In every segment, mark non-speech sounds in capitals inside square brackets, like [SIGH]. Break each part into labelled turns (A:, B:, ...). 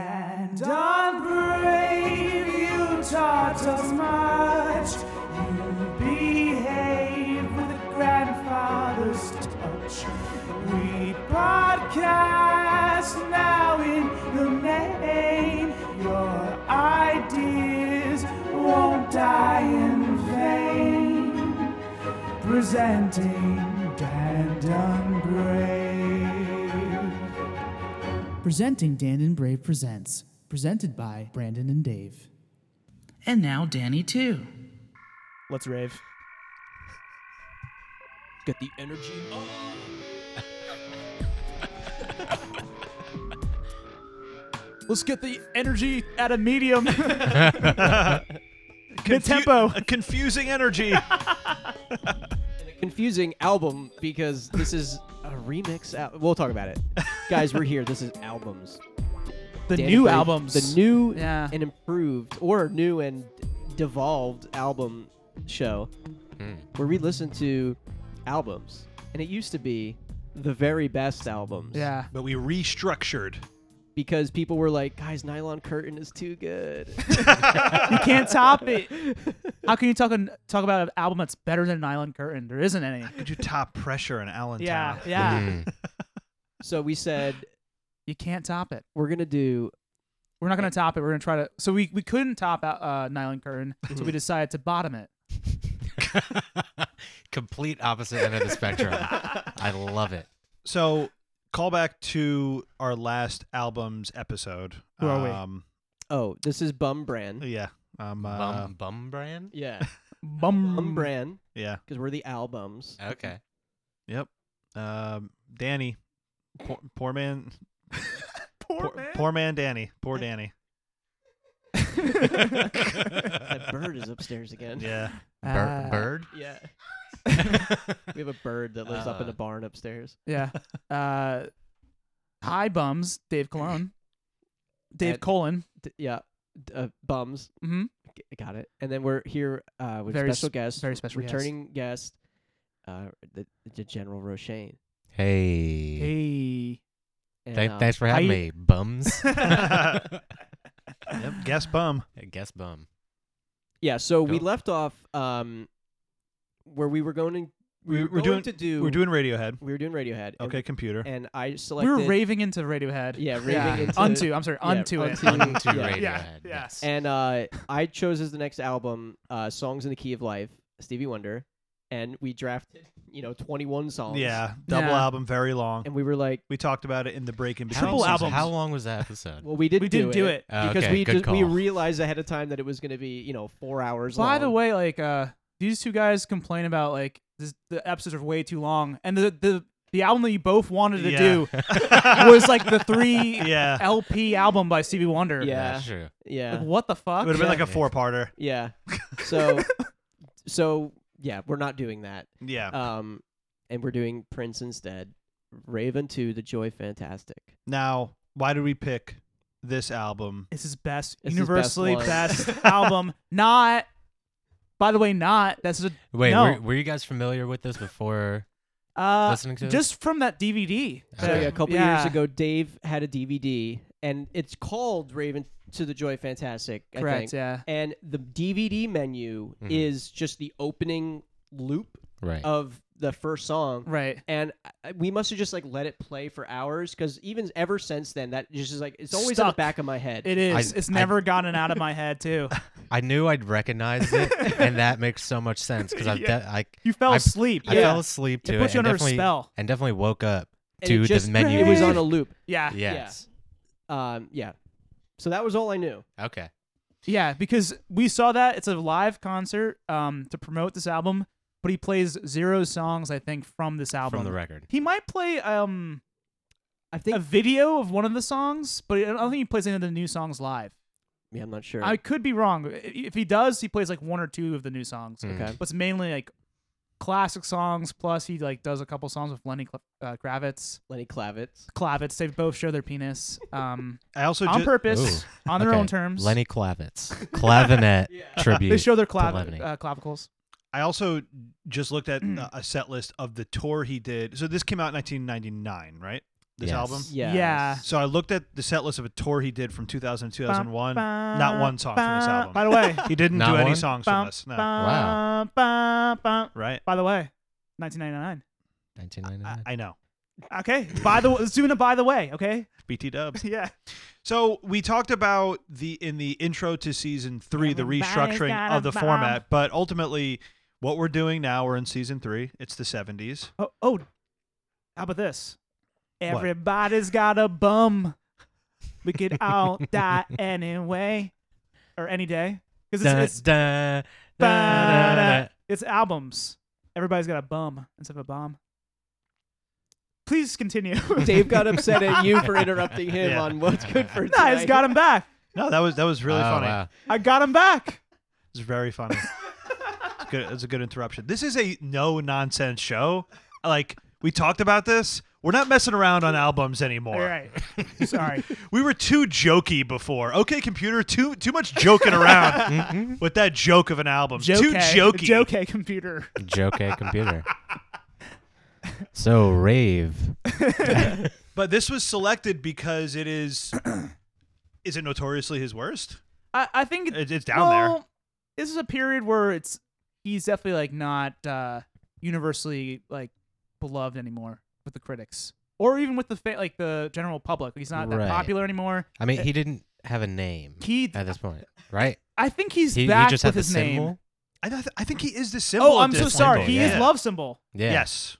A: Stand unbrave, you taught us much. You behave with a grandfather's touch. We podcast now in your name. Your ideas won't die in vain. Presenting Dan Unbrave.
B: Presenting Dan and Brave Presents, presented by Brandon and Dave. And now Danny too.
A: Let's rave.
C: Get the energy up. Let's get the energy.
A: At a medium. Mid tempo.
D: A confusing energy.
C: Confusing album because this is a remix. Al- we'll talk about it. Guys, we're here. This is albums.
A: The
C: Dan
A: new
C: Brave-
A: albums.
C: The new
B: Yeah.
C: and improved, or new and devolved album show where we listen to albums. And it used to be the very best albums.
B: Yeah.
D: but we restructured.
C: Because people were like, guys, Nylon Curtain is
A: [LAUGHS]
C: too good.
B: You can't top it. How can you talk an, talk about an album that's better than an Island Curtain? There isn't any.
D: Could you top pressure in Allentown?
B: Yeah, yeah.
C: so we said,
B: You can't top it.
C: we're going to do
B: We're not gonna top it. We're gonna try to. So we, we couldn't top out uh, Nylon Curtain, so we decided to bottom it.
E: [LAUGHS] Complete opposite end of the spectrum. I love it.
D: So, call back to our last album's episode.
B: Who are we?
D: um,
C: Oh, this is Bum Brand.
D: Yeah. Um, uh,
E: bum bum brand.
C: Yeah.
B: Bum.
C: Bum Brand,
D: Yeah.
C: because we're the albums.
E: [LAUGHS] Okay.
D: Yep. Um, Danny. Poor, poor man.
B: [LAUGHS] Poor man.
D: Poor man Danny.
B: [LAUGHS]
D: Poor Danny.
C: That bird is upstairs again.
D: [LAUGHS]
B: [LAUGHS]
D: Yeah.
B: Ah.
E: Bir- bird.
C: Yeah. We have a bird that lives up in
E: Uh.
C: a barn upstairs.
B: Yeah. Uh, hi bums. Dave Cologne. Dave
C: And-
B: Colon.
C: D- yeah. D- uh, bums.
B: hmm
C: G- got it. And then we're here uh, with
B: Very
C: special
B: s-
C: guest,
B: very special guest.
C: returning guest, uh, the, the General Rochane.
E: [LAUGHS] Hey.
B: Hey.
C: And,
E: Thank-
C: uh,
E: thanks for having
B: I-
E: me,
D: [LAUGHS]
E: bums.
D: Yep. Guess bum.
E: I guess bum.
C: yeah. So we
D: Go.
C: left off um, where we were going. To,
D: We-
C: were
D: we're
C: going
D: doing-
C: to do.
D: We're doing Radiohead.
C: We were doing Radiohead. and-
D: Okay, computer.
C: And I
B: We
C: selected.
B: were raving into Radiohead.
C: Yeah, raving
B: Yeah.
C: into
B: unto. I'm sorry,
C: yeah,
B: unto it.
C: unto-
E: Unto
C: Yeah.
E: Radiohead.
B: Yeah,
E: yes.
C: And uh, I chose as the next album, uh, "Songs in the Key of Life," Stevie Wonder, and we drafted, you know, 21 songs.
D: Yeah. Double
B: Yeah.
D: album, very long.
C: and we were like,
D: We talked about it in the break in between.
B: Triple
D: seasons.
B: albums.
E: How long was that episode?
C: "Well, we
B: [LAUGHS]
C: didn't,
B: we didn't do it.
E: Uh,
C: because
E: okay,
C: we
E: good
C: just, we
E: call.
C: [LAUGHS]
E: [LAUGHS]
C: realized ahead of time that it was going to be, you know, four hours."
B: By
C: long.
B: the way, like uh, these two guys complain about like this, the episodes are way too long, and the the the album that you both wanted to
D: Yeah.
E: [LAUGHS]
B: do [LAUGHS]
D: [LAUGHS]
B: was like the three
D: Yeah.
B: [LAUGHS] LP album by Stevie Wonder.
C: Yeah.
E: That's true.
B: Like,
C: yeah,
B: what the fuck?
D: It would have been
C: Yeah.
D: like a four parter.
B: [LAUGHS]
C: yeah. So, so yeah, we're not doing that.
D: Yeah.
C: Um, and we're doing Prince instead. Raven to the Joy Fantastic.
D: now, why did we pick this album?
B: It's his best,
C: It's his
B: universally best,
E: [LAUGHS]
C: best
D: [LAUGHS]
B: album. Not, by the way, not. That's a,
E: Wait,
B: No.
E: were, were you guys familiar with this before
B: uh,
E: listening to this?
B: just from that DVD.
C: So
E: Okay.
C: yeah, a couple
B: Yeah.
C: years ago, Dave had a DVD, and it's called Raven to the Joy Fantastic. I
B: Correct.
C: think.
B: Yeah.
C: And the DVD menu
E: Mhm.
C: is just the opening loop
E: right.
C: of the first song.
B: Right.
C: And I- we must have just like let it play for hours because even ever since then, that just is like it's always in the
B: Stuck.
C: back of my head.
B: It is.
E: I-
B: it's
E: I-
B: never gotten out of my head
E: [LAUGHS]
B: too.
E: I knew I'd recognize it, and that makes so much sense because I've
B: Yeah.
E: de- I
B: You fell
E: I've-
B: asleep.
E: I
C: Yeah.
E: fell asleep
B: It
E: to it,
B: puts you
E: and
B: under a
E: definitely
B: spell.
E: and definitely woke up
C: And
E: to
C: it just,
E: the menu.
C: It was on a loop.
B: Yeah. yeah.
E: [LAUGHS] Yes.
C: Um, yeah. So that was all I knew.
E: Okay.
B: because we saw that it's a live concert um to promote this album, but he plays zero songs I think from this album.
E: From the record.
B: He might play um
C: I think.
B: a video of one of the songs, but I don't think he plays any of the new songs live.
C: yeah, I'm not sure.
B: I could be wrong. I- If he does, he plays like one or two of the new songs.
E: Mm.
C: okay.
B: But it's mainly like classic songs plus he like does a couple songs with Lenny Cla- uh, Kravitz.
C: Lenny Kravitz.
B: Klavitz, they both show their penis.
E: [LAUGHS]
B: Um
D: I also
B: on
D: ju-
B: purpose,
E: Ooh.
B: on their
E: Okay.
B: own terms.
E: Lenny Klavitz.
B: [LAUGHS]
E: Clavinet tribute.
B: they show their
E: Lenny.
B: clav- uh, clavicles.
D: I also just looked at uh, a set list of the tour he did. So this came out in 1999, right? this
E: Yes.
D: album.
C: Yeah.
B: Yeah.
D: So I looked at the set list of a tour he did from 2000 to 2001.
B: Not
D: one song from this album.
B: By
D: [LAUGHS]
B: the way,
D: He didn't
E: Not
D: do any
E: one?
D: songs
B: bum,
D: from this. No.
E: Wow.
B: bum, bum, bum.
D: Right?
B: By the way, 1999.
E: 1999.
D: I, I know.
B: Okay. By the [LAUGHS] let's do it. a By the way.
D: [LAUGHS]
B: Okay.
D: BT Dubs.
B: yeah.
D: So we talked about the in the intro to season three, the
B: Everybody's
D: restructuring
B: got
D: of
B: a
D: the
B: bomb.
D: format, but ultimately, what we're doing now, we're in season three. It's the seventies.
B: Oh, oh, how about this? Everybody's got a bum. We
D: [LAUGHS]
B: could all die anyway, or any day, because it's
E: Dun,
B: it's,
E: dun, dun, dun, dun.
B: it's albums. Everybody's got a bum instead of a bomb. Please continue.
C: [LAUGHS]
B: [LAUGHS]
C: Dave got upset at you for interrupting him
D: Yeah.
C: on what's good for
B: I just
C: tonight.
B: got him back.
D: No, that was that was really
E: Oh,
D: funny.
E: wow.
B: I got him back.
D: It's very funny. it's good. It's a good interruption. This is a no nonsense show. Like we talked about this. We're not messing around on albums
B: All
D: anymore.
B: right. Sorry.
D: We were too jokey before. Okay, computer, too too much joking
E: [LAUGHS] Mm-hmm.
D: around with that joke of an album. Too jokey.
B: Joke computer. [LAUGHS]
E: Joke a computer. So rave.
D: But this was selected because it is [CLEARS THROAT] is it notoriously his worst?
B: I, I think
D: It, it's down there.
B: Well, This is a period where it's he's definitely like not uh universally like beloved anymore with the critics or even with the fa- like the general public. He's not that
E: Right.
B: popular anymore.
E: I mean, he didn't have a name
B: He,
E: at this point, right?
B: I think he's
E: He, he
B: back
E: just
B: with
E: had the
B: his name.
E: symbol.
D: I, th- I think he is the symbol.
B: Oh,
D: at
B: I'm so
D: this
B: sorry.
D: point.
B: He
E: yeah.
B: is love symbol.
E: Yeah.
D: Yes.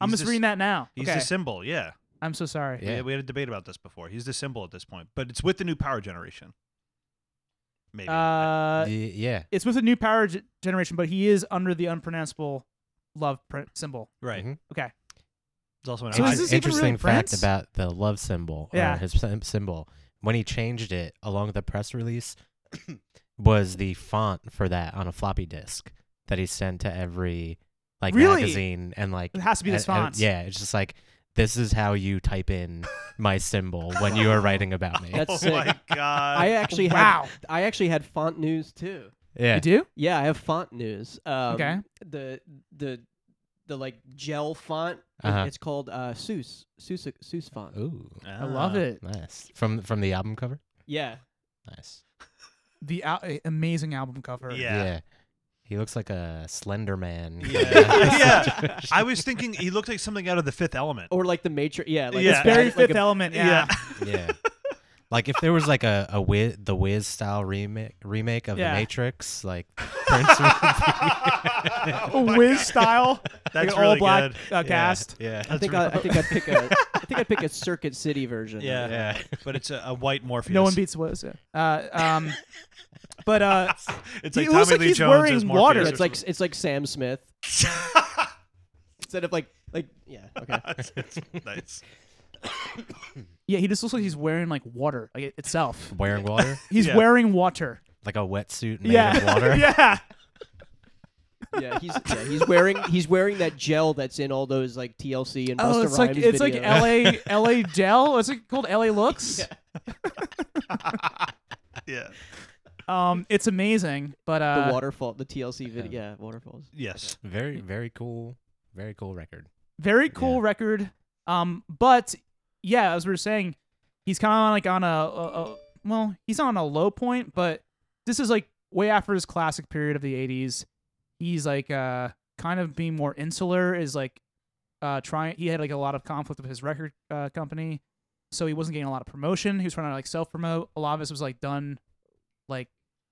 B: I'm
D: He's
B: just
D: the-
B: reading that now.
D: He's
B: okay.
D: the symbol. Yeah.
B: I'm so sorry.
E: Yeah.
D: We, we had a debate about this before. He's the symbol at this point, but it's with the new power generation. Maybe.
B: Uh,
E: Y- yeah.
B: it's with the new power ge- generation, but he is under the unpronounceable love print symbol.
D: right.
E: Mhm.
B: Okay.
D: It's also an
B: So
D: I-
B: is this even
E: interesting
B: really
E: fact
B: Prince?
E: about the love symbol
B: Yeah.
E: or his sym- symbol when he changed it along the press release [COUGHS] was the font for that on a floppy disk that he sent to every like
B: Really?
E: magazine and like
B: It has to be this
E: and- and-
B: font.
E: yeah it's just like this is how you
B: [LAUGHS]
E: type in my symbol when you are writing about me
C: That's
D: [LAUGHS] oh
C: sick.
D: my god.
C: I actually
B: Wow.
C: had I actually had font news too.
E: [LAUGHS] yeah
B: You do?
C: Yeah, I have font news. Um,
B: Okay.
C: The the the like gel font. it-
E: Uh-huh.
C: It's called uh, Seuss Seuss Seuss font.
E: ooh
B: I love
D: Ah.
B: it.
E: nice from from the album cover
C: Yeah.
E: nice
B: The al- amazing album cover.
D: Yeah.
E: he looks like a slender man
D: [LAUGHS] Yeah. yeah. I was thinking he looked like something out of the Fifth Element.
C: Or like the Matrix. Yeah. Like
D: Yeah.
C: a
D: It's
B: Very
C: bad- like
B: Fifth
C: a-
D: [LAUGHS]
B: Element. yeah. [LAUGHS]
E: Yeah. Like if there was like a, a Wiz, the Wiz style remake remake of
B: Yeah.
E: the Matrix, like Prince
B: [LAUGHS]
E: would
D: oh my
B: Wiz
D: God.
B: style.
D: That's
B: like an
D: really
B: all black
D: good.
B: Uh,
E: be
B: cast.
E: Yeah.
C: I
E: Yeah.
C: think uh, I,
D: That's
C: I think I'd pick a
D: [LAUGHS]
C: I think I'd pick a Circuit City version. of
D: Yeah.
C: it.
E: Yeah.
D: But it's a, a white Morpheus.
B: No one beats Wiz. Yeah. Uh, um, but uh,
D: It's
B: He
D: like
B: looks
D: Tommy
B: like
D: Lee
B: he's
D: Jones
B: wearing
D: as
B: water.
D: Morpheus or
B: There's
C: It's like it's like Sam Smith
D: [LAUGHS]
C: instead of like like yeah okay.
B: [LAUGHS]
D: something. [LAUGHS] nice.
B: yeah, he just looks like he's wearing like water like it- itself.
E: Wearing water.
B: He's
D: Yeah.
B: wearing water.
E: Like a wetsuit made
B: yeah.
E: of
B: [LAUGHS]
E: water.
B: yeah.
C: Yeah, he's yeah, he's wearing he's wearing that gel that's in all those like TLC and Busta
B: Oh, it's
C: Rhymes
B: like it's like
C: videos.
B: LA LA gel. What's it called? LA looks.
D: Yeah.
B: Um, it's amazing. But uh,
C: the waterfall, the TLC video. Yeah, waterfalls.
D: Yes.
E: Very very cool. Very cool record.
B: very cool
E: Yeah.
B: record. Um, but yeah, as we were saying, he's kind of like on a, a, a well, he's on a low point, but this is like way after his classic period of the '80s. He's like uh kind of being more insular. Is like uh trying. He had like a lot of conflict with his record uh, company, so he wasn't getting a lot of promotion. He was trying to like self promote. A lot of this was like done, like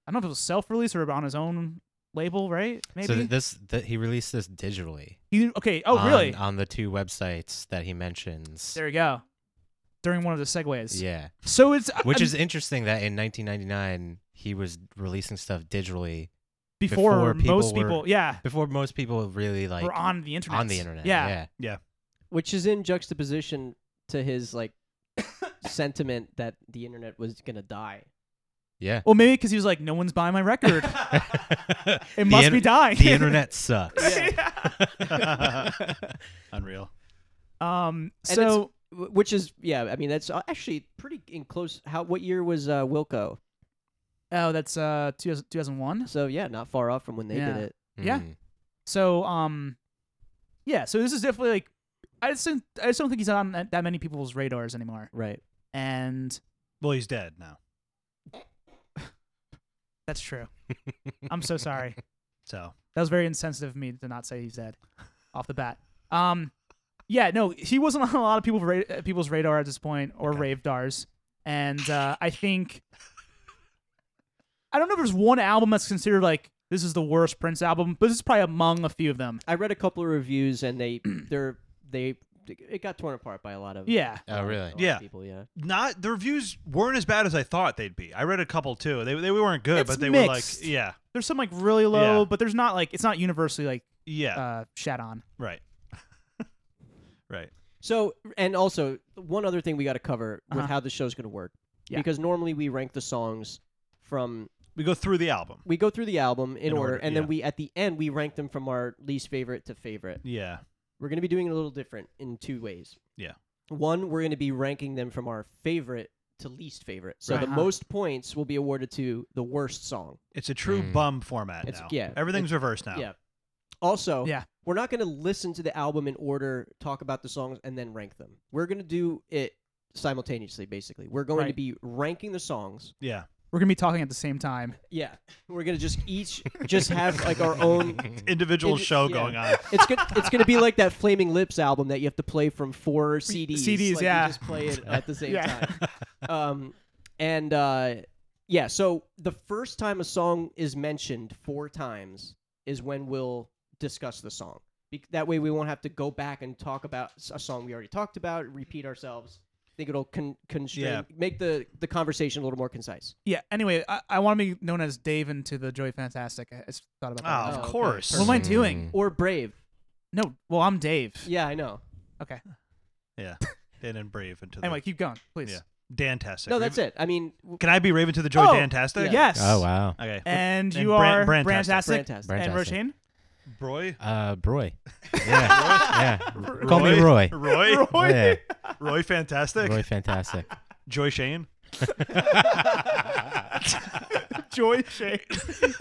B: I don't know if it was self release or on his own label, right? Maybe
E: So th- this that he released this digitally.
B: he. Okay. Oh,
E: on-
B: really?
E: On the two websites that he mentions.
B: There you go. During one of the segues.
E: yeah.
B: So it's uh,
E: Which
B: I'm-
E: is interesting that in 1999 he was releasing stuff digitally
B: before,
E: before people
B: most
E: were-
B: people, yeah,
E: before most people really like
B: were on the internet.
E: on the internet.
B: Yeah.
E: yeah.
C: which is in juxtaposition to
B: [COUGHS]
C: his like sentiment that the internet was gonna die.
B: [LAUGHS]
E: Yeah.
B: Well, maybe because he was like, no one's buying my
E: [LAUGHS]
B: record.
E: it
B: It must be dying.
E: The internet sucks.
D: Unreal.
B: [LAUGHS] um.
C: And
B: So
C: Wh- Which is yeah, I mean that's uh, actually pretty in close. How what year was uh, Wilco?
B: oh, that's uh 2000 2001.
C: So yeah, not far off from when they
E: Mm.
B: Yeah.
C: did it.
B: Yeah. So um, yeah. So this is definitely like I just don't, I just don't think he's on that that many people's radars anymore.
C: Right.
B: And
D: Well, he's dead now.
B: that's true. I'm so sorry.
D: So
B: That was very insensitive of me to not say he's dead off the bat. Um, yeah, no, he wasn't on a lot of people ra- uh, people's radar at this point or ravedars, and uh, I think I don't know if there's one album that's considered like this is the worst Prince album, but this is probably among a few of them.
C: I read a couple of reviews
B: [COUGHS]
C: and they they're they it got torn apart by a lot of
B: Yeah,
E: Oh, really?
C: a lot of
D: Yeah.
C: people. Yeah.
D: not the reviews weren't as bad as I thought they'd be. I read a couple too. They they weren't good,
B: It's
D: but they
B: mixed.
D: were like yeah,
B: there's some like really low,
D: Yeah.
B: but there's not like it's not universally like
D: yeah,
B: uh, shat on.
D: right, [LAUGHS] right.
C: So and also one other thing we got to cover with
B: Uh-huh.
C: how the show's going to work
B: Yeah.
C: because normally we rank the songs from
D: We go through the album.
C: we go through the album in,
D: In
C: order,
D: order,
C: and
D: yeah.
C: then we at the end we rank them from our least favorite to favorite.
D: Yeah,
C: We're going to be doing it a little different in two ways.
D: Yeah.
C: One, we're going to be ranking them from our favorite to least favorite. So
B: Right.
C: the
B: Uh-huh.
C: most points will be awarded to the worst song.
D: it's a true
E: Mm.
D: bum format
C: It's-
D: now.
C: yeah,
D: everything's reversed now.
C: Yeah. Also,
B: Yeah.
C: we're not going to listen to the album in order, talk about the songs, and then rank them. We're going to do it simultaneously, basically. We're going to
B: Right.
C: be ranking the songs.
D: yeah.
B: We're gonna be talking at the same time.
C: Yeah. We're going to just each just have
B: [LAUGHS]
C: like our
E: [LAUGHS]
C: own.
D: Individual
C: Indi-
D: show
C: yeah.
D: going on.
C: It's gonna, it's gonna be like that Flaming Lips album that you have to play from four CDs.
B: CDs,
C: like,
B: yeah.
C: You just play it at the same
B: Yeah.
C: time. Um, and uh, yeah, so the first time a song is mentioned four times is when we'll discuss the song. Be- that way, we won't have to go back and talk about s- a song we already talked about, repeat ourselves. I think it'll con- constrain,
D: Yeah.
C: make the, the conversation a little more concise.
B: Yeah. Anyway, I, I want to be known as Dave into the Joy Fantastic. I I just thought about
D: Oh,
B: that.
C: Oh,
D: of
C: okay.
D: course.
B: What am I doing?
C: Or brave.
B: No, well, I'm Dave.
C: Yeah, I know.
B: Okay.
D: Yeah. Dan and Brave into the
B: Anyway, keep going, please.
D: yeah. Dantastic.
C: No, that's it. I mean, w-
D: Can I be Raven to the Joy
B: Oh,
D: Dantastic?
C: Yeah.
B: Yes.
E: Oh wow.
D: Okay.
B: And
D: And
B: you
D: Bran-
B: are
D: Brantastic.
B: Brantastic,
C: fantastic.
E: Brantastic.
B: and Roshane.
D: Broy.
B: [LAUGHS]
E: Uh, Broy. Yeah. yeah. Call me Roy.
D: [LAUGHS] Roy.
B: [LAUGHS] Roy.
E: Yeah.
D: Roy Fantastic.
E: Roy Fantastic.
B: [LAUGHS]
D: Joy Shane.
B: [LAUGHS]
E: [LAUGHS]
D: [LAUGHS]
B: Joy Shane.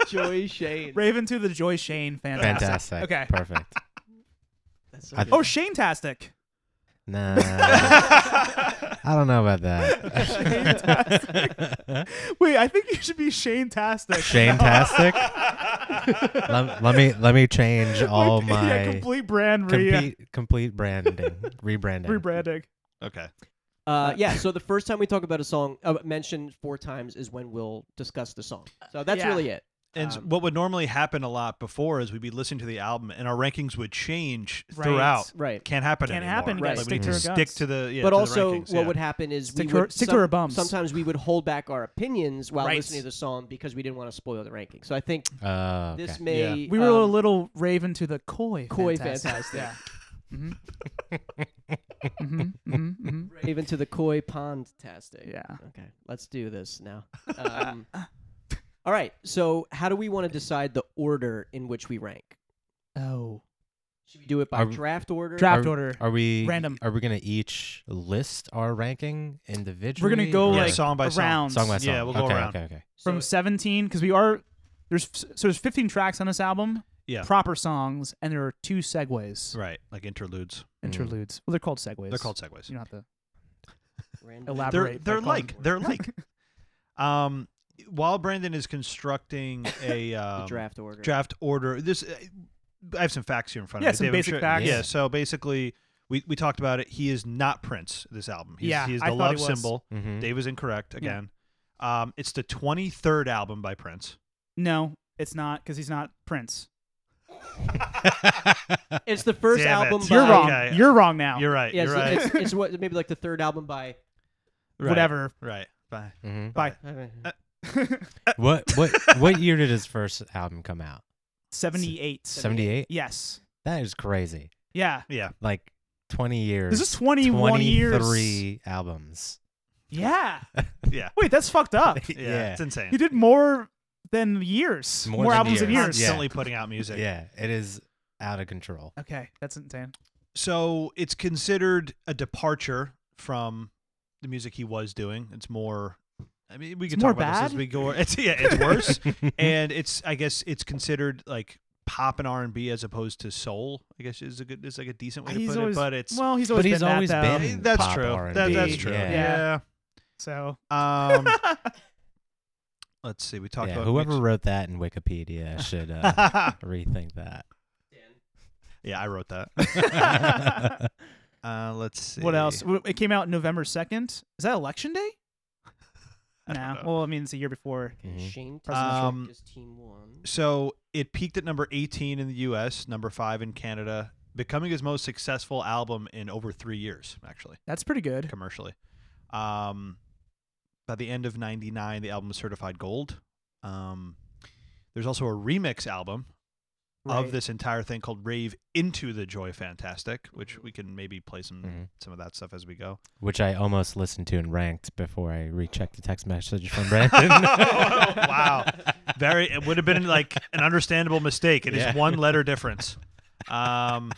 C: Joy Shane.
B: [LAUGHS] Raven to the Joy Shane fantastic.
E: Fantastic.
B: Okay.
E: Perfect.
C: That's so
E: I-
C: good.
B: Oh, Shane Tastic. [LAUGHS]
E: Nah. I don't know about that.
B: Wait, I think you should be Shane Tastic. [LAUGHS]
E: Shane Tastic. let, let me let
B: [LAUGHS]
E: me change all oh my
B: yeah, complete brand re- uh,
E: complete complete branding rebranding.
B: rebranding.
D: Okay.
C: Uh, yeah, so the first time we talk about a song uh, mentioned four times is when we'll discuss the song. So that's
B: Yeah.
C: really it.
D: And s-
C: Um,
D: what would normally happen a lot before is we'd be listening to the album and our rankings would change
B: Right.
D: throughout.
C: Right.
D: Can't happen.
B: Can't
D: anymore.
B: happen,
C: guys.
D: Like,
B: Stick
D: we
E: to
D: need
E: our
B: guts.
D: stick to the. Yeah,
C: but
D: to the
C: also,
D: rankings,
C: what
D: yeah.
C: would happen is
B: Stick
C: we
B: to our-
C: would
B: stick to our bums.
C: sometimes we would hold back our opinions while
B: Right.
C: listening to the song because we didn't want to spoil the ranking. So I think
E: Uh, okay.
C: this may
B: We were a
C: um,
B: little Raven to the coy.
C: Coy
B: fantastic. [LAUGHS] Yeah. hmm hmm hmm hmm
C: even to the koi pond tastic.
B: Yeah.
C: Okay, let's do this
B: [LAUGHS]
C: now. Um, all right. So how do we want to decide the order in which we rank?
B: Oh.
C: Should we do it by
E: Are-
C: draft order?
B: Draft
E: Are-
B: order.
E: Are we
B: Random.
E: Are we gonna each list our ranking individually?
B: We're gonna go
E: or-
D: Yeah,
B: like
D: song by song.
B: around
E: song by song.
D: Yeah, we'll go
E: okay,
D: around.
E: Okay, okay.
C: So-
B: from 17 because we are there's so there's 15 tracks on this album
D: Yeah.
B: proper songs and there are two segues
D: Right. Like interludes.
B: interludes well they're called segues
D: They're called segues.
B: you don't have to
C: Random-
D: They're
B: elaborate. Right,
D: they're
B: by calling
D: like
B: it.
D: they're like. Um, while Brandon is constructing
B: [LAUGHS]
D: a
C: the
D: um,
C: draft order.
D: draft order. This uh, I have some facts here in front
B: Yeah,
D: of me.
B: some
D: Dave, I'm
B: basic
D: sure-
B: facts.
D: Yeah.
E: Yeah.
D: So basically, we, we talked about it. He is not Prince. This album. He's,
B: Yeah,
D: He is the
B: I thought
D: love
B: he was.
D: symbol.
E: Mhm.
D: Dave is incorrect
B: Yeah.
D: again. Um, it's the 23rd album by Prince.
B: no it's not because he's not prince
C: It's the first
D: Damn it.
C: album.
B: you're
C: by,
B: wrong
D: Okay.
B: you're wrong now
D: You're right.
C: Yeah,
D: you're
C: it's,
D: right.
C: it's, it's what maybe like the third album by.
D: Right.
B: whatever
D: Right. Bye.
E: Mhm.
D: Uh,
E: What
D: [LAUGHS]
E: what what year did his first album come out?
B: 78
E: Seventy eight.
B: yes
E: That is crazy.
B: yeah [LAUGHS]
D: yeah.
E: Like twenty years.
B: this is 21 years
E: Twenty-three albums.
B: yeah
D: Yeah.
B: wait that's fucked
E: [LAUGHS]
B: up
D: Yeah. It's insane.
B: he did more than years
E: More than
B: albums than
E: years.
B: years
E: Yeah.
D: Constantly putting out music.
E: Yeah, it is out of control.
B: okay that's insane
D: So it's considered a departure from the music he was doing. It's more. I mean, we
B: It's
D: can
B: more
D: talk about this as
B: bad?
D: we go. It's yeah, it's worse, and it's I guess it's considered like pop and R and B as opposed to soul. I guess is a good is like a decent way to
B: He's
D: put
B: always-
D: it. But it's
B: well, he's always
E: but he's
B: been
E: always
B: that, though,
E: been
D: that's
E: pop
D: true.
E: R&B,
D: That, that's true.
E: Yeah.
D: Yeah.
B: So [LAUGHS]
D: Um, let's see. We talked
E: Yeah,
D: about
E: whoever
D: mix-
E: wrote that in
D: [LAUGHS]
E: Wikipedia should uh, rethink that.
D: yeah, I wrote that. Uh, let's
B: [LAUGHS]
D: see.
B: what else? W- It came out November second. Is that election day?
D: I don't
B: No.
D: know.
B: Well, I mean, it's a year before.
E: Mhm.
C: Shane
D: Presidential. Um,
C: is team one.
D: So it peaked at number 18 in the U.S., number five in Canada, becoming his most successful album in over three years, actually
B: That's pretty good.
D: commercially. Um, by the end of '99, the album was certified gold. Um, there's also a remix album
B: Right.
D: of this entire thing called "Rave Into the Joy Fantastic," which we can maybe play some
E: Mhm.
D: some of that stuff as we go.
E: Which I almost listened to and ranked before I rechecked the text message from
D: [LAUGHS]
E: Brandon.
D: Oh,
E: [LAUGHS]
D: wow, very it would have been like an understandable mistake. It is
E: Yeah.
D: one
E: [LAUGHS]
D: letter difference. Um,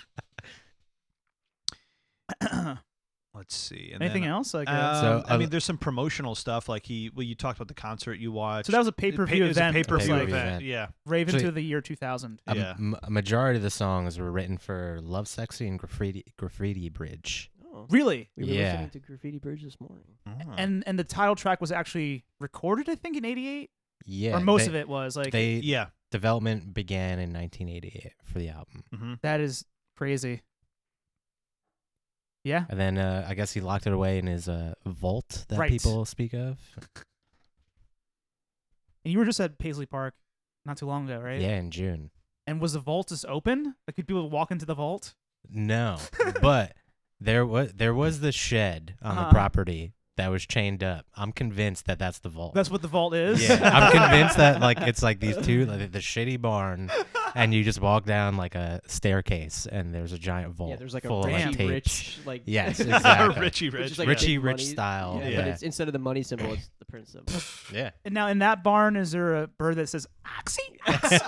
D: let's see.
B: [CLEARS THROAT]
D: And
B: Anything
D: then,
B: else? Like, uh,
D: Um,
E: So,
D: I
E: uh,
D: mean, there's some promotional stuff like he. Well, you talked about the concert you watched.
B: so that was a pay per view event.
D: Pay per view
B: like
D: event.
E: event.
D: Yeah.
B: Raven
E: Actually-
B: to the year two thousand.
E: A,
D: Yeah.
E: m- a majority of the songs were written for Love Sexy and Graffiti, graffiti Bridge.
C: Oh,
B: Really?
C: we were
E: yeah.
C: listening to Graffiti Bridge this morning.
B: And and the title track was actually recorded, I think, in '88,
E: Yeah.
B: or most
E: they-
B: of it was. Like,
E: They,
D: yeah.
E: Development began in 1988 for the album.
D: hmm
B: that is crazy. Yeah.
E: And then uh, I guess he locked it away in his uh, vault that
B: Right.
E: people speak of.
B: And you were just at Paisley Park not too long ago, right?
E: Yeah, in June.
B: And was the vault just open? Like, could people walk into the vault?
E: No,
B: [LAUGHS]
E: but there was there was the shed on
B: Uh-huh.
E: the property that was chained up. I'm convinced that that's the vault.
B: That's what the vault is.
E: yeah,
D: [LAUGHS]
E: I'm convinced that like it's like these two like the shitty barn, and you just walk down like a staircase, and there's a giant vault.
C: Yeah, there's like a
E: Oh, full of, like,
C: Richie
E: tapes.
C: Rich like [LAUGHS]
E: Yes,
C: which is
D: [LAUGHS]
E: exactly.
D: Richie
C: like
D: Rich.
C: a
E: Richie
C: big
E: Rich
C: money-
E: style,
C: Yeah,
D: yeah.
C: But it's instead of the money symbol, it's the Prince
E: [LAUGHS]
C: symbol.
E: Yeah.
B: [LAUGHS] And now in that barn, is there a bird that says oxy? [LAUGHS]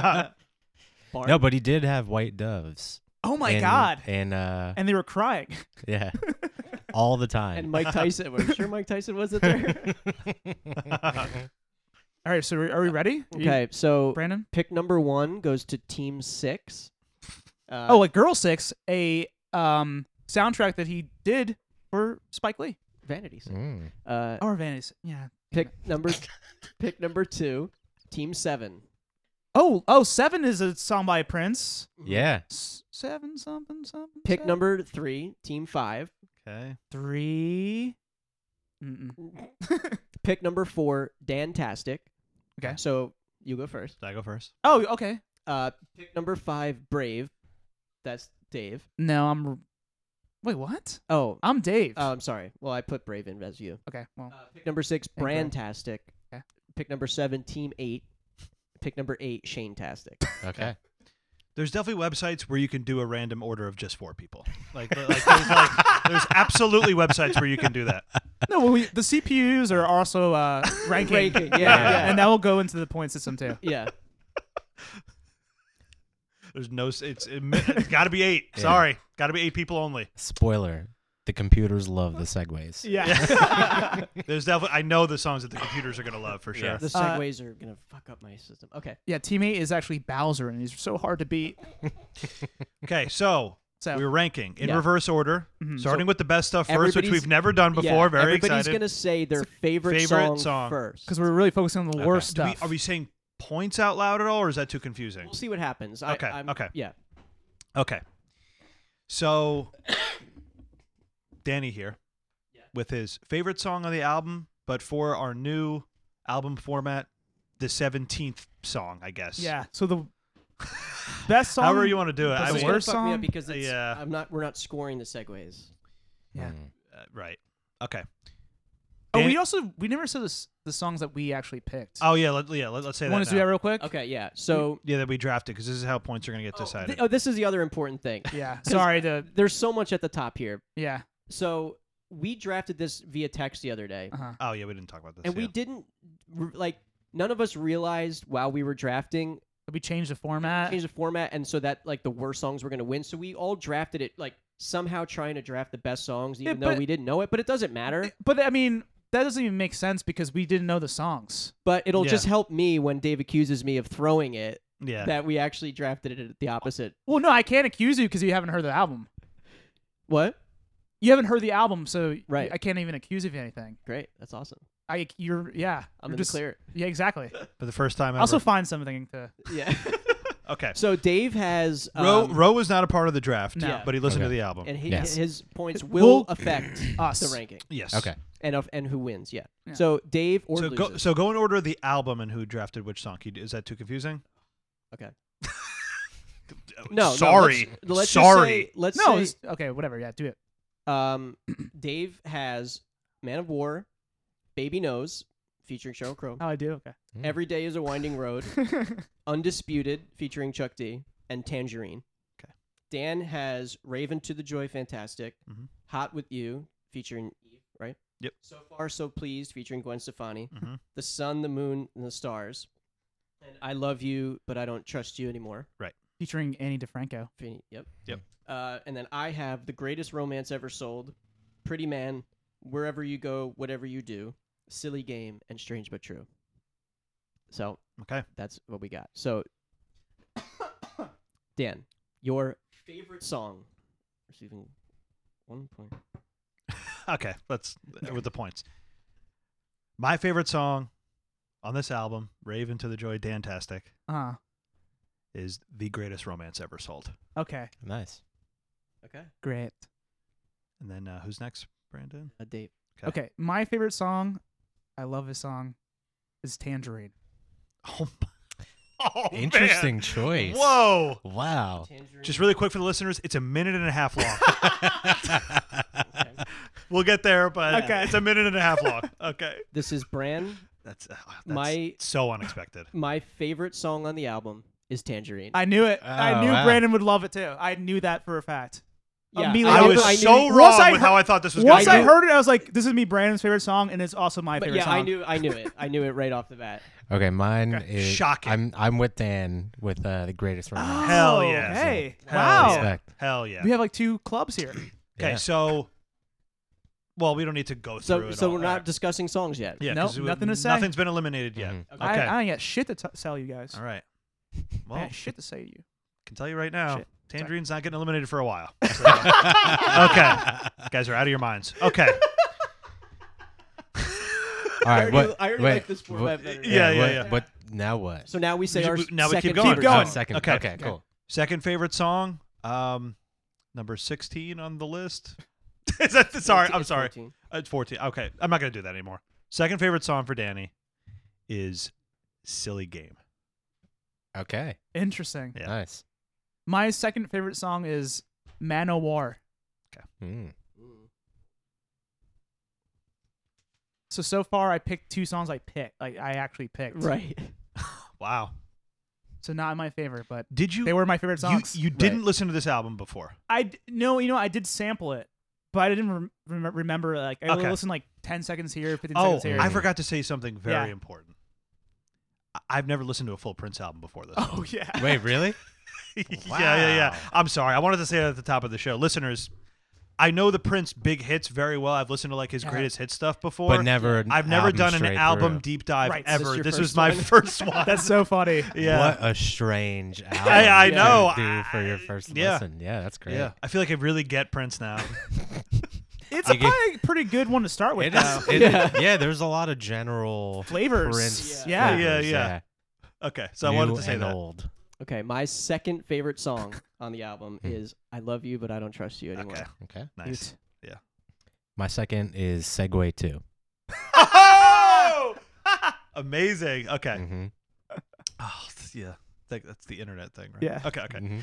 C: Barn.
E: no, but he did have white doves.
B: oh my
E: in- [LAUGHS]
B: god!
E: And uh,
B: And they were crying.
E: yeah, all the
C: and
E: time. [LAUGHS]
C: Mike Tyson. I'm sure Mike Tyson wasn't there.
B: All right, so are we- are we ready? Are you-
C: okay, so
B: Brandon.
C: pick number one goes to Team Six. Uh,
B: Oh, like Girl Six, a um soundtrack that he did for Spike Lee.
C: Vanities.
E: [LAUGHS] Mm.
C: Uh,
B: Or Vanities. Yeah.
C: pick number, pick number two, Team Seven.
B: Oh, oh, seven is a song by Prince.
E: Yeah.
B: S- seven something something.
C: Pick
B: seven.
C: number three, Team Five.
D: Okay.
B: three. Mm-mm.
C: Pick number four, Dantastic.
B: Okay.
C: So you go first.
D: Did I go first?
B: Oh, okay.
C: Uh, pick number five, Brave. That's Dave.
B: No, I'm. r- Wait, what?
C: Oh,
B: I'm Dave.
C: uh, I'm sorry. Well, I put Brave in as you.
B: okay. Well,
C: Uh, pick number six,
B: Brave.
C: Brandtastic.
B: Okay.
C: Pick number seven, Team Eight. Pick number eight, Shane-tastic.
E: Okay.
D: There's definitely websites where you can do a random order of just
C: [LAUGHS]
D: four people. Like, like, there's, like there's absolutely websites where you can do that.
B: no, well, we, the CPUs are also uh,
D: [LAUGHS]
B: ranking,
C: Ranking, yeah, yeah.
B: and that will go into the point system too.
C: yeah.
D: There's no. s- It's it, it's got to be eight.
E: Yeah.
D: Sorry, got to be eight people only.
E: [LAUGHS] Spoiler: the computers love the
D: [LAUGHS]
E: segues.
D: Yeah. [LAUGHS] there's definitely. I know the songs that the computers are gonna love for sure.
E: Yeah.
C: The
B: Uh,
C: segues are gonna fuck up my system. Okay.
B: Yeah, teammate is actually Bowser, and he's so hard to beat.
D: Okay, so
B: So
D: we were ranking in
C: Yeah. Mm-hmm.
D: reverse order,
B: Mhm.
D: starting with the best stuff first, which
C: everybody's-
D: we've never done before.
C: Yeah,
D: Very
C: everybody's
D: excited.
C: gonna say their favorite,
D: favorite
C: song,
D: song.
C: first.
B: because we're really focusing on the worst
D: Do we-
B: stuff.
D: are we saying points out loud at all, or is that too confusing?
C: we'll see what happens. I-
D: Okay,
C: I'm-
D: okay.
C: Yeah.
D: Okay. So, [COUGHS] Danny here with his favorite song on the album, but for our new album format, the 17th song, I guess.
B: yeah. So the [SIGHS] best song.
D: However you want to do it.
B: The
D: I
C: It's
D: mean,
C: gonna
B: worst
C: fuck me
B: song?
C: up because it's,
D: Yeah.
C: I'm not. We're not scoring the segues.
B: Yeah.
E: Mm.
D: uh, right. Okay.
B: Oh,
D: Dan-
B: we also we never said this, the songs that we actually picked.
D: Oh, yeah. Let, yeah let, us say
B: want
D: that.
B: to do
D: now.
B: that real quick?
C: Okay. Yeah. So.
D: yeah, that we drafted because this is how points are going to get
C: Oh,
D: decided.
C: th- oh, this is the other important
D: [LAUGHS]
C: thing.
B: Yeah.
C: 'Cause-
B: Sorry to.
C: There's so much at the top here.
B: Yeah.
C: So we drafted this via text the other day,
B: Uh huh.
D: oh, yeah. We didn't talk about this.
C: and we
D: yeah.
C: didn't r- like none of us realized while we were drafting
B: We changed the
D: Uh.
B: format.
C: change the format, and so that like the worst songs were gonna win. So we all drafted it like somehow trying to draft the best songs, even though
B: but-
C: we didn't know it. But it doesn't matter.
B: But I mean, that doesn't even make sense because we didn't know the songs.
C: But it'll
D: Yeah.
C: just help me when Dave accuses me of throwing it
D: Yeah.
C: that we actually drafted it at the opposite.
B: Well, no, I can't accuse you because you haven't heard the album.
C: What?
B: You haven't heard the album, so
C: Right.
B: I can't even accuse you of anything.
C: Great. That's awesome.
B: I you're yeah.
C: I'm
B: you're
C: in
B: just,
C: the clear.
B: Yeah, exactly.
D: For the first time ever.
B: also find something to.
C: Yeah.
D: okay.
C: [LAUGHS] so Dave has um,
D: Roe Roe was not a part of the draft,
C: No.
D: but he listened to
E: Okay.
D: the album.
C: and he,
E: Yes.
C: his points will
B: Will-
C: affect
B: Us.
C: the ranking
D: yes.
E: Okay.
C: and of and who wins. Yeah.
B: Yeah.
C: So Dave or
D: So go,
C: loses.
D: so go in order of the album and who drafted which song. Can you- Is that too confusing?
C: Okay. no.
D: Sorry.
C: No, let's, let's just
D: Sorry.
C: say- let's
B: No,
C: say
B: it's- okay, whatever. Yeah, do it.
C: um, Dave has Man of War, Baby Nose, featuring Cheryl Crow.
B: Oh, I do.
D: Hmm.
C: Every Day is a Winding
D: [LAUGHS]
C: Road,
B: Okay.
C: Undisputed featuring Chuck D, and Tangerine.
D: Okay.
C: Dan has Raven to the Joy Fantastic,
D: Mhm.
C: Hot with You featuring Eve, right?
D: Yep.
C: So Far So Pleased featuring Gwen Stefani,
D: Mhm.
C: The Sun, the Moon, and the Stars. And I Love You, but I Don't Trust You Anymore.
B: Featuring Annie DeFranco.
C: Fe- Yep.
D: Yep.
C: Uh, and then I have the greatest romance ever sold, Pretty Man, Wherever You Go, Whatever You Do, Silly Game, and Strange but True. So
D: Okay.
C: that's what we got. So, [COUGHS] Dan, your favorite song, receiving one point.
D: Okay. Let's with the points. My favorite song on this album, Raven to the Joy Dantastic,
B: Uh
D: is the greatest romance ever sold.
B: Okay.
E: Nice.
C: Okay.
B: Great.
D: And then uh, who's next, Brandon? [LAUGHS]
C: A date.
D: Okay.
B: Okay. My favorite song, I love this song, is Tangerine.
D: Oh, my- oh, man.
E: Interesting choice.
D: Whoa.
E: Wow.
D: [LAUGHS]
E: [LAUGHS]
C: Tangerine.
D: Just really quick for the listeners, it's a minute and a half
B: [LAUGHS]
D: long.
C: Okay.
D: we'll get there, but
B: Okay.
D: it's a minute and a half long. Okay.
C: This is Bran.
D: That's, uh, that's
C: My-
D: so unexpected.
C: My favorite song on the album is Tangerine.
B: I knew it.
E: Oh,
B: I knew
E: wow.
B: Brandon would love it too. I knew that for a fact. Immediately
D: I
B: knew-
D: was
B: I knew-
D: so
B: once
D: wrong
B: I
D: with
B: heard-
D: how I thought this was
B: Once
D: going
B: I
D: to
B: heard it, I was like, "This is me Brandon's favorite song, and it's also my
C: But
B: favorite
C: yeah,
B: song."
C: I knew. I knew it. I knew it right off the
D: [LAUGHS]
C: bat.
E: Okay, mine
D: Okay.
E: is
D: Shocking. Ah,
E: I'm I'm with Dan with uh, the greatest
B: Oh,
E: romance.
D: Hell yeah.
B: Hey,
D: Hell
B: wow.
D: yeah.
E: Respect.
D: Hell yeah.
B: We have like two clubs
D: [CLEARS THROAT]
B: here.
D: Okay,
E: Yeah.
D: so, well, we don't need to go through
C: So,
D: it
C: so
D: all.
C: we're
D: All
C: not
D: right.
C: discussing songs yet.
D: Yeah,
B: Nope,
D: 'cause we-
B: nothing to say.
D: Nothing's been eliminated yet. [LAUGHS]
E: Mhm.
D: Okay.
B: I, I ain't got shit to t- sell you guys. [LAUGHS]
D: all right.
B: I
D: Well,
B: got shit to say to you.
D: can tell you right now,
B: Shit.
D: Tangerine's not getting eliminated for a
B: [LAUGHS]
D: while. So- okay, you guys are out of your minds. Okay,
E: All
C: I
E: right,
C: already-
E: what?
C: I already
E: wait,
C: like this format
E: what-
C: better.
D: Yeah, yeah,
E: what-
D: yeah.
E: But now what?
C: So now we say
D: We
C: our
D: should- now we keep
C: second
D: going.
C: favorite
B: Keep
E: Oh,
B: going.
C: song.
E: second.
D: Okay.
E: Okay, cool.
D: second favorite song, um, number sixteen on the list. [LAUGHS] Is that sorry?
C: It's-
D: I'm
C: it's
D: sorry.
C: 14.
D: Uh, It's fourteen. Okay, I'm not gonna do that anymore. Second favorite song for Danny is "Silly Game."
E: Okay,
B: Interesting.
D: Yeah.
E: nice.
B: My second favorite song is Man O' War.
E: Mm.
B: So so far, I picked two songs. I picked like I actually picked.
C: Right.
D: Wow.
B: So not my favorite, but
D: Did you?
B: they were my favorite
D: you,
B: songs.
D: you didn't listen to this album before.
B: I d- no, you know, I did sample it, but I didn't rem- rem- remember. Like I
D: Okay.
B: listened like ten seconds here, fifteen
D: Oh,
B: seconds here.
D: I forgot to say something very
B: Yeah.
D: important. I- I've never listened to a full Prince album before this.
B: [LAUGHS] oh yeah.
E: Wait, really?
D: [LAUGHS] yeah, yeah, yeah.
E: Wow.
D: I'm sorry. I wanted to say that at the top of the show. Listeners, I know the Prince big hits very well. I've listened to like his
B: Yeah.
D: greatest hit stuff before.
E: But never. an
D: I've never
E: album
D: done an
E: straight
D: album
E: through.
D: deep dive
B: Right,
C: this
D: ever.
C: your
D: This,
C: first
D: was my
B: [LAUGHS]
C: one?
D: first one.
B: [LAUGHS] That's so funny.
D: [LAUGHS] yeah.
E: What a strange album.
D: [LAUGHS] I
E: to
D: know,
E: do for your
D: I-
E: first
D: yeah.
E: listen. Yeah, that's great. [LAUGHS]
D: Yeah. I feel like I really get Prince now.
B: It's
E: I
B: a
E: get-
B: probably a pretty good one to start with.
E: It
B: though.
D: uh,
E: is.
D: [LAUGHS]
E: It, yeah. there's a lot of
B: [LAUGHS]
E: general
B: Flavors.
E: Prince
B: Yeah.
D: Yeah,
E: flavors,
D: yeah. okay. So I
E: New
D: wanted to say
E: and
D: that.
E: old.
C: Okay, my second favorite
D: [LAUGHS]
C: song on the album is "I Love You, but I Don't Trust You Anymore."
D: Hmm. Okay.
E: Okay.
B: [LAUGHS]
D: Nice. [LAUGHS]
E: My second is Segway Two.
B: [LAUGHS]
D: Oh! Amazing. Okay.
E: Mm-hmm.
D: Oh, th- yeah. Like, that's the internet thing, right?
B: Yeah.
D: Okay, okay.
E: hmm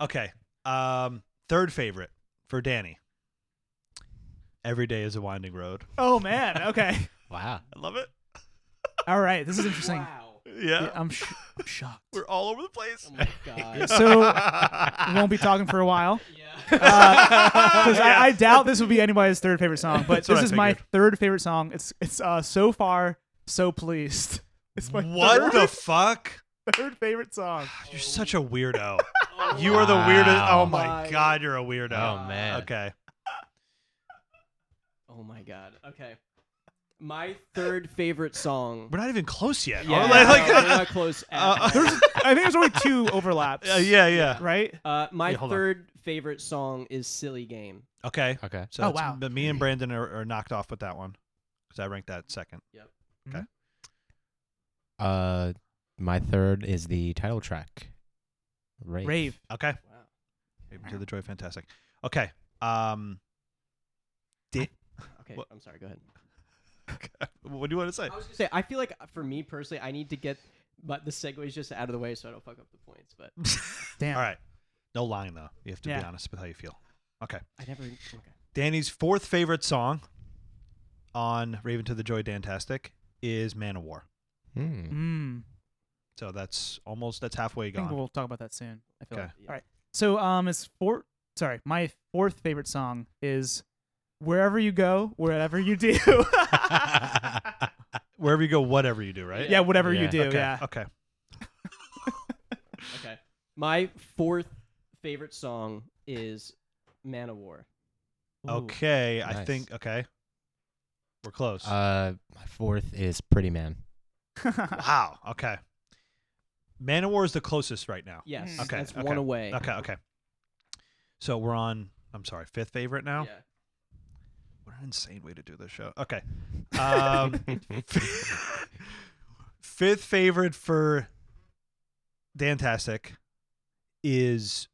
D: Okay. Um, third favorite for Danny. Every day is a winding road.
B: Oh man. Okay.
E: Wow.
D: I love it.
B: All right. This is interesting.
C: Wow.
D: Yeah.
B: Yeah, I'm, sh- I'm shocked.
D: We're all over the place.
C: Oh
D: [LAUGHS]
C: my god.
B: So we won't be talking for a while
C: yeah.
B: because
D: Yeah.
B: I, I doubt this will be anybody's third favorite song. But
D: That's what
B: this
D: I
B: is my
D: figured.
B: third favorite song. It's it's uh, so far so pleased. It's my
D: What the
B: third,
D: fuck?
B: third favorite song.
D: You're such a [LAUGHS] weirdo. You are the
E: Wow.
D: weirdest. Oh my
C: My-
D: god, you're a Oh, uh, weirdo.
E: Oh man.
D: Okay.
C: Oh my god. Okay. My third favorite song.
D: [LAUGHS] We're not even close yet.
C: Yeah,
D: are we? [LAUGHS] Like-
C: no, we're not close. at
D: Uh,
C: all.
B: I think there's only
D: [LAUGHS]
B: two overlaps.
D: Uh, yeah, yeah.
B: Right?
C: Uh, my
D: Yeah, hold on.
C: third favorite song is "Silly Game."
D: Okay.
E: Okay.
D: So
B: Oh,
D: it's-
B: wow.
D: But me and Brandon are, are knocked off with that one because I ranked that second.
E: Uh, my third is the title track. Rave.
B: Rave.
D: Okay.
C: Wow.
D: Maybe to the joy, fantastic. Okay. Um,
C: Okay,
D: What-
C: I'm sorry. Go ahead.
D: what do you want to say?
C: I was gonna say I feel like uh, for me personally, I need to get but the segues just out of the way so I don't fuck up the points. But
B: [LAUGHS] Damn.
D: All right. No lying though. You have to be
B: Yeah.
D: honest with how you feel.
C: I never. Okay.
D: Danny's fourth favorite song on Raven to the Joy Dantastic is Man of War.
E: Hmm.
B: Mm.
D: So that's almost that's halfway
B: I think
D: gone.
B: we'll talk about that soon. I feel
D: Okay.
B: like. All right. So um, it's four. Sorry, my fourth favorite song is "Wherever You Go, Wherever You
D: [LAUGHS]
B: Do."
D: [LAUGHS]
B: [LAUGHS]
D: Wherever you go, whatever you do, right?
B: yeah, whatever you
E: Yeah.
B: do.
D: Okay.
B: Yeah.
D: Okay.
C: Okay. My fourth favorite song is "Man of War."
D: Okay. I
E: Nice.
D: think okay. We're close.
E: Uh, my fourth is
D: [LAUGHS]
E: Pretty Man.
D: wow. Okay. Man of War is the closest right now.
C: Yes.
B: Okay,
C: That's
D: okay,
C: one away.
D: Okay, okay. So we're on I'm sorry, fifth favorite now.
C: Yeah.
D: What an insane way to do this show. Okay. Um,
E: Hmm.
D: [LAUGHS] fifth favorite for Dantastic is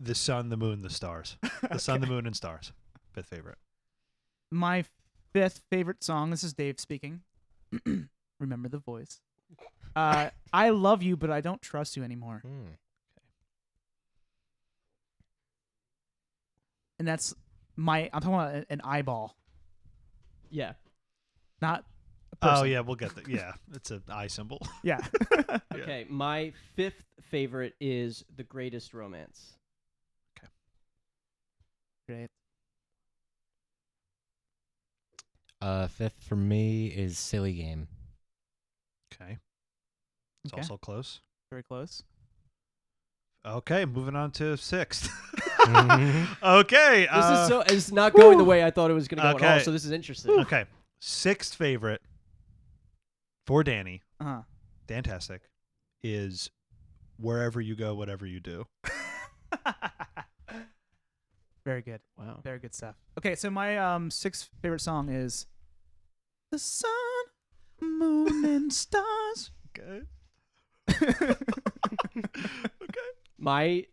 D: the sun, the moon, the
C: [LAUGHS]
D: stars. The sun, the moon, and stars. Fifth favorite.
B: [LAUGHS] my fifth favorite song. This is Dave speaking. [CLEARS THROAT] Remember the voice. Uh, I love you, but I don't trust you anymore.
E: Hmm.
B: And that's my. I'm talking about a- an eyeball,
C: Yeah.
B: not. A person.
D: Oh yeah, we'll get that. Yeah, it's an eye
C: [LAUGHS]
D: symbol.
B: Yeah.
D: [LAUGHS] Yeah.
C: Okay. My fifth favorite is "The Greatest Romance."
B: Great.
E: Uh, fifth for me is Silly Game.
D: Okay, it's
B: Okay.
D: also close.
B: Very close.
D: Okay, moving on to sixth. [LAUGHS]
E: Mhm.
D: okay,
C: Mm-hmm. This
D: uh,
C: is so. It's not going the way I thought it was going to go at all.
D: Okay.
C: So this is interesting.
D: [LAUGHS] okay. Sixth favorite for Danny,
B: Uh huh.
D: Dantastic, is wherever you go, whatever
C: [LAUGHS]
D: you do.
B: Very good.
C: Wow.
B: Very good stuff. Okay, so my um sixth favorite song is The Sun, Moon and Stars.
D: Okay. [LAUGHS]
C: My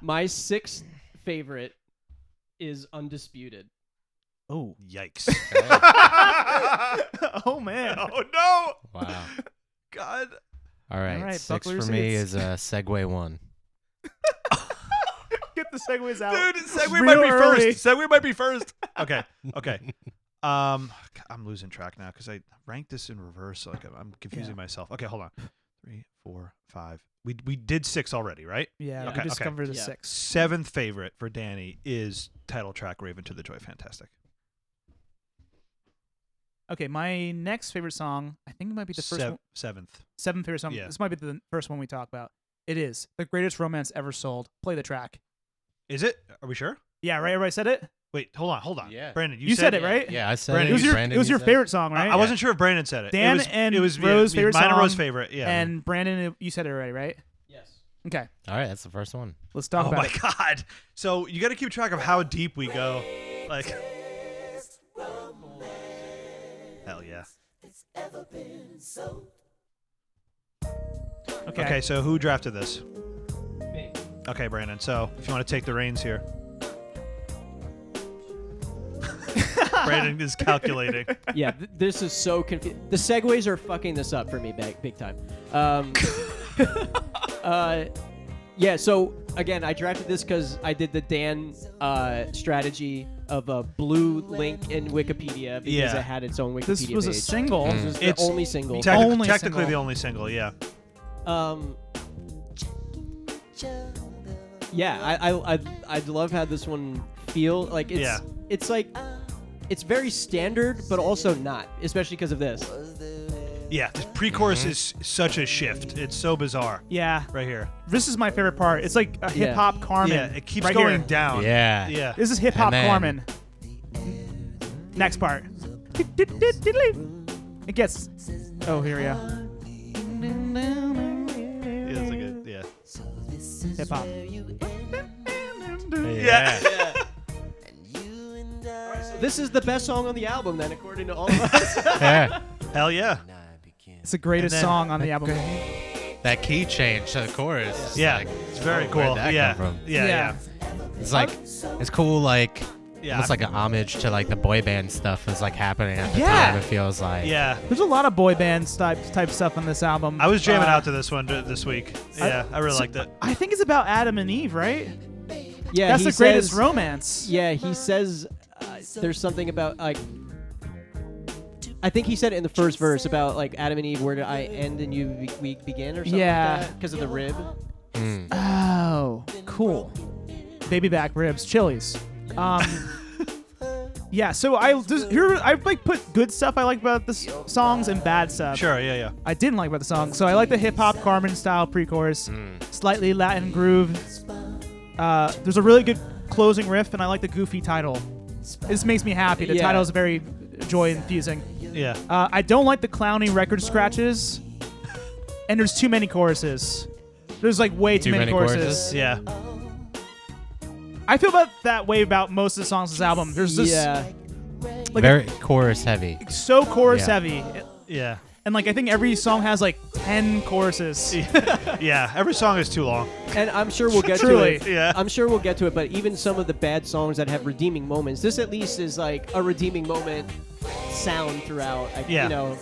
C: my sixth favorite is "Undisputed."
B: Oh.
D: Yikes.
B: [LAUGHS] oh man.
D: oh no! [LAUGHS]
E: wow.
D: God.
E: All right.
B: right,
E: Six
B: buckle your
E: for me
B: seats.
E: is uh, Segway [LAUGHS] One.
B: Get the segues out.
D: Dude, Segway
B: Oh. Real
D: might be
B: early.
D: first. Segway might be first. Okay. Okay. Um, God, I'm losing track now because I ranked this in reverse. so, Like I'm- I'm confusing myself. Okay, hold on. Three, four, five. We we did six already, right?
B: Yeah,
D: Okay,
B: we just
D: okay.
B: covered the
C: Yeah.
B: six.
D: Seventh favorite for Danny is title track "Raven to the Joy." Fantastic.
B: Okay, my next favorite song, I think it might be the first
D: Sev-
B: one,
D: Seventh.
B: seventh favorite song.
D: Yeah.
B: This might be the first one we talk about. It is the greatest romance ever sold. Play the track.
D: Is it? Are we sure?
B: Yeah, right. Everybody said it.
D: Wait, hold on, hold on.
E: Yeah.
D: Brandon, you,
B: You, said,
D: it.
B: it, right?
E: Yeah, I said
D: Brandon,
B: It was your
E: Brandon,
B: it was
E: you
B: your
E: said-
B: favorite song,
D: I-
B: right?
D: I wasn't sure if Brandon said it.
B: Dan
D: it was,
B: and
D: it was yeah,
B: Rose
D: me-
B: favorite
D: mine and Rose
B: song
D: favorite. Yeah.
B: And Brandon, you said it already, right?
C: Yes.
B: Okay,
E: All right, that's the first one.
B: let's talk
D: oh
B: about
D: my
B: it.
D: god! So you got to keep track of how deep we go. Like, hell yeah.
B: Okay.
D: Okay, so who drafted this? Okay, Brandon. So if you want to take the
B: [LAUGHS]
D: reins here, Brandon is calculating.
C: yeah, th- this is so confusing. The segues are fucking this up for me big, big time. Um, uh, yeah, so again, I drafted this because I did the Dan uh, strategy of a blue link in Wikipedia because
D: Yeah.
C: it had its own Wikipedia
B: This was a
C: page.
B: single.
C: This was
D: It's-
C: the only single.
D: Technic-
B: Only
D: technically
B: single.
D: the only single. Yeah.
C: Um, yeah, I, I, I, I love how this one feel like it's,
D: Yeah.
C: it's like, it's very standard, but also not, especially because of this.
D: Yeah. This pre-chorus is such a shift. It's so bizarre.
B: Yeah,
D: Right here.
B: this is my favorite part. It's like a hip hop Carmen.
D: Yeah. It keeps
B: right
D: going
B: here.
D: down.
E: Yeah.
D: Yeah.
B: This is hip hop
E: And then-
B: Carmen. Next part. It gets. Oh, here we go.
D: Yeah, that's a good. Yeah.
B: Hip hop.
D: Yeah.
C: [LAUGHS] This is the best song on the album, then, according to all of us.
D: [LAUGHS]
E: yeah.
D: Hell yeah.
B: It's the greatest
D: then-
B: song on the album.
E: That key change to the chorus. is
D: Yeah.
E: like,
D: It's very
E: oh,
D: cool.
E: Where'd that
D: yeah.
E: come from?
D: yeah. Yeah.
E: It's like it's cool. Like
D: Yeah.
E: it's like a homage to like the boy band stuff that's like happening at the
B: Yeah.
E: time. It feels like.
D: Yeah.
B: There's a lot of boy band type type stuff on this album.
D: I was jamming
B: Uh,
D: out to this one th- this week. Yeah. I, really
B: so-
D: liked it.
B: I think it's about Adam and Eve, right?
C: [LAUGHS] yeah,
B: That's
C: he
B: the greatest
C: says-
B: romance.
C: Yeah, he says uh, there's something about like. I think he said it in the first verse about like Adam and Eve, where did I end and you be- we begin, or something
B: Yeah.
C: because of the rib.
E: Mm.
B: Oh, cool. Baby back ribs, chilies. Um, yeah. So I just, here I like put good stuff I like about the s- songs and bad stuff.
D: Sure. Yeah. Yeah.
B: I didn't like about the song. So I like the hip hop Carmen style pre-chorus, slightly Latin groove. Uh, there's a really good closing riff, and I like the goofy title. This makes me happy. The
C: Yeah.
B: title is very joy infusing.
D: Yeah.
B: Uh, I don't like the clowny record scratches, and there's too many choruses. There's like way too,
E: Too many
B: choruses.
E: choruses?
D: Yeah.
B: I feel about that way about most of the songs on this album. There's just
C: yeah,
B: like
E: very chorus heavy.
B: so chorus
E: Yeah.
B: heavy,
D: Yeah.
B: and like I think every song has like ten choruses.
D: Yeah. Every song is too long.
C: and I'm sure we'll get
B: Truly.
C: to it.
D: Yeah.
C: I'm sure we'll get to it. But even some of the bad songs that have redeeming moments, this at least is like a redeeming moment sound throughout. I,
D: Yeah.
C: you know,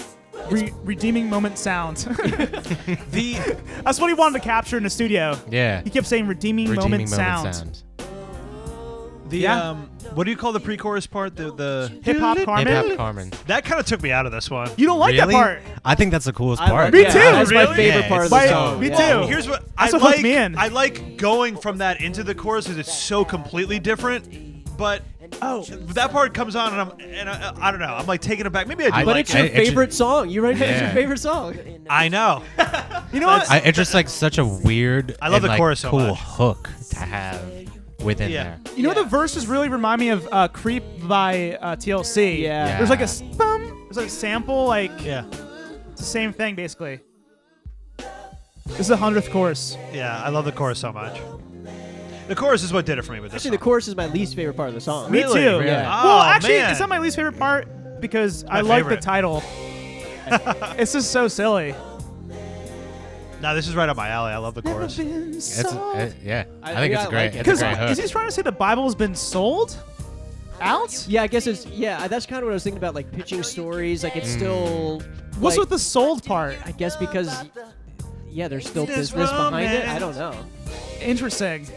B: Re- redeeming moment
E: [LAUGHS]
B: sound. [LAUGHS]
D: The
B: That's what he wanted to capture in the studio.
E: Yeah.
B: He kept saying redeeming,
E: Redeeming
B: moment, sound.
D: the
B: Yeah.
D: um. What do you call the pre-chorus part? The the
B: Hip hop Carmen.
E: Hip hop Carmen.
D: that kind of took me out of this one.
B: You don't like that
E: Really?
B: part.
E: I think that's the coolest
C: I
E: part.
C: like-
B: Me too,
C: That's my
D: really?
C: favorite
E: Yeah,
C: part
E: it's
C: of the
E: like-
C: song.
B: me
C: yeah.
B: too.
D: Here's what
B: That's
D: I
B: what hooked
D: like.
B: me in.
D: I like going from that into the chorus because it's so completely different. But
B: Oh,
D: that part comes on and I'm and I, I don't know. I'm like taking it back. Maybe I do
E: I-
C: But
D: like
C: it's
D: it.
C: your
E: it- it's-
C: favorite song. You right? It's your
E: Yeah.
C: favorite song.
D: I know.
B: you know what?
E: I, it's just like such a weird.
D: I love
E: and,
D: the
E: like,
D: chorus so
E: Cool
D: much.
E: hook to have within
D: Yeah.
E: there.
B: you know the verses really remind me of uh, "Creep" by uh, TLC.
C: Yeah.
E: Yeah.
B: There's like a s- bum. There's like a sample. Like
D: Yeah.
B: it's the same thing basically. This is the hundredth chorus.
D: Yeah, I love the chorus so much. The chorus is what did it for me with this.
C: Actually, the
D: song.
C: chorus is my least favorite part of the song.
B: Me
D: Really?
B: too.
E: Really?
D: Yeah.
B: Well,
D: Oh,
B: actually,
D: man.
B: it's not my least favorite part because I
D: My
B: like
D: favorite.
B: the title. it's just so silly.
D: No, this is right up my alley. I love the chorus.
E: It's, uh, it- yeah,
C: I-
E: I, think
C: yeah,
E: it's
C: I
E: a great.
C: like it.
E: it's
B: Because
E: a great hook.
B: is he trying to say the Bible's been sold out?
C: Yeah, I guess it's yeah. That's kind of what I was thinking about, like pitching stories. Like it's still.
B: What's
C: like,
B: with the sold part?
C: I guess because. Yeah, there's still
D: This
C: business behind it. I
D: romance.
C: don't know. Oh,
B: Interesting.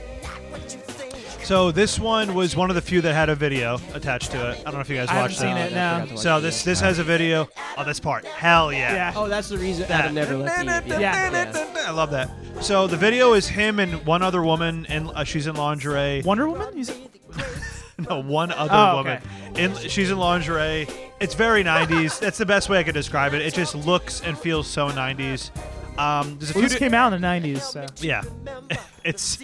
D: So this one was one of the few that had a video attached to it. I don't know if you guys
B: I haven't
D: watched
B: seen
D: that.
B: it. No.
D: So this this has a video of this part. Hell yeah.
B: Yeah.
C: Oh, that's the reason
D: That.
C: Adam never left
D: [LAUGHS]
C: Eve. Yeah. yeah.
D: I love that. So the video is him and one other woman, and uh, she's in lingerie.
B: Wonder Woman? He's-
D: [LAUGHS] No, one other
B: Oh, okay.
D: woman. In, she's in lingerie. It's
B: [LAUGHS]
D: very 90s. That's the best way I could describe it. It just looks and feels so 90s. Um, there's a
B: well,
D: few
B: this
D: di-
B: came out in the 90s, so.
D: yeah, [LAUGHS] it's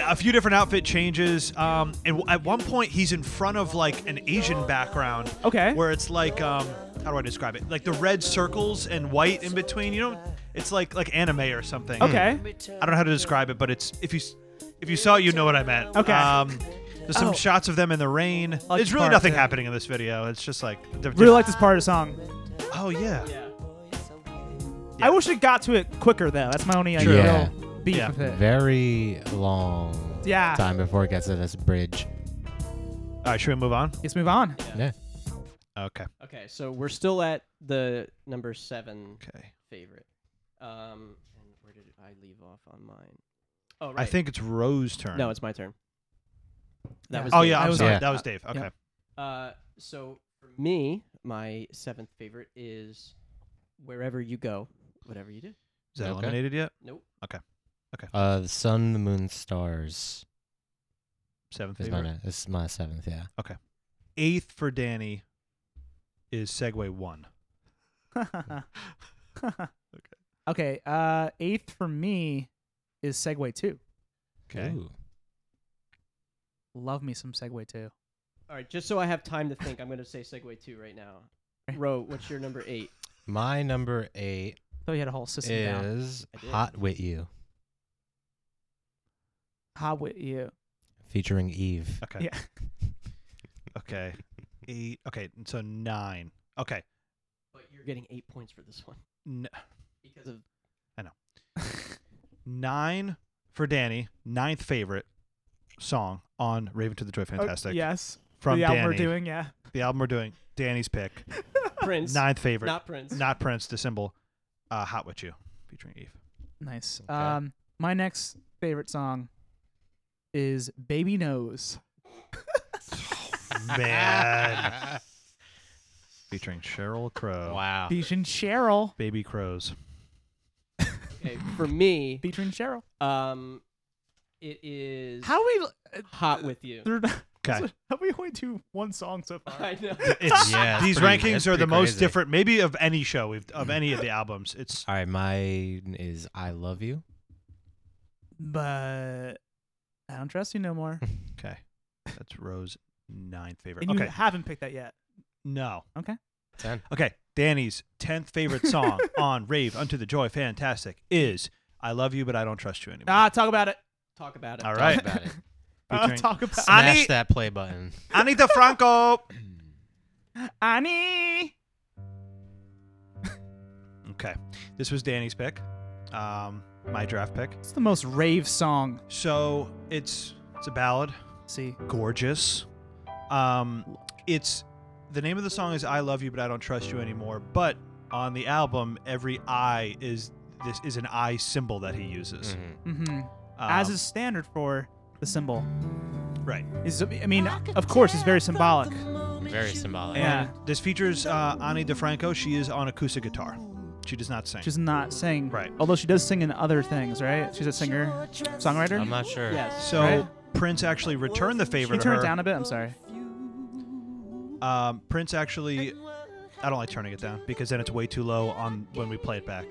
D: a few different outfit changes. Um, and w- at one point, he's in front of like an Asian background.
B: Okay.
D: Where it's like, um, how do I describe it? Like the red circles and white in between. You know, it's like like anime or something.
B: Okay.
D: I don't know how to describe it, but it's if you s- if you saw it, you know what I meant.
B: Okay.
D: Um, there's some
B: Oh.
D: shots of them in the rain.
B: like
D: There's
B: the
D: really
B: part,
D: nothing
B: yeah.
D: happening in this video. It's just like the-
B: Really like this part of the song.
D: oh yeah.
B: I wish it got to it quicker, though. That's my only like,
E: True.
B: real
E: Yeah.
B: beef
D: Yeah.
B: with it.
E: Very long
B: Yeah.
E: time before it gets to this bridge.
D: All right, should we move on?
B: Let's move on.
E: Yeah.
D: Okay.
C: Okay, so we're still at the number seven
D: Okay.
C: favorite. Um, and where did I leave off on mine? Oh, right.
D: I think it's Rose's turn.
C: no, it's my turn. That
B: Yeah.
C: was
D: Oh
C: Dave.
D: yeah, I'm
B: was-
D: sorry.
E: Yeah.
D: That was Dave. Okay.
B: yeah.
C: Uh, so for me, my seventh favorite is "Wherever You Go, Whatever You Do."
D: Is that
E: Okay.
D: eliminated yet?
C: Nope.
E: Uh, the sun, the moon, stars
D: Seventh
E: is my,
D: favorite.
E: ne- is my seventh. Yeah.
D: Eighth for Danny is Segway one.
B: [LAUGHS] okay. Uh, eighth for me is Segway 2.
D: Okay.
E: Ooh.
B: Love me some Segway 2.
C: All right, just so I have time to think, I'm going to say segue two right now. Ro, what's your number eight?
E: My number eight
B: Thought you had a whole system down.
E: is
C: I did.
E: Hot With You
B: How with you?
D: [LAUGHS]
E: featuring Eve.
D: Okay.
B: Yeah.
D: Okay. Eight. Okay. So nine. Okay.
C: But you're getting eight points for this one
D: N-
C: because of
D: nine for Danny. Ninth favorite song on Raven to the Joy
B: Oh,
D: Fantastic
B: yes.
D: from
B: the
D: Danny.
B: album we're doing. Yeah. [LAUGHS]
D: The album we're doing. Danny's pick.
C: Prince,
D: Ninth favorite.
C: not Prince.
D: [LAUGHS] Not Prince. The symbol. Uh, Hot with You featuring
E: [LAUGHS]
D: Eve.
B: Nice.
E: Okay.
B: Um, my next favorite song is "Baby Knows."
D: Man.
E: [LAUGHS]
D: featuring Cheryl Crow.
E: Wow.
B: Featuring Cheryl.
D: Baby Crows.
C: Okay, for me,
B: Featuring Cheryl.
C: um, it is
B: How we? uh,
C: hot with
D: [LAUGHS]
C: you.
B: They're not, [LAUGHS]
D: Okay.
B: have we only do one song so far?
C: I know.
D: It's
E: Yeah, it's
D: these
E: pretty-
D: rankings
E: it's
D: are the
E: pretty
D: most
E: crazy.
D: different, maybe of any show we've of any
E: [LAUGHS]
D: of the albums. It's
E: All right, mine is I Love You.
B: But I don't trust you no
D: [LAUGHS]
B: more.
D: okay. That's Rose ninth favorite.
B: And you
D: Okay,
B: haven't picked that yet.
D: no.
E: Ten.
D: Okay, Danny's tenth
B: [LAUGHS]
D: favorite song on Rave Unto the Joy Fantastic is "I Love You But I Don't Trust You Anymore."
B: Ah, talk about it. [LAUGHS]
C: Talk about it.
B: Ah.
D: All
E: Talk
D: right,
E: about it.
B: Uh,
D: Featuring
B: talk about
D: I
E: Smash
D: need-
E: that play button.
B: [LAUGHS]
D: Anita Franco.
B: Annie.
D: Okay, this was Danny's pick, um, my draft pick.
B: It's the most rave song.
D: So it's it's a ballad.
B: See,
D: gorgeous. Um, it's the name of the song is "I Love You, but I Don't Trust You Anymore." But on the album, every "I" is this is an "I" symbol that he uses.
E: Mhm.
B: hmm
D: Um,
B: as is standard for the symbol.
D: right.
B: Is I mean, of course, it's very symbolic.
E: Very symbolic.
D: And
B: Yeah.
D: this features uh, Ani DeFranco. She is on acoustic guitar. She does not sing.
B: She's not singing,
D: Right.
B: Although she does sing in other things, right? She's a singer, songwriter.
E: I'm not sure.
C: Yes.
D: so
B: Right.
D: Prince actually returned the
B: Can
D: favor
B: you
D: to
B: turn
D: her.
B: it down a bit? I'm sorry.
D: Um, Prince actually, I don't like turning it down because then it's way too low on when we play it back.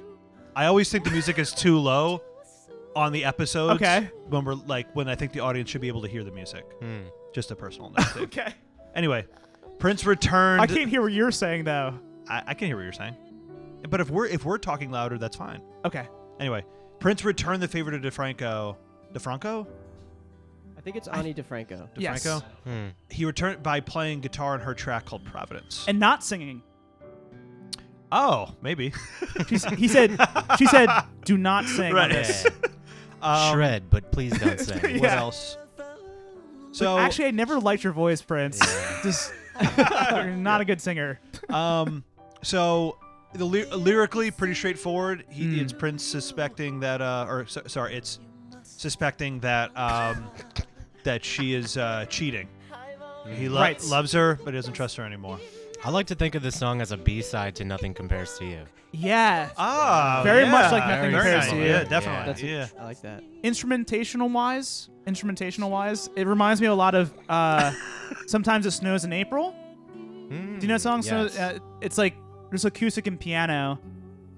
D: I always think the music is too low on the episodes.
B: Okay.
D: When we're like, when I think the audience should be able to hear the music.
E: Hmm.
D: Just
B: [LAUGHS]
D: a personal note. Dave.
B: Okay.
D: Anyway, Prince returned.
B: I can't hear what you're saying though.
D: I, I can hear what you're saying, but if we're if we're talking louder, that's fine.
B: Okay.
D: Anyway, Prince returned the favor to DeFranco. DeFranco.
C: I think it's Ani DeFranco.
D: DeFranco.
B: Yes.
E: Hmm.
D: He returned by playing guitar on her track called Providence.
B: And not singing.
D: oh, maybe.
B: She's, he said. She said, "Do not sing." on
D: Right. [LAUGHS]
B: this."
D: Um,
E: Shred, but please don't sing.
D: What
B: Yeah.
D: else? So
B: Actually, I never liked your voice, Prince. [LAUGHS] Just you're not a good singer.
D: um, so the ly- lyrically pretty straightforward. He,
B: Mm.
D: It's Prince suspecting that, uh, or so, sorry, it's suspecting that um, that she is uh, cheating. He lo-
B: Right.
D: loves her, but he doesn't trust her anymore.
E: I like to think of this song as a B side to Nothing Compares to You.
B: Yeah.
D: Ah,
B: Very much like
E: yeah,
B: nothing
E: very
B: compares
E: nice.
B: to you.
D: Yeah,
E: Yeah,
D: definitely.
C: That's
D: yeah.
C: I like that.
B: instrumentational wise, instrumentational wise, it reminds me a lot of uh, sometimes it snows in April. Do you know that song? Snow-
E: Hmm, Yes.
B: uh, it's like there's acoustic and piano,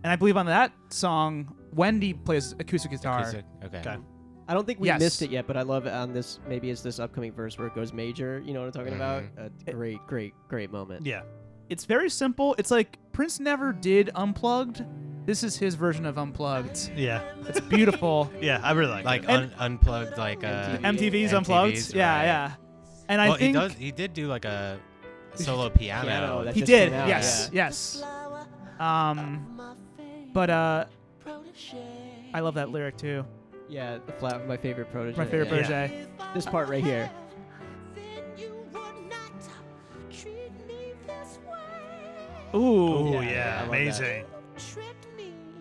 B: and I believe on that song Wendy plays acoustic guitar.
E: Acoustic- Okay.
D: Okay.
C: I don't think we
B: Yes.
C: missed it yet, but I love it on this. Maybe it's this upcoming verse where it goes major. You know what I'm talking about?
B: Mm-hmm.
C: A great, great, great moment.
D: Yeah.
B: It's very simple. It's like Prince never did unplugged. This is his version of unplugged.
D: Yeah.
B: It's beautiful. [LAUGHS]
D: Yeah. I really like,
E: Like
D: it.
E: un- unplugged, like uh,
B: MTV's unplugged.
E: MTV's,
B: yeah,
E: right.
B: yeah. And I
E: well,
B: think
E: he does. He did do like a solo piano.
C: Piano, that
B: he
C: just
B: did.
C: came out,
B: yes, yes. Um, but uh, I love that lyric too.
C: Yeah, the flat. My favorite protege.
B: My favorite
D: Yeah.
B: protege.
C: This part right here.
B: Ooh.
D: Oh
C: Yeah,
D: yeah,
C: I love that.
D: amazing.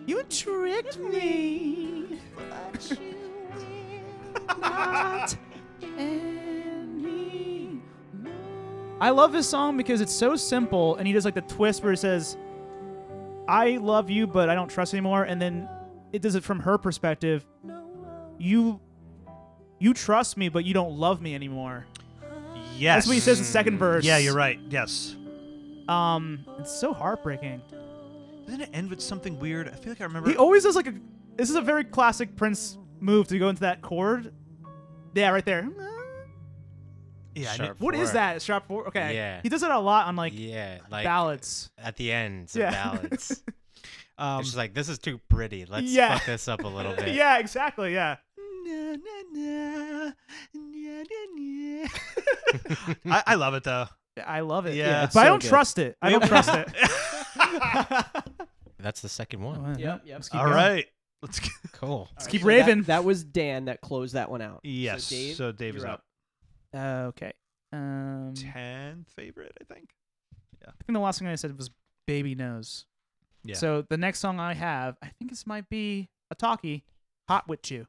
B: You tricked me. Not anymore. I love this song because it's so simple, and he does like the twist where he says, "I love you, but I don't trust you anymore," and then it does it from her perspective. You, you trust me, but you don't love me anymore.
D: Yes.
B: That's what he says in the second verse.
D: Mm, Yeah, you're right. Yes.
B: Um, it's so heartbreaking.
D: Doesn't it end with something weird? I feel like I remember.
B: He always does like a. This is a very
D: Mm,
B: classic Prince move to go into that chord. Yeah, right there.
D: Yeah, I kn-
E: Sharp
B: What is
E: four.
B: that? Sharp four. Okay.
E: Yeah.
B: He does it a lot on like,
E: yeah, like
B: ballads.
E: at the ends
B: Yeah.
D: [LAUGHS]
E: of ballads.
D: Um,
E: it's just like this is too pretty. Let's
B: Yeah.
E: fuck this up
D: [LAUGHS]
E: a little
B: [LAUGHS]
E: bit. [LAUGHS]
B: yeah, exactly. Yeah.
D: na, na, na, na, na, na. [LAUGHS] I, I love it though.
B: I love it.
D: Yeah. Yeah,
B: but
D: it's
B: I
C: so
B: don't
C: good.
B: trust it. I don't [LAUGHS] trust
D: [LAUGHS]
B: it.
E: That's the
D: [LAUGHS]
E: second one.
C: Yep, yep.
B: Oh, Let's keep
D: All
B: going.
D: right, let's. Get,
E: Cool.
C: All right,
B: keep
C: so that-
B: raving.
C: That, was Dan that closed that one out.
D: yes,
C: So Dave,
D: is
C: you're
D: up.
B: Uh, okay. Um, I
D: Ten favorite, I think.
B: think the last thing I said was "Baby Knows."
D: Yeah.
B: So the next song I have, I think this might be a talkie, "Hot with You."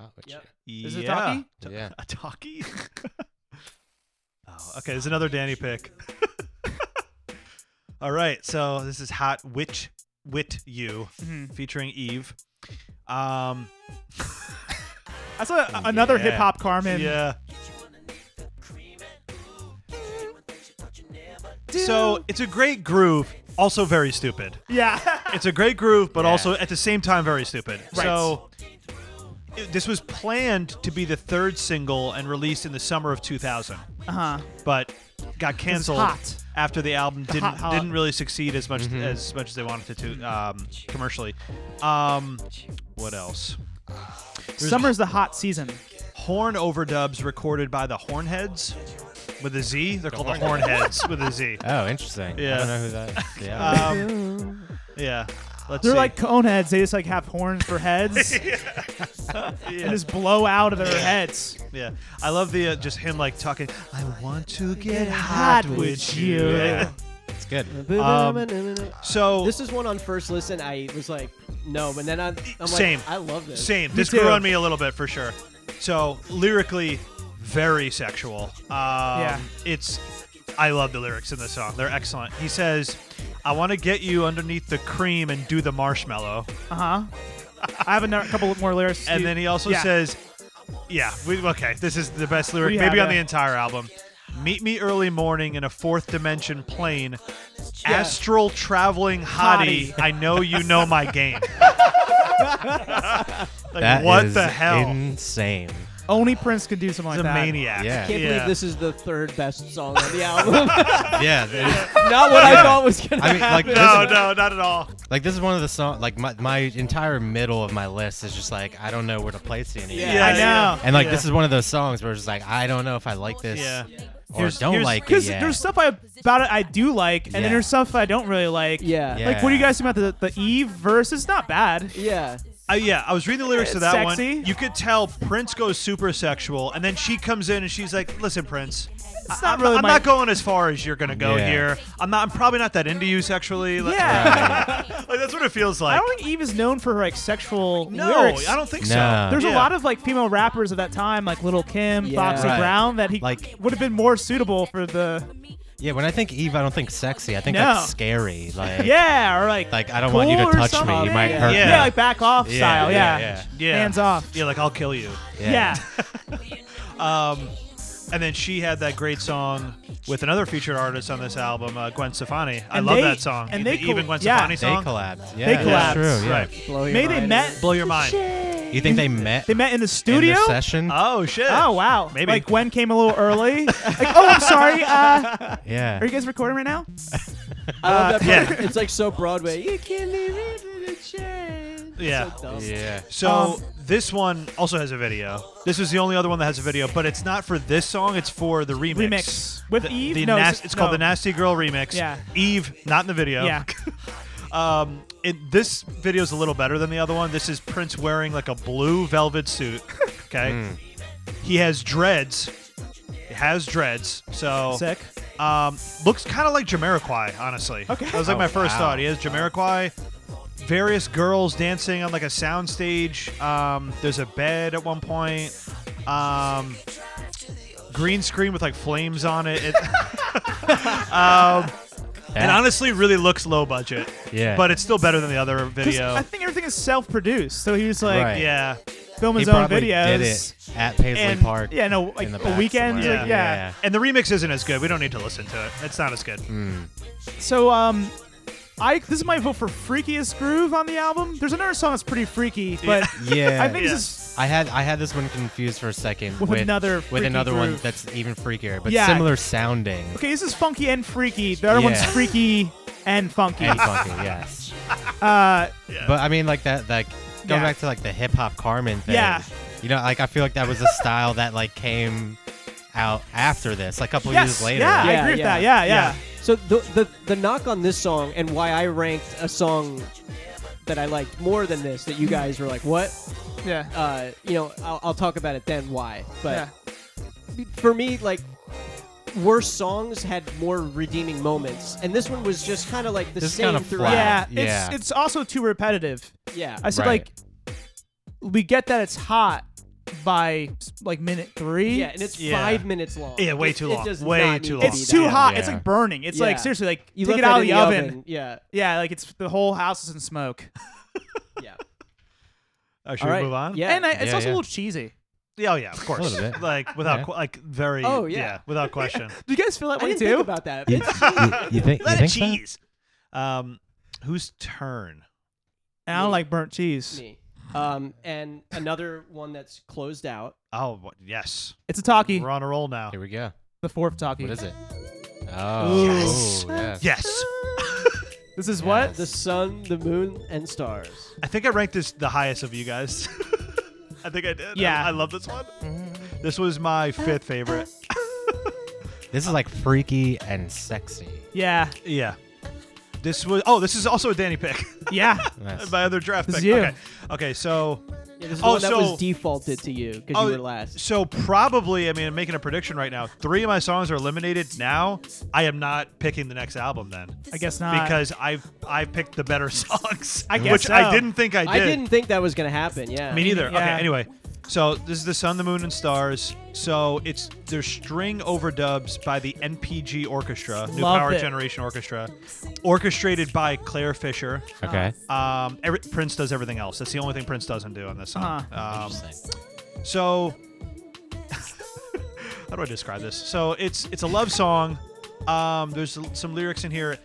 E: Oh, which-
C: Yep.
B: Is it a
D: yeah.
B: talkie?
D: Ta- [LAUGHS]
E: Yeah.
D: A talkie. oh, okay. There's another Danny pick. [LAUGHS] All right, so this is Hot Witch Wit You
B: Mhm.
D: featuring Eve. Um,
B: That's a, another
D: Oh, Yeah.
B: hip hop Carmen.
D: yeah. So it's a great groove, also very stupid.
B: [LAUGHS] Yeah.
D: It's a great groove, but
E: Yeah.
D: also at the same time very stupid. So it- this was planned to be the third single and released in the summer of 2000,
B: uh huh.
D: but got canceled
B: hot.
D: after the album didn't
B: Hot, hot.
D: didn't really succeed as much as much as they wanted it to um, commercially. Um, what else?
B: Summer's the hot season.
D: horn overdubs recorded by the Hornheads with a Z. They're called the Hornheads with a [LAUGHS] Z.
E: Oh, interesting. I
D: Yeah.
E: don't know who that
D: [LAUGHS]
E: is. Yeah.
D: Um, yeah. Let's
B: They're
D: see.
B: like cone heads. They just like have horns for [LAUGHS] heads and
D: yeah.
B: just blow out of their heads.
D: yeah. I love the uh, just him like talking. I want to get
B: hot
D: hot
B: with
D: with
B: you."
D: you. Yeah.
E: it's
D: Uh,
E: good.
B: Um,
D: So
C: this is one on first listen. I was like, no, but then I, I'm like,
D: Same.
C: I love this.
D: same. This
B: too.
D: grew on me a little bit for sure. So lyrically, very sexual. Um,
B: Yeah.
D: It's. I love the lyrics in this song. They're excellent. He says, "I want to get you underneath the cream and do the marshmallow."
B: Uh huh. I have a nar- couple more lyrics.
D: And then he also
B: yeah.
D: says, "Yeah, we, okay, this is the best lyric
B: We
D: maybe
B: have
D: on
B: it.
D: the entire album. Meet me early morning in a fourth dimension plane,
B: Yeah.
D: astral traveling hottie. I know you know my
B: [LAUGHS]
D: game." like
E: That
D: what
E: is
D: the hell? [LAUGHS]
E: Insane.
B: only Prince could do something
D: He's a
B: like that.
D: maniac.
E: Yeah.
C: Can't
D: yeah.
C: believe this is the third best song
B: [LAUGHS]
C: on the album. [LAUGHS]
E: Yeah. that is-
C: Not what I
E: Yeah.
C: thought was gonna
E: I mean,
D: [LAUGHS]
E: like
C: happen.
E: this,
D: No, no, not at all.
E: like this is one of the songs. Like my, my entire middle of my list is just like I don't know where to place it anymore.
C: Yeah.
B: I know.
E: And like
D: Yeah.
E: this is one of those songs where it's just like I don't know if I like this
D: Yeah.
E: or
D: Here's-
E: don't
D: here's-
E: like it.
B: Because
E: Yet.
B: there's stuff I, about it I do like, and
E: Yeah.
B: then there's stuff I don't really like.
C: [LAUGHS] Yeah.
E: Yeah.
B: Like, what do you guys think about the, the Eve verse? It's not bad.
C: Yeah.
D: Uh, yeah, I was reading the lyrics to
B: It's
D: that
B: sexy.
D: one. You could tell Prince goes super sexual, and then she comes in and she's like, "Listen, Prince,
B: It's
D: I-
B: not
D: I'm,
B: really
D: I'm
B: my-
D: not going as far as you're gonna go
E: Yeah.
D: here. I'm not. I'm probably not that into you sexually. Like,
B: Yeah.
D: [LAUGHS] like, that's what it feels
B: I
D: like.
B: don't think Eve is known for her like sexual
D: no,
B: lyrics.
D: I don't think
E: No.
D: so.
B: There's a
D: Yeah.
B: lot of like female rappers of that time, like Little Kim,
C: Yeah.
B: Foxy
E: Right.
B: Brown, that he
E: Like-
B: would have been more suitable for the
E: yeah. When I think Eve, I don't think sexy. I think
B: No.
E: like scary. Like
B: yeah, or like
E: like I don't want you
B: cool
E: to
B: or
E: touch me.
B: something.
E: You might
C: Yeah.
E: hurt
B: yeah,
E: me.
B: like back off
E: Yeah,
B: style, yeah.
E: yeah, yeah.
D: Yeah.
B: hands off,
D: Yeah, like I'll kill you.
B: yeah.
D: Um, and then she had that great song with another featured artist on this album, uh, Gwen Stefani. I
B: And
D: love
B: they-
D: that song.
B: and
D: The
B: they
D: Eve
B: col-
D: Gwen
B: yeah.
D: Stefani
E: They
D: song.
E: collabed. Yeah,
B: collabed.
E: That's true. Yeah.
D: Right.
C: Blow your
B: Maybe they
C: mind.
B: met.
D: Blow your mind.
E: You think they met?
B: They met in the studio.
E: in the session?
D: Oh shit.
B: Oh wow!
D: Maybe.
B: like Gwen came a little early. like oh, I'm sorry. Uh,
E: yeah.
B: are you guys recording right now?
C: I love that part.
D: Uh, yeah.
C: It's like so
D: [LAUGHS]
C: Broadway. You can't leave it in the chain.
D: Yeah.
C: So dumb.
E: yeah.
D: So
B: Um,
D: this one also has a video. This is the only other one that has a video, but it's not for this song. It's for the remix.
B: Remix. With
D: The-
B: Eve?
D: the
B: No,
D: nas-
B: it's-
D: it's, called
B: no.
D: the Nasty Girl Remix.
B: Yeah.
D: Eve, not in the video.
B: Yeah.
D: [LAUGHS] um, it, this video is a little better than the other one. This is Prince wearing like a blue velvet suit. Okay. He has dreads. He has dreads. So
B: Sick.
D: um, looks kind of like Jamiroquai, honestly. Okay. That was like
E: Oh,
D: my first
E: wow.
D: thought. He has Jamiroquai, various girls dancing on like a soundstage. Um, there's a bed at one point. Um, green screen with like flames on it. [LAUGHS] it and honestly, really looks low budget.
E: Yeah.
D: But it's still better than the other
B: 'Cause
D: video.
B: I think everything is self-produced, so he was like
E: Right.
D: yeah.
B: film
E: he
B: his own
E: probably
B: videos.
E: did it at Paisley
D: And-
E: Park.
B: Yeah, no, like
E: in the
B: a
E: back
B: weekend.
E: somewhere.
B: Like,
E: Yeah.
B: yeah.
D: And the remix isn't as good. We don't need to listen to it. It's not as good.
E: Mm.
B: So um, I this is my vote for freakiest groove on the album. There's another song that's pretty freaky, but [LAUGHS]
E: Yeah.
B: I think
D: Yeah.
B: this is
E: I had I had this one confused for a second
B: With
E: with
B: another
E: with
B: freaky
E: another one
B: groove.
E: that's even freakier, but
B: Yeah.
E: similar sounding.
B: Okay, this is funky and freaky. The other one's
E: Yeah.
B: freaky and funky.
E: And funky, yes.
B: Uh,
E: But I mean, like that, like go
B: Yeah.
E: back to like the hip hop Carmen thing.
B: Yeah.
E: You know, like I feel like that was a style that like came out after this, like a couple
B: yes,
E: years later.
B: yeah, I
C: Yeah,
B: agree with
C: yeah,
B: that. Yeah, yeah.
C: So the, the the knock on this song and why I ranked a song that I liked more than this that you guys were like, what?
B: Yeah.
C: Uh, you know, I'll, I'll talk about it then. Why?
B: yeah.
C: But for me, like, worse songs had more redeeming moments, and this one was just kind of like the
E: Just
C: same
E: kinda
C: throughout.
B: yeah,
E: Yeah.
B: It's it's also too repetitive.
C: Yeah.
B: I said
E: Right.
B: like we get that it's hot by like minute three.
C: yeah, and it's
D: Yeah.
C: five minutes long.
D: Yeah, way
C: It-
D: too
C: it
D: long.
C: does
D: Way
C: not
D: too
C: need
D: long.
B: It's
C: be that
B: too hot. It's
E: Yeah.
B: like burning. It's
C: Yeah.
B: like seriously like
C: You
B: take
C: left
B: it
C: that
B: out of
C: in
B: the oven.
C: Yeah,
B: Yeah, like it's the whole house is in smoke.
C: yeah.
D: Uh, should
C: All right.
D: we move
C: [LAUGHS]
D: on?
C: Yeah.
B: And I, it's
E: Yeah,
B: also
E: yeah.
B: a little cheesy.
D: Yeah, oh yeah, of course.
E: little bit.
D: Like without
E: Yeah.
D: que- like very
C: Oh, yeah. [LAUGHS]
D: without question.
B: Do you guys feel that
C: I
B: way
C: didn't
B: too?
C: think about that.
E: You,
C: It's-
E: you- you think?
D: Let
E: you
D: it
E: think so?
D: cheese. Um whose turn?
B: and I don't like burnt cheese.
C: me. Um, and another one that's closed out.
D: Oh, what- yes.
B: It's a talkie.
D: We're on a roll now.
E: Here we go.
B: The fourth talkie.
E: What is it? Oh,
D: Yes.
E: ooh, yes.
D: Yes.
B: This is what?
C: The sun, the moon, and stars.
D: I think I ranked this the highest of you guys. [LAUGHS] I think I did. I-
B: Yeah.
D: I, love this one. This was my fifth favorite.
E: This is like freaky and sexy.
B: Yeah.
D: Yeah. This was oh, this is also a Danny pick.
B: Yeah.
C: [LAUGHS]
E: Nice.
D: [LAUGHS] my other draft
B: This is
D: pick.
B: you.
D: Okay. Okay, so
C: Yeah, this is
D: Oh,
C: one that
D: so-
C: was defaulted to you because
D: Oh,
C: you were last.
D: So probably, I mean, I'm making a prediction right now. Three of my songs are eliminated now. I am not picking the next album then,
B: I guess not.
D: because I've I've picked the better [LAUGHS] songs,
B: [LAUGHS] I guess
D: which I
B: so.
D: didn't think I did.
C: I didn't think that was gonna happen. Yeah.
D: Me neither.
B: Yeah.
D: Okay. Anyway, so this is the sun, the moon, and stars. So it's there's string overdubs by the NPG Orchestra, New
B: Love
D: Power
B: it.
D: Generation Orchestra, orchestrated by Claire Fisher.
E: Okay.
D: Um, every, Prince does everything else. That's the only thing Prince doesn't do on this song. Um, so, [LAUGHS] how do I describe this? So it's it's a love song. Um, there's some lyrics in here.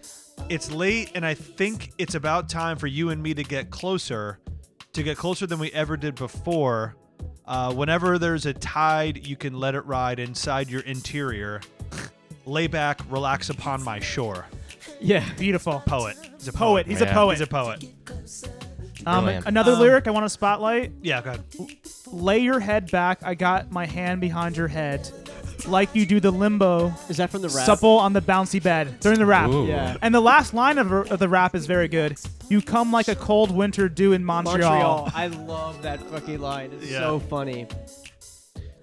D: It's late, and I think it's about time for you and me to get closer, to get closer than we ever did before. Uh, whenever there's a tide, you can let it ride inside your interior. Lay back, relax upon my shore.
C: Yeah.
B: Beautiful.
D: Poet. He's a
B: Poet. He's a
E: Yeah.
B: poet.
D: He's a poet.
B: Um,
E: Brilliant.
B: another lyric I want to spotlight.
D: Yeah, go ahead.
B: Lay your head back. I got my hand behind your head. Like you do the limbo,
C: Is that from the rap?
B: supple on the bouncy bed during the rap.
E: Ooh.
C: Yeah.
B: And the last line of, of the rap is very good. You come like a cold winter dew in Montreal.
C: Montreal. I love that fucking line. It's
D: Yeah.
C: so funny.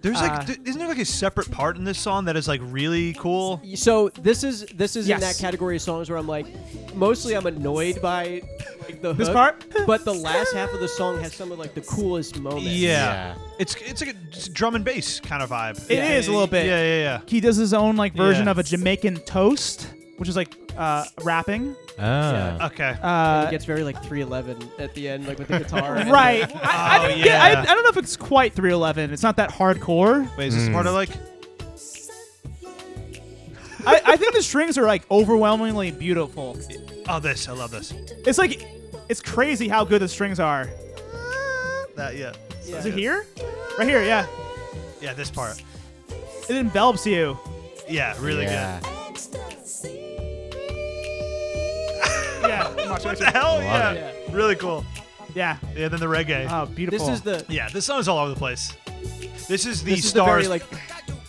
D: There's
B: Uh,
D: like, th- isn't there like a separate part in this song that is like really cool?
C: So this is this is in that
B: Yes.
C: category of songs where I'm like, mostly I'm annoyed by like the
B: This
C: hook,
B: part?
C: but the last half of the song has some of like the coolest moments.
D: Yeah.
E: Yeah.
D: It's it's like a it's drum and bass kind of vibe.
B: It
D: It is
B: is a little bit.
D: Yeah, yeah, yeah.
B: He does his own like version
D: Yeah.
B: of a Jamaican toast, which is like uh,
C: [LAUGHS]
B: rapping.
E: Oh.
D: Okay.
B: Uh,
C: It gets very like 311 at the end, like with the guitar. and
B: right.
D: [LAUGHS]
B: I, I,
D: Oh,
B: didn't get, I,
D: yeah.
B: I don't know if it's quite 311. It's not that hardcore.
D: Wait, is this the part I like?
B: I, I think the strings are like overwhelmingly beautiful.
D: Oh, this. I love this.
B: It's like, it's crazy how good the strings are.
D: That yeah.
C: Yeah.
B: Is it here? Right here, yeah.
D: Yeah, this part.
B: It envelops you.
D: Yeah, really
E: yeah.
C: [LAUGHS]
B: Yeah.
D: [LAUGHS]
B: Watch,
D: good.
B: watch,
D: What the
B: watch.
D: hell?
E: Love
D: Yeah.
C: it.
D: Really cool.
B: Yeah.
D: Yeah, then the reggae.
B: Oh, beautiful.
C: This is the
D: yeah, this song's all over the place. This is the
C: this is the
D: stars.
C: very, like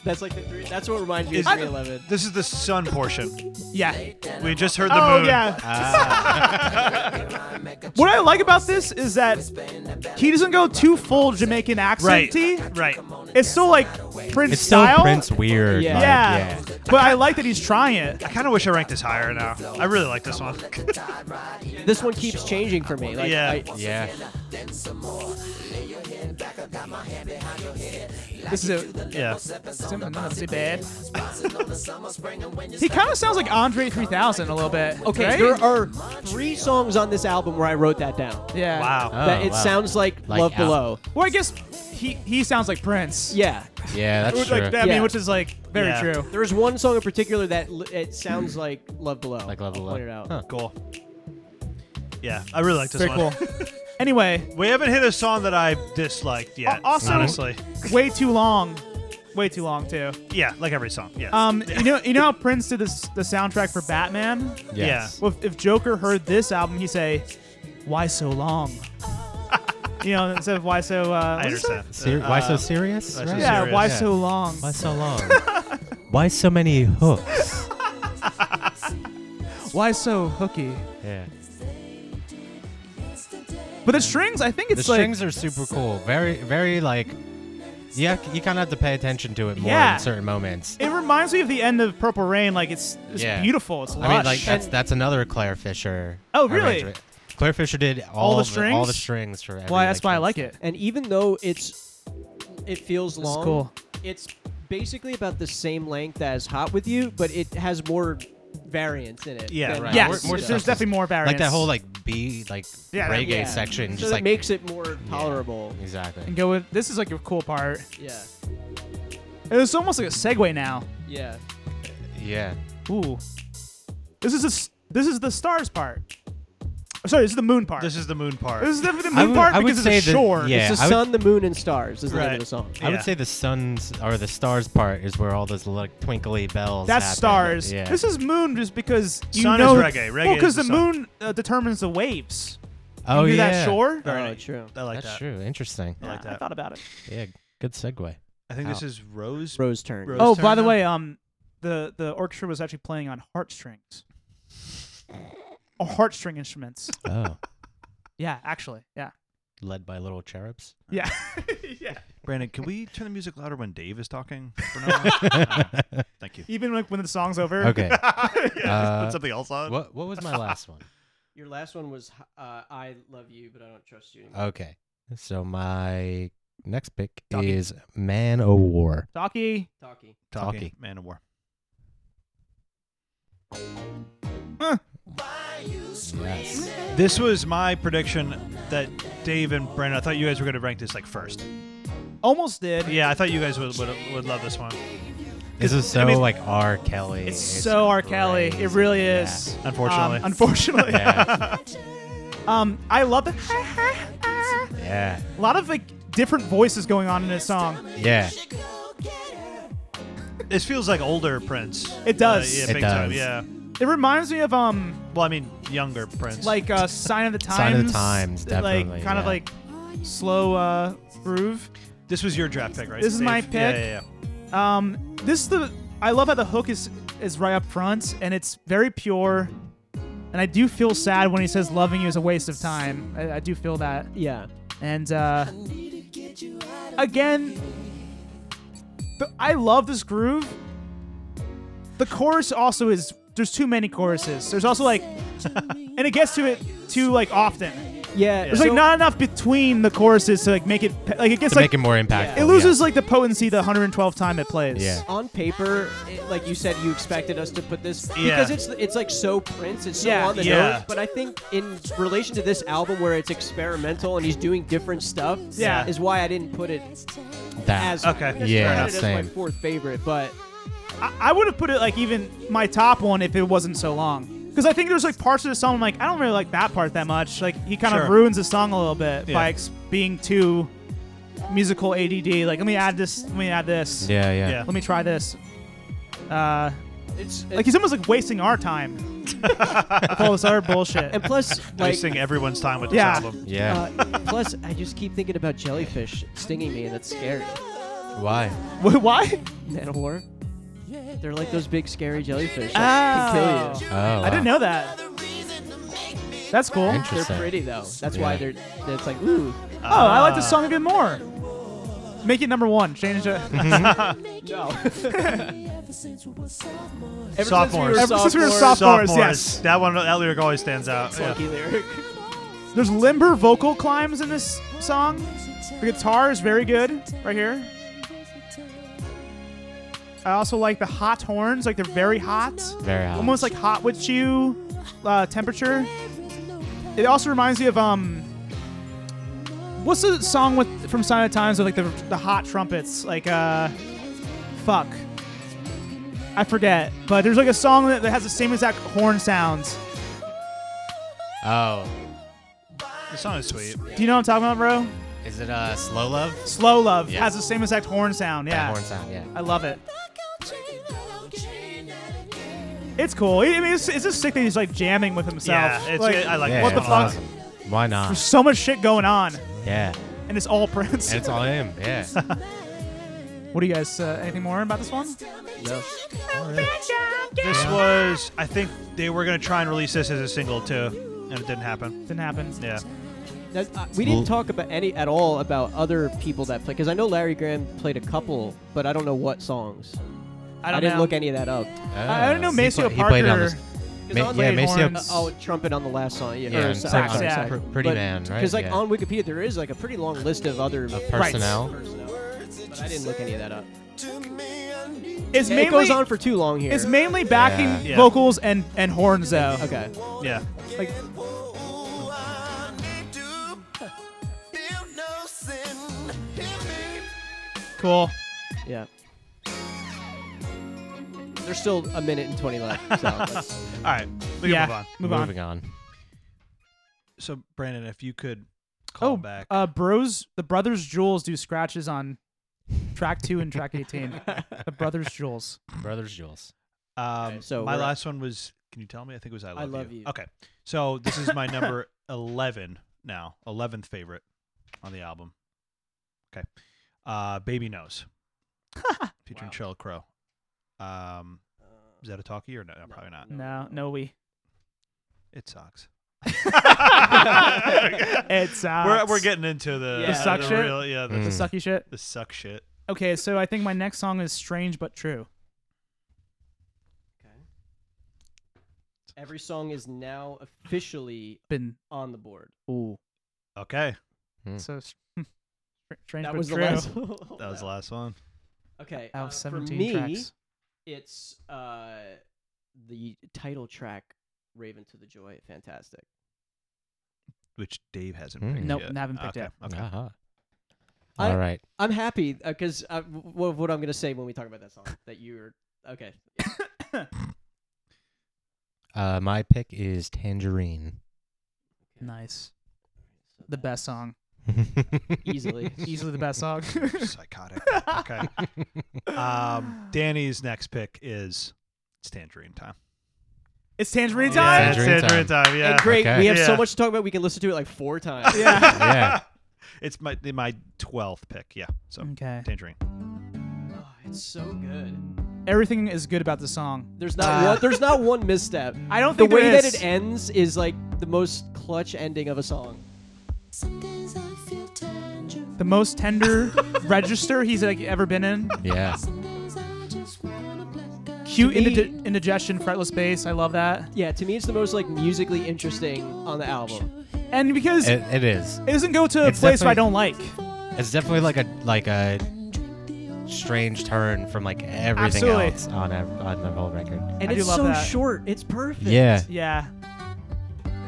C: that's like the three. That's what reminds me of
D: Is-
C: 311.
D: this is the sun portion.
B: yeah.
D: We just heard the
B: Oh
D: moon. Ah.
B: yeah. what I like about this is that he doesn't go too full Jamaican
D: Right.
B: accent.
D: Right.
B: It's still like Prince
E: It's still
B: style.
E: Prince weird.
C: Yeah.
E: like,
B: Yeah.
E: yeah.
B: But I like that he's trying it.
D: I kind of wish I ranked this higher now. I really like this one. [LAUGHS]
C: This one keeps changing for me. Like,
D: Yeah.
C: I-
E: Yeah.
B: This is a
D: yeah.
B: not too bad. he kind of sounds like Andre 3000 a little bit.
C: okay,
B: right?
C: there are three songs on this album where I wrote that down.
B: yeah.
D: Wow.
E: Oh,
C: that it
E: wow.
C: sounds like,
E: Like
C: Love
E: Al-
C: Below.
B: Well, I guess he he sounds like Prince.
C: Yeah.
E: Yeah, that's
B: Which,
E: true.
B: like, I
C: Yeah.
B: mean, which is like very
D: Yeah.
B: true.
C: There's one song in particular that l- it sounds like Love Below.
E: Like level
C: I'll
E: up.
C: Point it out.
E: Huh.
D: Cool. Yeah, I really like this
B: Very
D: one.
B: cool. Anyway,
D: We haven't hit a song that I disliked yet.
B: Al- also-
D: honestly,
B: way too long. Way too long too.
D: yeah, like every song. Yeah.
B: Um, you know, you know how Prince did this the soundtrack for Batman.
E: Yes.
B: Well, if, if Joker heard this album, he'd say, "Why so long?" you know, instead of "Why so." Uh,
D: I
B: what's it say?
D: understand.
E: Ser-
D: Uh,
E: why so serious?
D: why so
E: Right.
B: Yeah,
D: Serious.
B: why
E: Yeah.
B: so long?
E: Why so long? [LAUGHS] why so many hooks?
B: Why so hooky?
E: Yeah.
B: But the strings, I think
E: The
B: it's like
E: strings are super cool. Very, very like. Yeah, you kind of have to pay attention to it more
B: Yeah.
E: in certain moments.
B: it reminds me of the end of Purple Rain. Like it's it's
E: Yeah.
B: beautiful. It's
E: I
B: lush.
E: mean, like that's that's another Claire Fisher.
B: Oh, really?
E: arrangement. Claire Fisher did all,
B: the
E: of the- all the
B: strings?
E: strings for. Every,
B: why that's why I like
E: trans-
B: it.
C: And even though it's it feels
B: is
C: long,
B: cool.
C: it's basically about the same length as Hot with You, but it has more variance in it.
D: Yeah,
C: than
E: right.
C: Hot
B: Yes,
E: More-
C: With
E: more
C: You.
B: there's
E: substance.
B: definitely more variance.
E: Like that whole like B like
B: Yeah, that-
E: reggae
C: Yeah.
E: section,
C: So
E: just
C: that
E: like
C: makes it more tolerable.
E: exactly.
B: and go with this is like a cool part.
C: Yeah,
B: It was almost like a segue now.
C: yeah.
E: Yeah,
B: Ooh, this is a s this is the stars part. Sorry, this is the moon part.
D: This is the moon part.
B: This is definitely the
E: I
B: moon
E: would-
B: part
E: I would
B: because it's
E: say
B: a
E: that-
B: shore.
E: yeah.
C: It's the
E: I would-
C: sun, the moon, and stars is the name
D: Right.
C: of the song.
E: I
D: Yeah.
E: would say the suns or the stars part is where all those like twinkly bells.
B: That's
E: happen.
B: stars.
E: Yeah.
B: This is moon just because you
D: Sun is
B: know
D: reggae. Reggae
B: Well,
D: is
B: because
D: the
B: the,
D: sun.
B: moon uh, determines the waves.
E: oh
B: you hear
E: yeah.
B: that shore?
D: Very
C: Oh,
D: neat.
C: true.
D: I like
E: That's
D: that.
E: true. Interesting.
D: I like
B: Yeah, I
D: that.
B: thought Oh. about it.
E: Yeah, good segue.
D: I think this
E: Wow.
D: is Rose.
C: Rose turn.
D: Rose-
B: Oh,
D: turn
B: by the
D: now?
B: way, um, the the orchestra was actually playing on heartstrings, or heartstring instruments. [LAUGHS]
E: Oh,
B: Yeah, actually, yeah,
E: led by
B: [LAUGHS]
E: little cherubs.
B: yeah, yeah.
D: Brandon, can we turn the music louder when Dave
B: [LAUGHS]
D: is talking? from now on? Uh, Thank you.
B: Even like when the song's over.
E: Okay.
D: yeah, just [LAUGHS]
E: Uh,
D: put something else on.
E: what what was my last one?
C: Your last one was uh, "I love you, but I don't trust you." Anymore.
E: Okay. So my next pick
B: Talkie.
E: is Man O' War.
B: Taki.
E: Uh,
C: Talkie.
D: Talking.
E: Talkie.
D: Man of War.
E: Yes.
D: This was my prediction that Dave and Brandon. I thought you guys were going to rank this like first.
B: Almost did.
D: Yeah, I thought you guys would would, would love this one.
E: This is so
D: I mean-
E: like R. Kelly.
B: It's, so R. Kelly. It
E: crazy.
B: really
E: Yeah.
B: is.
D: Unfortunately.
B: Um, unfortunately.
E: [LAUGHS] Yeah.
B: Um, I love it. [LAUGHS]
E: yeah.
B: A lot of like different voices going on in this song.
E: Yeah.
D: This feels like older Prince. Uh,
B: It does.
D: yeah,
E: It
D: big time.
E: does.
D: Yeah.
B: It reminds me of um
D: Well, I mean, younger Prince.
B: like uh, Sign of the Times.
E: Sign of the Times,
B: Like
E: definitely,
B: kind of
E: yeah.
B: like slow uh groove.
D: this was your draft pick, right?
B: This is
D: Dave?
B: my
D: Yeah,
B: pick.
D: yeah, yeah.
B: Um, this is the I love how the hook is is right up front and it's very pure. And I do feel sad when he says loving you is a waste of time. I, I do feel that.
C: Yeah.
B: And uh, again, the, I love this groove. The chorus also is there's too many choruses. There's also like, [LAUGHS] and it gets to it too like often.
C: Yeah.
B: There's like not enough between the choruses to like make it pe- like it gets
E: To
B: like
E: make it more impactful.
B: it loses like the potency the 112 time it plays.
E: Yeah.
C: on paper, it, like you said, you expected us to put this
D: Yeah.
C: because it's it's like so Prince, it's so
B: Yeah.
C: on the
D: Yeah.
C: nose. But I think in relation to this album, where it's experimental and he's doing different stuff,
B: Yeah.
C: is why I didn't put it
E: Yeah. That.
C: as
D: Okay.
C: I
E: Yeah,
C: had it as my
E: same.
C: fourth favorite. But
B: I, I would have put it like even my top one if it wasn't so long. Because I think there's like parts of the song I'm like I don't really like that part that much. Like he kind
D: Sure.
B: of ruins the song a little bit
D: Yeah.
B: by ex- being too musical ADD. Like let me add this, let me add this,
E: yeah. Yeah.
D: Yeah.
B: let me try this. Uh,
C: it's,
B: like he's almost like wasting our
E: [LAUGHS]
B: time with all this other bullshit. [LAUGHS]
C: and plus like
D: Wasting everyone's time with this
B: Yeah.
D: album.
E: Yeah.
C: uh, plus I just keep thinking about jellyfish stinging me, and that's scary.
E: [LAUGHS] Why?
B: Wait, why?
C: Manowar, they're like those big scary jellyfish that
B: Oh.
C: can kill you.
E: Oh. wow.
B: I didn't know that. That's cool. Oh,
E: Interesting.
C: They're pretty though. That's why they're.
E: Yeah.
C: It's like ooh.
B: I like
D: Uh,
B: this song even more. Make it number one. Change it.
C: No. [LAUGHS]
D: Sophomores.
B: Ever since we were
C: sophomores,
B: soph- Sophomores,
D: Sophomores.
B: yes.
D: That one, that lyric always stands out. Yeah.
C: funky lyric.
B: There's limber vocal climbs in this song. The guitar is very good right here. I also like the hot horns, like they're very hot,
E: Very hot.
B: almost like hot with you uh, temperature. It also reminds me of um, what's the song with from Sign of the Times with like the the hot trumpets, like uh, fuck, I forget. But there's like a song that, that has the same exact horn sounds.
E: Oh.
D: The song is sweet.
B: Do you know what I'm talking about, bro?
E: Is it uh, Slow Love?
B: Slow Love
E: Yeah.
B: has the same exact horn sound.
E: That
B: Yeah,
E: horn sound, yeah.
B: I love it. It's cool. I mean, it's, it's just sick that he's like jamming with himself.
D: Yeah, it's,
B: like,
D: I like
E: yeah
D: this
B: what the
E: it's
D: one a lot.
B: fuck?
E: awesome. Why
B: There's
E: not?
B: so much shit going on,
E: Yeah.
B: and it's all [LAUGHS] Prince.
E: And it's all him, yeah.
B: what do you guys? Uh, anything more about this one?
C: No.
D: This was, I think they were going to try and release this as a single too, and it didn't happen.
B: Didn't happen.
D: Yeah.
C: That- uh, we didn't talk about any at all about other people that play because I know Larry Graham played a couple, but I don't know what songs.
B: I don't
C: didn't
B: know.
C: look any of that up.
B: [LAUGHS] I I don't know.
E: Oh, He
B: Maceo
E: play- he
B: Parker.
E: played on this- Ma-
B: on
E: yeah,
B: Late
E: Maceo.
B: Horns-
C: Oh, trumpet on the last song. Yeah,
E: Yeah,
C: or
E: and
C: so-
E: sax,
C: sorry,
B: yeah.
C: sorry.
E: Pr- Pretty Man, right?
C: Because like
E: Yeah.
C: on Wikipedia, there is like a pretty long list of other
E: personnel.
C: personnel, But I didn't look any of that up.
B: it's
C: Yeah,
B: mainly
C: it goes on for too long here.
B: it's mainly backing
E: Yeah.
D: Yeah.
B: vocals and and horns though.
C: okay.
D: Yeah.
B: Like cool.
C: Yeah. There's still a minute and twenty left. So
E: [LAUGHS]
C: let's-
D: All right. We can
B: yeah.
D: move on.
B: Move on.
E: Moving on.
D: So, Brandon, if you could call
B: Oh,
D: back.
B: uh, Bros, the Brothers Jewels do scratches on track two and track eighteen. the Brothers Jewels.
E: Brothers Jules.
D: Um,
C: Okay, so
D: my
C: we're-
D: last one was. Can you tell me? I think it was I love,
C: Love You.
D: Okay, so this is my number eleven now, eleventh favorite on the album. Okay, uh, Baby Nose, featuring Cheryl Crow. Um, is that a talkie or no? no, Probably not.
B: No, no, we.
D: It sucks. [LAUGHS]
B: It's uh,
D: we're we're getting into the,
C: Yeah.
D: the
C: The suck
B: shit?
D: real- yeah, the,
B: the sucky shit.
D: the suck shit.
B: Okay, so I think my next song is Strange but True.
C: Every song is now officially
B: Been
C: on the board.
B: ooh,
D: Okay,
B: so s- [LAUGHS] Strange
C: That
B: but
C: was
B: True.
C: the last.
B: [LAUGHS]
D: that was the last one.
C: [LAUGHS] Okay.
B: Out
C: uh,
B: of seventeen
C: for me,
B: tracks.
C: It's uh, the title track, "Raven to the Joy." Fantastic.
D: Which Dave hasn't
E: Mm.
D: picked
B: Nope,
D: yet.
B: I haven't picked
D: okay,
B: yet.
D: Okay.
E: Uh-huh.
C: I-
E: All right.
C: I'm happy because uh, w- w- what I'm gonna say when we talk about that song that you're okay.
E: Uh, my pick is Tangerine. [LAUGHS]
B: Nice, the best song, [LAUGHS]
C: Easily.
B: easily the best song.
D: Psychotic. Okay. Um, Danny's next pick is it's Tangerine Time.
B: it's Tangerine
D: Yeah,
B: Time.
D: it's
E: Tangerine
D: Tangerine Time. Yeah.
C: And great.
E: Okay.
C: We have so
D: Yeah.
C: much to talk about. We can listen to it like four times.
B: Yeah.
E: yeah.
D: It's my my twelfth pick. Yeah. So
B: okay.
D: Tangerine.
C: [LAUGHS] Oh, it's so good.
B: Everything is good about the song.
C: There's not one. There's not one misstep.
B: I don't
C: The
B: think
C: way
B: there
C: that
B: is.
C: it ends is like the most clutch ending of a song.
B: the most tender [LAUGHS] register he's like ever been in.
E: Yeah.
B: Cute
C: To me-
B: indig- indigestion, fretless bass. I love that.
C: Yeah, to me, it's the most like musically interesting on the album.
B: And because
E: It,
B: it,
E: it is.
B: doesn't go to a
E: It's
B: place that I don't like.
E: It's definitely like a like a strange turn from like everything
B: Absolutely.
E: else on ev- on the whole record.
C: And
B: I do
C: it's
B: love
C: so
B: that.
C: short. It's perfect.
E: Yeah.
B: Yeah.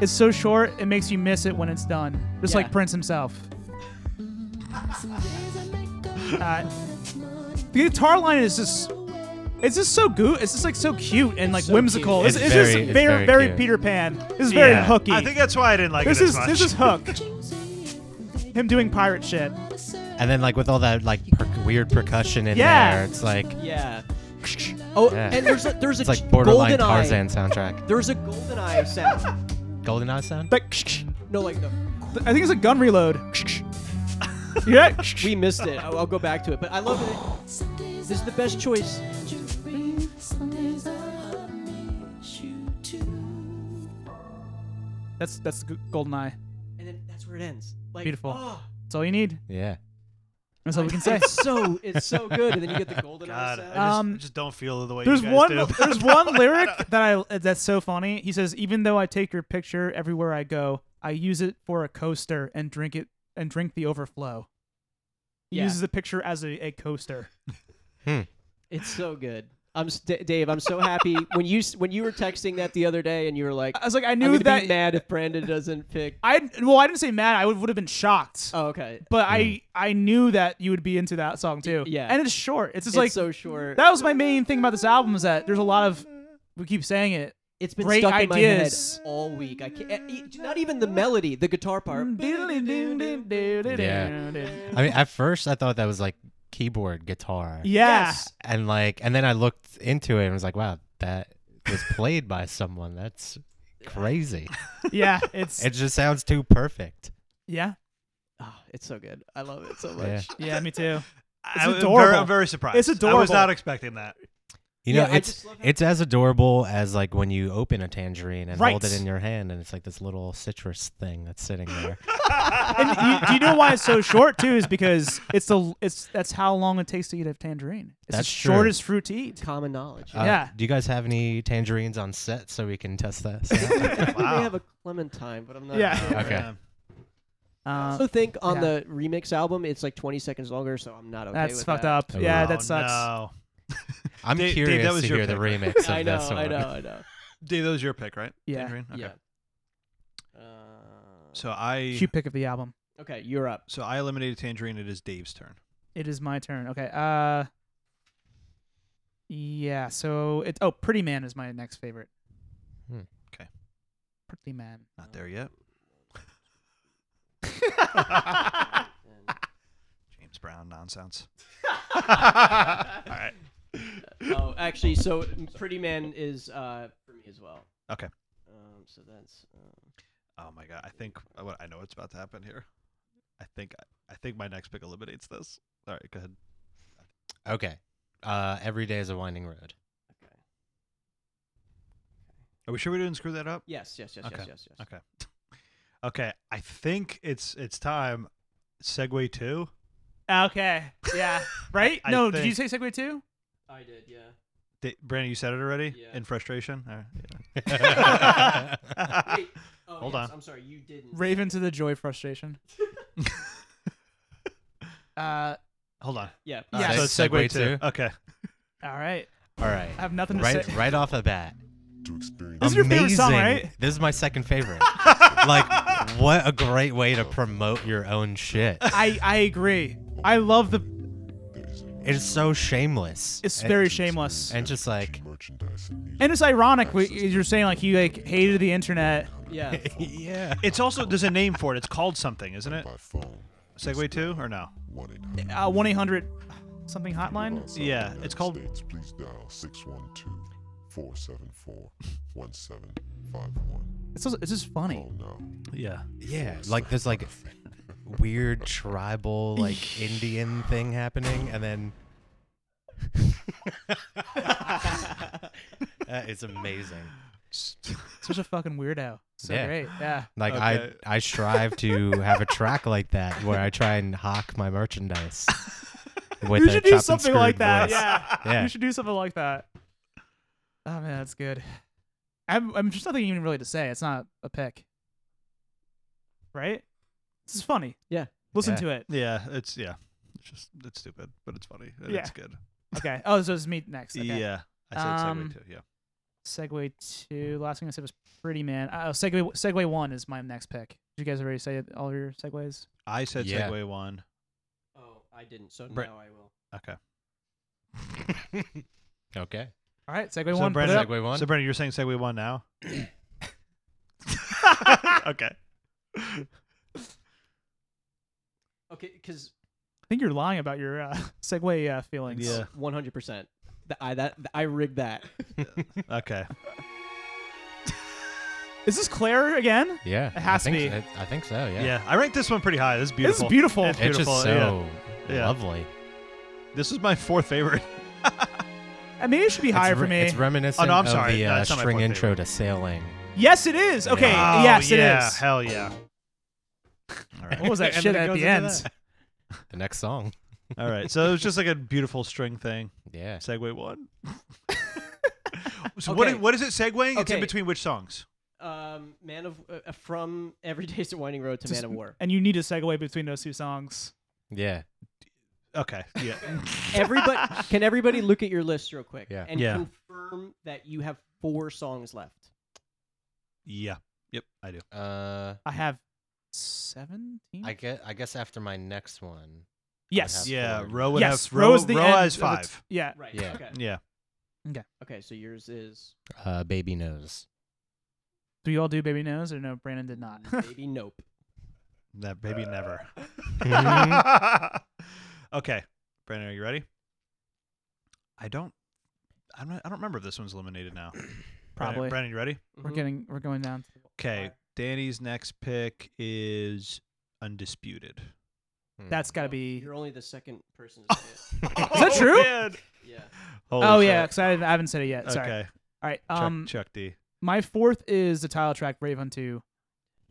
B: It's so short, it makes you miss it when it's done. Just
C: Yeah.
B: like Prince [LAUGHS] himself. Uh, the guitar line is just. It's just so good. It's just like so cute and like
C: so
B: whimsical.
E: cute.
B: It's,
E: It's
B: it's
E: very-
B: just
E: it's
B: very,
E: very
B: very
E: cute.
B: Peter Pan. This is very
E: Yeah.
B: hooky.
D: I think that's why I didn't like
B: this
D: it as
B: is
D: much.
B: this is hook. Him doing pirate shit.
E: And then like with all that like per- weird percussion in
B: Yeah.
E: there, it's like
C: Yeah. Oh,
E: Yeah.
C: and there's a, there's a
E: it's like borderline
C: golden
E: Tarzan
C: eye.
E: soundtrack.
C: There's a golden eye sound.
E: Golden Eye sound.
B: Like,
C: no, like the,
B: I think it's a gun reload. [LAUGHS] yeah.
C: we missed it. I'll, I'll go back to it, but I love it. This is the best choice.
B: That's that's G- Golden Eye.
C: And then that's where it ends. Like,
B: Beautiful.
C: oh,
B: That's all you need.
E: Yeah.
B: That's all we can
C: [LAUGHS]
B: say.
C: It's so it's so good, and then you get the golden eye
D: God, I
C: sound.
D: just, I
B: Um,
D: just don't feel the way
B: There's
D: you guys
B: one.
D: do.
B: [LAUGHS]
D: [LAUGHS]
B: There's one lyric that I that's so funny. He says, "Even though I take your picture everywhere I go, I use it for a coaster and drink it and drink the overflow." He
C: Yeah.
B: uses the picture as a, a coaster.
C: It's so good. I'm s- D- Dave. I'm so happy when you s- when you were texting that the other day, and you were like,
B: I was like, I
C: I'm
B: knew
C: gonna
B: that.
C: be mad if Brandon doesn't pick.
B: I well, I didn't say mad. I would would have been shocked.
C: Oh, okay.
B: but I I knew that you would be into that song too.
C: yeah.
B: and it's short. It's just
C: It's
B: like
C: so short.
B: that was my main thing about this album is that there's a lot of we keep saying it.
C: It's been
B: Great
C: stuck in
B: ideas.
C: my head all week. I can't. eh, Not even the melody, the guitar part.
B: Mm, Yeah.
E: I mean, at first I thought that was like keyboard guitar,
B: Yes.
E: and like, and then I looked into it and was like, wow, that was played by someone. That's
B: [LAUGHS]
E: crazy.
B: Yeah. It's
E: It just sounds too perfect.
B: yeah.
C: Ah, it's so good. I love it so much.
E: Yeah.
B: Yeah, me too.
D: I- I'm Very,
B: adorable.
D: I'm very surprised.
B: It's
D: I was
B: adorable.
D: not expecting that.
E: You know,
C: Yeah, I
E: it's
C: just love how-
E: it's as adorable as like when you open a tangerine and hold it
B: Right.
E: in your hand, and it's like this little citrus thing
B: [LAUGHS]
E: that's sitting there.
B: And you, do you know why it's so short too? Is because it's the it's that's how long it takes to eat a tangerine. It's
E: That's
B: the
E: true.
B: shortest fruit to eat.
C: Common knowledge.
E: Uh,
B: Yeah.
E: Do you guys have any tangerines on set so we can
B: [LAUGHS]
E: test this? out?
C: I think
D: Wow.
C: they have a Clementine, but I'm not.
B: Yeah.
D: [LAUGHS]
C: sure.
E: Okay.
D: Yeah.
C: I
B: Uh,
C: also think on
B: yeah.
C: the remix album, it's like 20 seconds longer, so I'm not okay
B: that's
C: with
B: fucked
C: that.
B: up.
E: Oh,
B: Yeah,
E: wow.
D: Oh,
B: that sucks.
D: No.
E: I'm
D: Dave- Dave, that
E: curious
D: was
E: to
D: your
E: hear the
D: pick,
B: [LAUGHS]
E: remix of
C: I know,
E: this one.
C: I know, I know.
D: Dave, that was your pick, right?
B: Yeah.
D: Tangerine? [LAUGHS] Okay.
C: Yeah. Uh,
D: So I
B: Cute pick of the album.
C: okay, you're
D: [LAUGHS]
C: up.
D: so I eliminated Tangerine. It is Dave's turn.
B: It is my turn. Okay. Uh. Yeah. So it. Oh, Pretty Man is my next favorite.
E: Hmm.
D: 'Kay.
B: Pretty Man.
D: Not there yet. Um, [LAUGHS] James Brown [LAUGHS] nonsense. All right.
C: oh, actually, so Pretty Man is uh, for me as well.
D: Okay.
C: Um, so that's. Uh,
D: Oh my god. I think what I know what's about to happen here. I think I think my next pick eliminates this. All right, go ahead.
E: [LAUGHS] Okay. Uh, every day is a winding road.
C: okay.
D: Are we sure we didn't screw that up?
C: Yes, yes, yes,
D: Okay.
C: yes, yes, yes.
D: Okay. Okay. I think it's it's time. Segway two.
B: Okay. Yeah. Right?
D: I
B: no, did you
D: think-
B: say Segway 2?
C: I did, yeah.
D: Da- Brandon, you said it already.
C: Yeah.
D: In frustration. All right. [LAUGHS]
C: Wait. Oh,
D: Hold
C: yes,
D: on.
C: I'm sorry, you didn't.
B: Raven to the Joy
E: [LAUGHS]
B: Frustration. uh,
D: Hold on.
C: Yeah.
B: Yeah.
D: Alright, so
E: Seg-
D: it's Oh. Segway,
E: Segway
D: two.
E: two?
D: Okay.
B: all right.
E: All right.
B: I have nothing to
E: Right,
B: say.
E: right off the bat.
B: This is your favorite song,
E: Amazing.
B: right?
E: This is my
B: [LAUGHS]
E: second favorite. like, what a great way to promote your own shit.
B: I, I agree. I love the.
E: It's so shameless.
B: It's
E: And-
B: very shameless.
E: And just like,
B: And it's ironic what you're saying, like, he like hated the internet.
C: Yeah.
E: yeah.
D: It's also there's a name for it. It's called something, isn't it? Segway two or no?
B: Uh, 1 800 something hotline.
D: Yeah, it's called-
F: States, please dial 612-474-1751.
B: It's, also, it's just funny.
F: Oh no.
D: Yeah.
E: Yeah. Like, there's like weird tribal, like Indian thing happening. And then.
B: [LAUGHS]
E: that is amazing.
B: Such a fucking weirdo. So
E: Yeah.
B: great. Yeah.
E: Like
D: Okay.
E: I, I strive to have a track like that where I try and hawk
B: [LAUGHS]
E: my merchandise. With
B: you
E: a
B: should
E: chopped
B: do
E: and
B: something like
E: screwed
B: that.
E: voice.
B: Yeah.
D: [LAUGHS]
E: Yeah.
B: You should do something like that. Oh, man, that's good. I'm, I'm just nothing even really to say. It's not a pick. Right? This is funny.
C: Yeah.
B: Listen
E: Yeah.
B: to it.
D: Yeah. It's yeah. It's just it's stupid, but it's funny. And
B: Yeah.
D: It's good.
B: Okay. Oh, so it's me next. Okay.
D: Yeah. I said
B: Um,
D: Segway two. Yeah.
B: Segway two. Last thing I said was Pretty Man. Oh, Segway Segway one is my next pick. Did you guys already say all your segways?
D: I said
E: Yeah.
D: Segway one.
C: Oh, I didn't. So
D: Bra-
C: now I will.
D: Okay.
E: [LAUGHS] Okay.
B: All right, Segway
D: So
B: one. put it
D: Brandon-
B: up.
E: Segway one.
D: So Brandon, you're saying Segway one
E: [COUGHS]
D: now? [LAUGHS] okay.
C: Okay, because
B: I think you're lying about your uh, [LAUGHS] Segway uh, feelings.
D: Yeah.
C: 100%. Th- I that th- I rigged that.
D: Okay.
B: Is this Claire again?
E: yeah.
B: It has
E: I think,
B: to be.
E: it- I think so. Yeah.
D: Yeah. I ranked this one pretty high. This is beautiful.
B: This is beautiful.
D: It's
E: It's
D: beautiful.
E: just so
D: Yeah.
E: lovely.
D: yeah. This is my fourth favorite.
B: Uh, Maybe it should be
E: It's
B: higher
E: re-
B: for me.
E: It's reminiscent
D: Oh, no, I'm
E: of
D: sorry.
E: the
D: No,
E: uh,
D: it's not my
E: string
D: fourth
E: intro to sailing.
B: yes, it is. Okay.
D: Oh,
B: yes, it is.
D: yeah, Hell yeah. All right.
B: What was that
D: [LAUGHS] And
B: shit
D: then it
B: at
D: goes
B: the
D: into
B: end?
D: that.
E: The next song.
D: All right. So it was just like a beautiful string thing.
E: Yeah.
D: Segway one. so what,
C: Okay.
D: is, what is it segueing? It's in
C: Okay.
D: between which songs?
C: Um, Man of uh, from Every Day's a Winding Road to
B: Just-
C: Man
B: [LAUGHS]
C: of War.
B: And you need a segue between those two songs.
E: Yeah.
D: Okay. Yeah.
C: Everybody, can everybody look at your list real quick
E: Yeah.
C: and
D: Yeah.
C: confirm that you have four songs left?
D: yeah. Yep. I do.
E: Uh,
B: I have seventeen.
E: I get. I guess after my next one.
B: yes.
E: have-
D: Yeah.
E: four.
D: Row would
B: Yes.
D: have row,
B: Rose the
D: row
B: end
D: has
B: of the t-
D: five.
B: yeah.
C: Right.
E: Yeah.
C: Okay.
D: yeah.
C: Okay. So yours is
E: Uh, baby knows.
B: Do you all do Baby Nose or no? Brandon did not.
C: Maybe [LAUGHS] nope.
D: That baby never.
B: [LAUGHS]
D: okay, Brandon, are you ready? I don't. I'm not, I don't remember if this one's eliminated now. Brandon-
B: [CLEARS THROAT] Probably.
D: Brandon, you ready?
B: [LAUGHS] We're getting we're going down.
D: Okay. Danny's next pick is undisputed.
B: That's got to be.
C: You're only the second person [LAUGHS] to say it.
D: Is
B: that true?
C: Yeah.
B: Oh yeah, because I haven't- I haven't said it yet. Sorry.
D: Okay.
B: All right.
D: Chuck,
B: Um,
D: Chuck D.
B: my fourth is the title track "Rave Unto."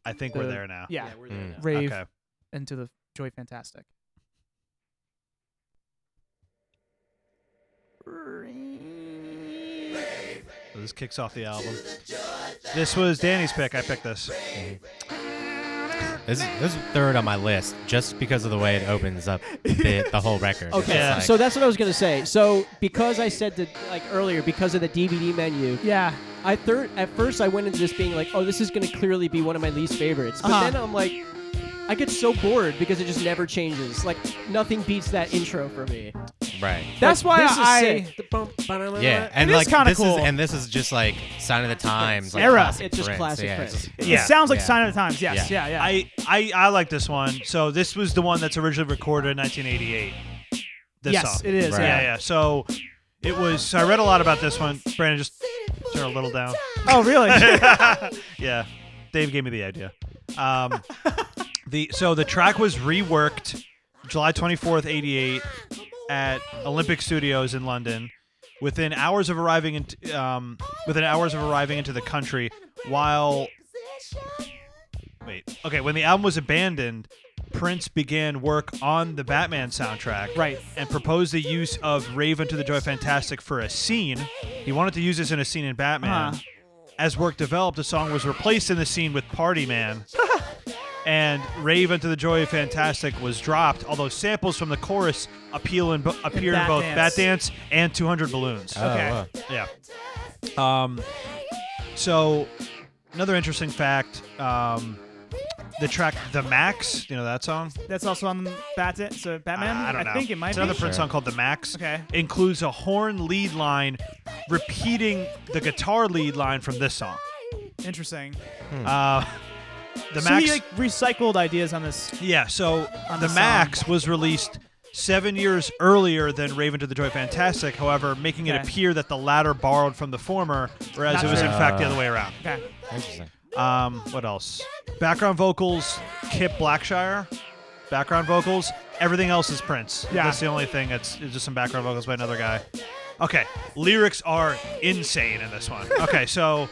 D: I think we're
B: the-
D: there now.
B: Yeah,
C: we're there
E: Mm.
C: now.
B: "Rave
D: Okay.
B: Into the Joy Fantastic."
D: So this kicks off the album. This was Danny's pick. I picked this.
E: This, this is third on my list just because of the way it opens up the, the whole record. It's
C: Okay,
E: just
C: so
E: like-
C: that's what I was gonna say. So because I said that like earlier, because of the DVD menu,
B: Yeah,
C: I third at first I went into this being like, oh, this is gonna clearly be one of my least favorites. But
B: Uh-huh.
C: then I'm like, I get so bored because it just never changes. Like nothing beats that intro for me.
E: right.
B: that's why
C: Like, this
B: I.
C: is sick. The bump, ba-da-da-da-da.
E: Yeah, and
B: is
E: like
B: kinda
E: this
B: cool.
E: is and this is just like sign of the times, like
B: Era.
E: classic
C: It's just
E: Prince.
C: classic
E: yeah,
C: Prince.
E: it's just-
B: It sounds like
E: Yeah.
B: Sign of the Times. Yes. Yeah.
E: Yeah.
B: Yeah.
D: I, I I like this one. So this was the one that's originally recorded in 1988. This
B: yes,
D: song.
B: it is.
E: Right.
D: Yeah,
B: Yeah.
D: yeah. So it was. So I read a lot about this one. Brandon, just [LAUGHS] turn a little down.
B: Oh
D: [LAUGHS]
B: really?
D: yeah, Dave gave me the idea.
B: [LAUGHS]
D: Um, the so the track was reworked July 24th, 88, at Olympic Studios in London. Within hours of arriving in, um, within hours of arriving into the country, while wait, okay, when the album was abandoned, Prince began work on the Batman soundtrack
B: right.
D: and proposed the use of Raven to the Joy Fantastic for a scene. He wanted to use this in a scene in Batman.
B: Uh-huh.
D: As work developed, the song was replaced in the scene with
B: [LAUGHS]
D: Party Man. and Raven to the Joy Fantastic was dropped, although samples from the chorus appeal in bo- appear in
B: Bat
D: both
B: Dance.
D: Bat Dance and 200 Balloons.
E: Oh,
B: Okay.
E: wow.
D: Yeah. Um, so, another interesting fact um, the track The Max, you know that song?
B: That's also on Batman. So Batman.
D: I don't know.
B: think it might
D: it's
B: be.
D: another Prince song called "The Max."
B: Okay.
D: Includes a horn lead line, repeating the guitar lead line from this song.
B: Interesting.
D: Uh, the
B: so
D: Max.
B: he like recycled ideas on this.
D: yeah. So
B: On
D: the,
B: the
D: Max was released seven years earlier than Raven to the Joy Fantastic. However, making it
B: Okay.
D: appear that the latter borrowed from the former, whereas
B: Not
D: it was in
E: true.
D: fact the other way around.
B: Okay.
E: Interesting.
D: Um, what else? Background vocals, Kip Blackshire. Background vocals. Everything else is Prince.
B: Yeah.
D: That's the only thing that's it's just some background vocals by another guy. Okay. Lyrics are insane in this
B: [LAUGHS]
D: one. Okay, so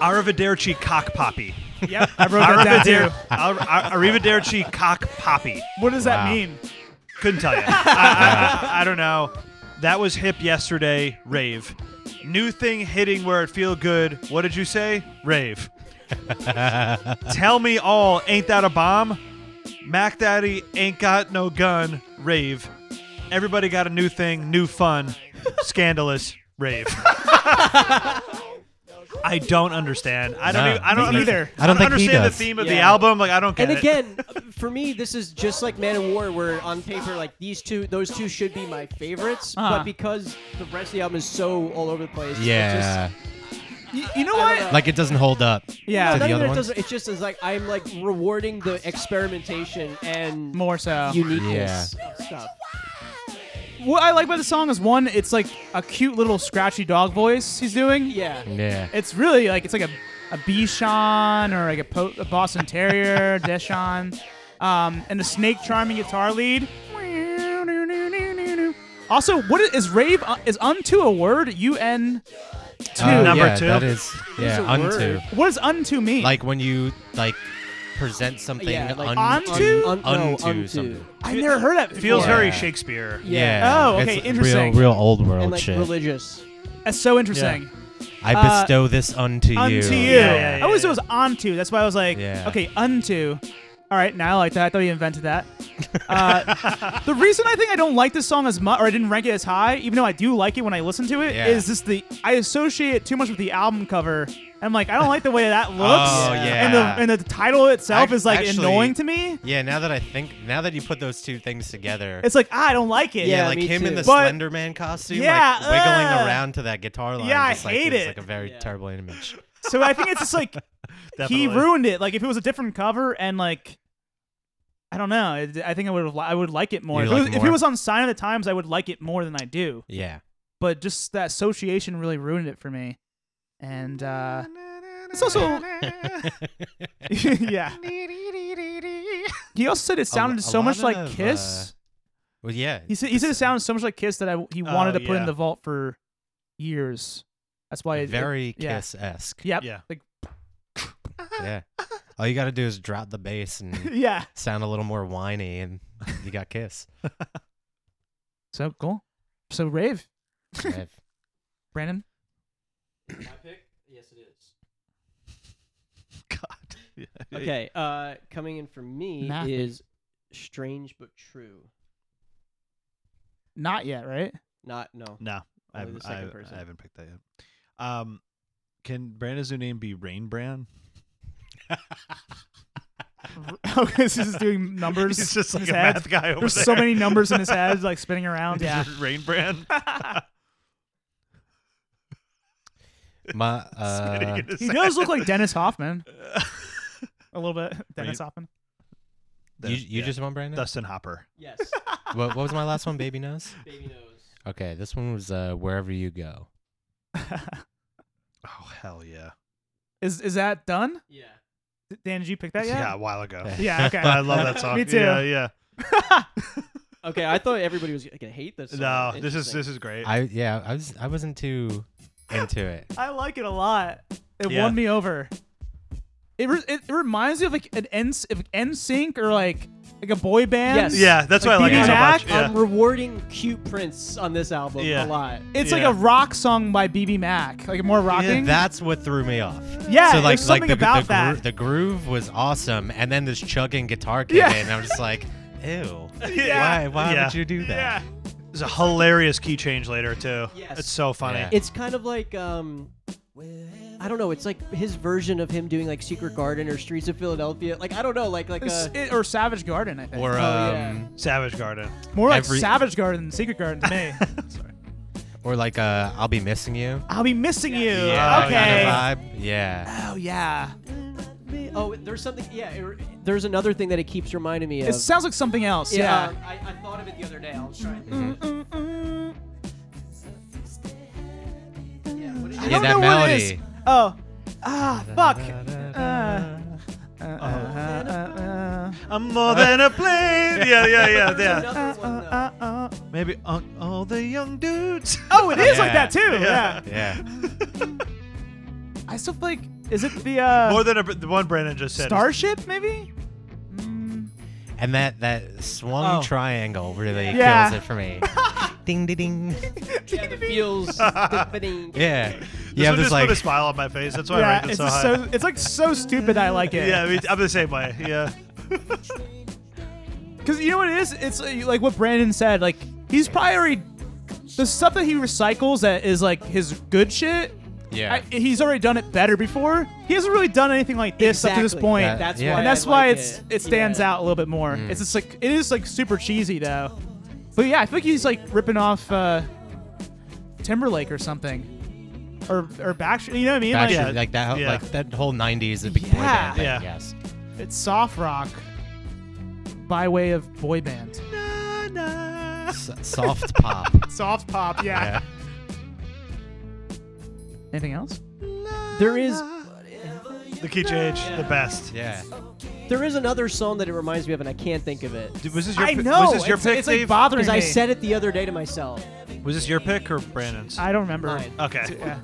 D: Arrivederci cock poppy. [LAUGHS]
B: Yep. I wrote that down
D: Arriveder-
B: too.
D: Ar- Ar- Arrivederci cock poppy.
B: What does that
E: Wow.
B: mean?
D: Couldn't
E: [LAUGHS]
D: tell you. I, I, I, I don't know. That was hip yesterday. Rave. New thing hitting where it feel good. What did you say?
E: [LAUGHS]
D: Rave. tell me all. Ain't that a bomb? Mac Daddy ain't got no gun. Rave. Everybody got a new thing. New fun. Scandalous.
E: [LAUGHS]
D: Rave. I don't understand. I don't.
E: No,
D: even, I don't
E: me
D: understand.
E: neither. I don't think he
D: understand the
E: does.
D: theme of the
C: Yeah.
D: album. Like I don't get
C: And
D: it.
C: again, for me, this is just like Man of War, where on paper, like these two, those two should be my favorites,
B: Uh-huh.
C: but because the rest of the album is so all over the place, it just-
E: Yeah,
B: You, you know
C: I
B: what?
C: don't know.
E: like it doesn't hold up.
B: Yeah.
C: not
E: to the
C: even
E: other
C: it
E: ones.
C: doesn't. It just is like I'm like rewarding the experimentation and
B: More so.
C: uniqueness of stuff.
B: what I like about the song is one, it's like a cute little scratchy dog voice he's doing.
C: Yeah.
E: Yeah,
B: It's really like it's like a a Bichon or like a, po- a Boston Terrier, [LAUGHS] Deshon, um, and the snake charming guitar lead. Also, what is, is rave uh, is unto a word? U N two.
E: Uh,
D: Number
E: yeah,
D: two.
E: That is yeah,
C: a
E: unto
C: word.
B: what does unto mean?
E: like when you like present something
C: Yeah, like-
E: un-
B: Onto?
E: un-
C: Un- no,
E: unto
C: unto.
E: something.
B: I never heard that. Before.
D: Feels very
E: Yeah.
D: Shakespeare.
E: Yeah.
B: Oh, okay,
E: it's
B: interesting.
E: Real, real old world
C: And like
E: shit.
C: religious.
B: That's so interesting.
E: I
B: uh,
E: bestow this unto you.
B: Unto you.
D: Yeah, yeah, yeah,
B: I always
D: yeah.
B: thought it was onto. That's why I was like,
E: Yeah.
B: okay, unto. All right, now I like that. I thought you invented that. Uh, the reason I think I don't like this song as much, or I didn't rank it as high, even though I do like it when I listen to it, is
E: Yeah.
B: just the I associate it too much with the album cover. I'm like, I don't like the way that looks,
E: Oh,
B: and
E: yeah.
B: the and the title itself
E: Ac-
B: is like
E: actually-
B: annoying to me.
E: Yeah, now that I think, now that you put those two things together,
B: It's like ah, I don't like it.
E: yeah,
C: Yeah,
E: like
C: me
E: him in
C: too.
E: the
B: But-
E: Slender Man costume,
B: Yeah,
E: like wiggling
B: uh,
E: around to that guitar line.
B: yeah, I
E: just, like,
B: hate
E: is,
B: it.
E: Like a very
C: Yeah.
E: terrible image.
B: So I think it's just
E: [LAUGHS]
B: like he
D: Definitely.
B: ruined it. Like if it was a different cover and like I don't know, I I think I would have li- I would like it more.
E: You'd
B: If, it
E: like
B: was,
E: it
B: if it
E: more?
B: was on Sign of the Times, I would like it more than I do.
E: Yeah. [LAUGHS]
B: But just that association really ruined it for me. And uh it's also [LAUGHS] yeah. He also said it sounded
E: a
B: so much
E: lot
B: like
E: of, uh,
B: Kiss.
E: Well, yeah.
B: he said he said it sounded so much like Kiss that I, he wanted
D: Oh,
B: to put in
D: yeah.
B: the vault for years. That's why it, it,
E: very
B: yeah.
E: Kiss esque.
B: yep.
D: Yeah.
B: Like
E: Yeah. All you got to do is drop the bass and
B: [LAUGHS] [LAUGHS] yeah.
E: sound a little more whiny, and you got Kiss.
B: So cool. So rave,
E: Right.
B: Brandon.
C: Yes, it is.
B: [LAUGHS]
D: God.
C: Okay, uh, coming in for me
B: Nothing.
C: is strange but true.
B: Not yet, right?
C: Not no.
D: No, I
C: Only the
D: haven't, I,
C: second
D: haven't- I
C: person.
D: haven't picked that yet. Um, can Brandon's new name be Rain Brand? [LAUGHS]
B: okay, this is doing numbers.
D: He's just
B: in
D: like
B: his
D: a
B: head.
D: math guy over
B: There's
D: there.
B: so many numbers in his head, like spinning
D: [LAUGHS]
B: around. Yeah.
D: Rain Brand.
B: [LAUGHS]
E: My
D: Spinning
E: uh,
D: in his
B: He
D: head. [LAUGHS]
B: does look like Dennis Hoffman a little bit. Dennis Hoffman. [LAUGHS]
E: you, you
D: Yeah.
E: just want Brandon?
D: Dustin Hopper.
C: Yes,
E: What, what was my last one? Baby nose.
C: baby knows.
E: Okay, this one was uh, wherever you go.
D: Oh hell yeah!
B: Is is that done?
C: Yeah.
B: Dan, did you pick that yet?
D: Yeah, a while ago.
B: Yeah. Okay.
D: But I [LAUGHS] love that song.
B: Me too.
D: Yeah, yeah.
C: Okay, I thought everybody was gonna hate this.
D: No, this is this is great.
E: I yeah, I was I wasn't too into it.
B: I like it a lot. It
D: Yeah.
B: won me over. It, re- it reminds me of like an N of NSYNC or like like a boy band.
C: Yes.
D: yeah, that's why I like
B: BB
D: it so
B: Mac,
D: much. Yeah.
C: I'm rewarding cute prints on this album
D: Yeah.
C: a lot.
B: It's
D: Yeah.
B: like a rock song by BB Mac, like more
E: Yeah,
B: rocking.
E: that's what threw me off.
B: Yeah,
E: so
B: there's
E: like like
B: something
E: the
B: about
E: the,
B: that.
E: the groove was awesome, and then this chugging guitar came
B: Yeah.
E: in, and I was just like,
B: [LAUGHS]
E: ew.
D: [LAUGHS] Yeah.
E: Why why
D: Yeah.
E: would you do that?
D: There's a hilarious key change later too.
C: Yes.
D: It's so funny.
E: Yeah.
C: It's kind of like um, I don't know. It's like his version of him doing like Secret Garden or Streets of Philadelphia. Like I don't know. Like uh, like
B: It's-
C: a,
B: it- or Savage Garden, I think.
E: Or um,
C: yeah.
D: Savage Garden. [LAUGHS]
B: More like
E: every-
B: Savage Garden than Secret Garden to me.
E: or like uh, I'll be missing you.
B: I'll be missing you.
D: Yeah.
B: Okay.
E: Kind of vibe. Yeah.
B: Oh yeah.
C: oh there's something yeah. It, there's another thing that it keeps reminding me of. um,
B: It sounds like something else. Yeah. Mm-hmm.
C: I, I thought of it the other day. I was trying. Yeah, what is
B: I
C: it?
E: Yeah,
B: don't
E: that
B: know what it is.
E: melody.
B: Oh. Ah, fuck. Uh, uh, uh,
D: I'm more than a plane.
B: [LAUGHS]
D: Yeah, yeah, yeah,
C: There's
D: yeah.
C: another
B: uh, uh,
C: one, though.
B: uh, uh.
D: Maybe on all the young dudes.
B: Oh, it is like
E: Yeah.
B: that too. Yeah.
E: Yeah.
B: I still feel like is it the uh
D: More than a, the one Brandon just said.
B: Starship maybe? Mm,
E: And that that swung
B: Oh.
E: triangle really
B: Yeah.
E: kills it for
B: [LAUGHS]
E: me. ding ding ding.
C: Yeah, the feels.
E: Yeah.
D: This
E: You
D: one
E: have this
D: just
E: like
D: put a smile on my face. That's why I
B: yeah,
D: ranked it
B: it's
D: so
B: just
D: high.
B: so it's like so stupid I like it.
D: [LAUGHS] yeah, I mean, I'm the same way. Yeah.
B: Because you know what it is? It's uh, like what Brandon said. Like he's probably already the stuff that he recycles that is like his good shit.
E: yeah.
B: I, he's already done it better before. He hasn't really done anything like this up to this
C: Exactly.
B: point.
E: That-
C: That's
E: Yeah.
C: why.
B: and that's
C: I
B: why
C: like
B: it's
C: it.
B: it stands
C: Yeah.
B: out a little bit more.
D: Mm.
B: It's just like it is like super cheesy though. But yeah, I feel like he's like ripping off uh, Timberlake or something, or or Backstreet. You know what I mean?
E: Backstreet,
B: like
E: like, that,
D: Yeah.
E: like that whole '90s, the big boy
B: Yeah.
E: band thing,
D: Yeah.
E: Yes.
B: it's soft rock by way of boy band,
E: S-
B: [LAUGHS]
E: soft pop.
B: soft pop. Yeah.
E: Yeah.
B: Anything else?
C: There is
D: The key change, the best.
E: Yeah.
C: there is another song that it reminds me of, and I can't think of it.
D: Dude, was this your
B: I
D: pi-
B: know.
D: Was this your
B: it's,
D: pick,
B: it's like
D: Dave?
B: bothering
C: Because
B: me.
C: I said it the other day to myself.
D: was this your pick or Brandon's?
B: I don't remember.
C: Mine.
D: okay.
B: Yeah.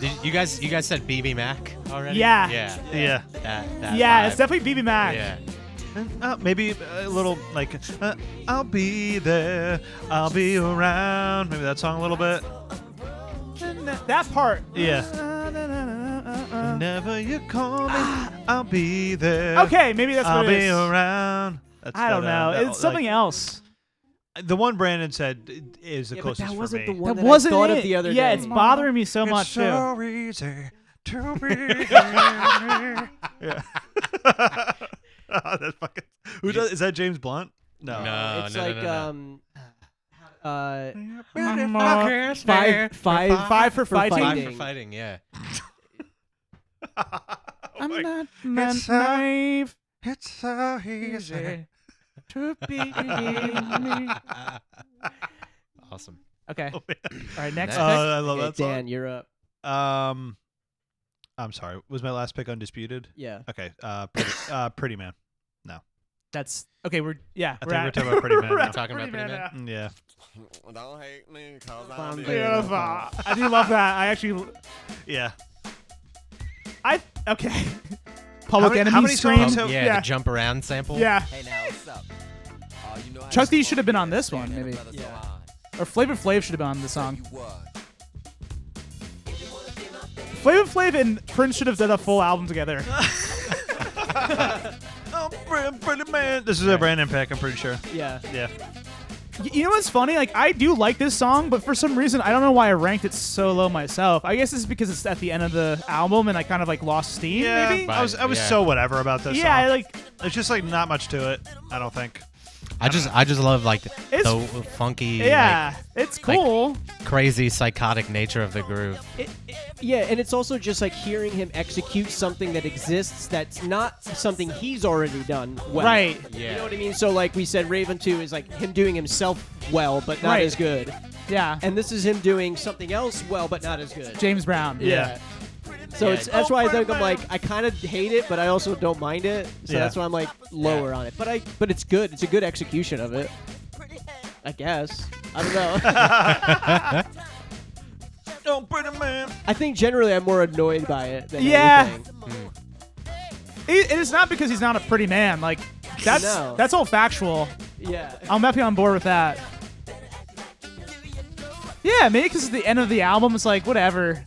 E: Did you guys, you guys said BB Mac already.
B: Yeah.
E: Yeah.
D: [LAUGHS] Yeah.
E: That, that
B: Yeah,
E: vibe.
B: it's definitely BB Mac.
E: Yeah.
D: And, uh, maybe a little like, uh, I'll be there, I'll be around. Maybe that song a little bit.
B: That part.
D: Yeah. Whenever you call
B: [GASPS]
D: me, I'll be there.
B: Okay, maybe that's
D: I'll
B: what it
D: be
B: is.
D: around. That's
B: I don't
D: that, uh,
B: know.
D: that-
B: It's something
D: like-
B: else.
D: The one Brandon said is the closest
C: that
D: for
C: wasn't
D: me.
C: the one
B: that
C: I
B: wasn't
C: thought
B: it.
C: of the other
B: yeah,
C: day.
B: it's bothering me so
D: It's
B: much too.
D: so easy
B: [LAUGHS]
D: to be yeah. [LAUGHS] oh, that's fucking. Who does? Is that James Blunt? No.
E: No,
D: [LAUGHS]
C: it's
E: no, no,
C: like
E: no, no.
C: um. uh,
A: I'm,
B: Mm-hmm.
A: uh,
C: five,
E: Five,
C: five,
A: five for fighting.
E: Five for fighting, yeah.
B: I'm
D: my-
B: not meant
D: It's, uh,
B: naive
D: It's so
B: [LAUGHS] easy to be me.
E: awesome.
B: Okay. All right, next
E: Next.
D: Oh,
B: pick.
D: I love
C: Okay,
D: that song.
C: Dan, you're up.
D: Um, I'm sorry. Was my last pick undisputed?
C: Yeah.
D: Okay. Uh, pretty, uh, pretty man.
B: That's okay. We're yeah.
D: I
B: we're
D: think
B: at-
D: we're talking
B: [LAUGHS]
D: about pretty man
B: we're
D: now.
B: at
E: Talking about Pretty Man?
B: [LAUGHS] now.
D: Mm, Yeah.
F: Don't hate me cause
C: I'm
F: I'm
C: beautiful.
F: beautiful.
B: Beautiful. I do love that. I actually,
D: Yeah.
B: I okay. Public
D: many-
B: Enemy
D: how many
B: scream.
D: songs
E: yeah,
D: have-
E: the jump around sample.
B: yeah.
F: Hey now, what's up? Oh, you know how
B: Chuck
F: you
B: D should have been on this one,
F: stand,
B: maybe.
F: brother, so
C: Yeah.
F: hard.
B: Or Flavor Flav should have been on the song.
F: You was.
B: Flavor Flav and Prince should have done a full album together.
D: Oh, pretty, pretty man. This is a Brandon pick. I'm pretty sure.
C: Yeah.
D: Yeah.
B: Y- You know what's funny? Like I do like this song, but for some reason I don't know why I ranked it so low myself. I guess it's because it's at the end of the album and I kind of like lost steam.
D: Yeah.
B: maybe.
D: I was I was
E: Yeah.
D: so whatever about this.
B: Yeah,
D: song.
B: like
D: There's just like not much to it. I don't think.
E: I just I just love like the,
B: It's-
E: the funky,
B: yeah, it's
E: like-
B: cool.
E: like, crazy, psychotic nature of the groove.
C: Yeah, and it's also just like hearing him execute something that exists that's not something he's already done well.
B: Right.
C: You know
E: Yeah, [LAUGHS]
C: what I mean? So like we said, Raven 2 is like him doing himself well, but not
B: Right.
C: as good.
B: yeah,
C: And this is him doing something else well, but not as good.
B: James Brown.
D: Yeah.
C: So it's that's why I think I'm like I kind of hate it, but I also don't mind it. So
D: Yeah.
C: that's why I'm like lower on it. But I but it's good. It's a good execution of it. I guess. I don't
B: [LAUGHS]
C: know.
D: Oh, pretty man.
C: I think generally I'm more annoyed by it than
B: Yeah.
C: anything.
B: It- and it's not because he's not a pretty man. Like [LAUGHS] that's
C: No.
B: that's all factual.
C: Yeah.
B: I'm definitely on board with that. Yeah, maybe because the end of the album, it's like whatever.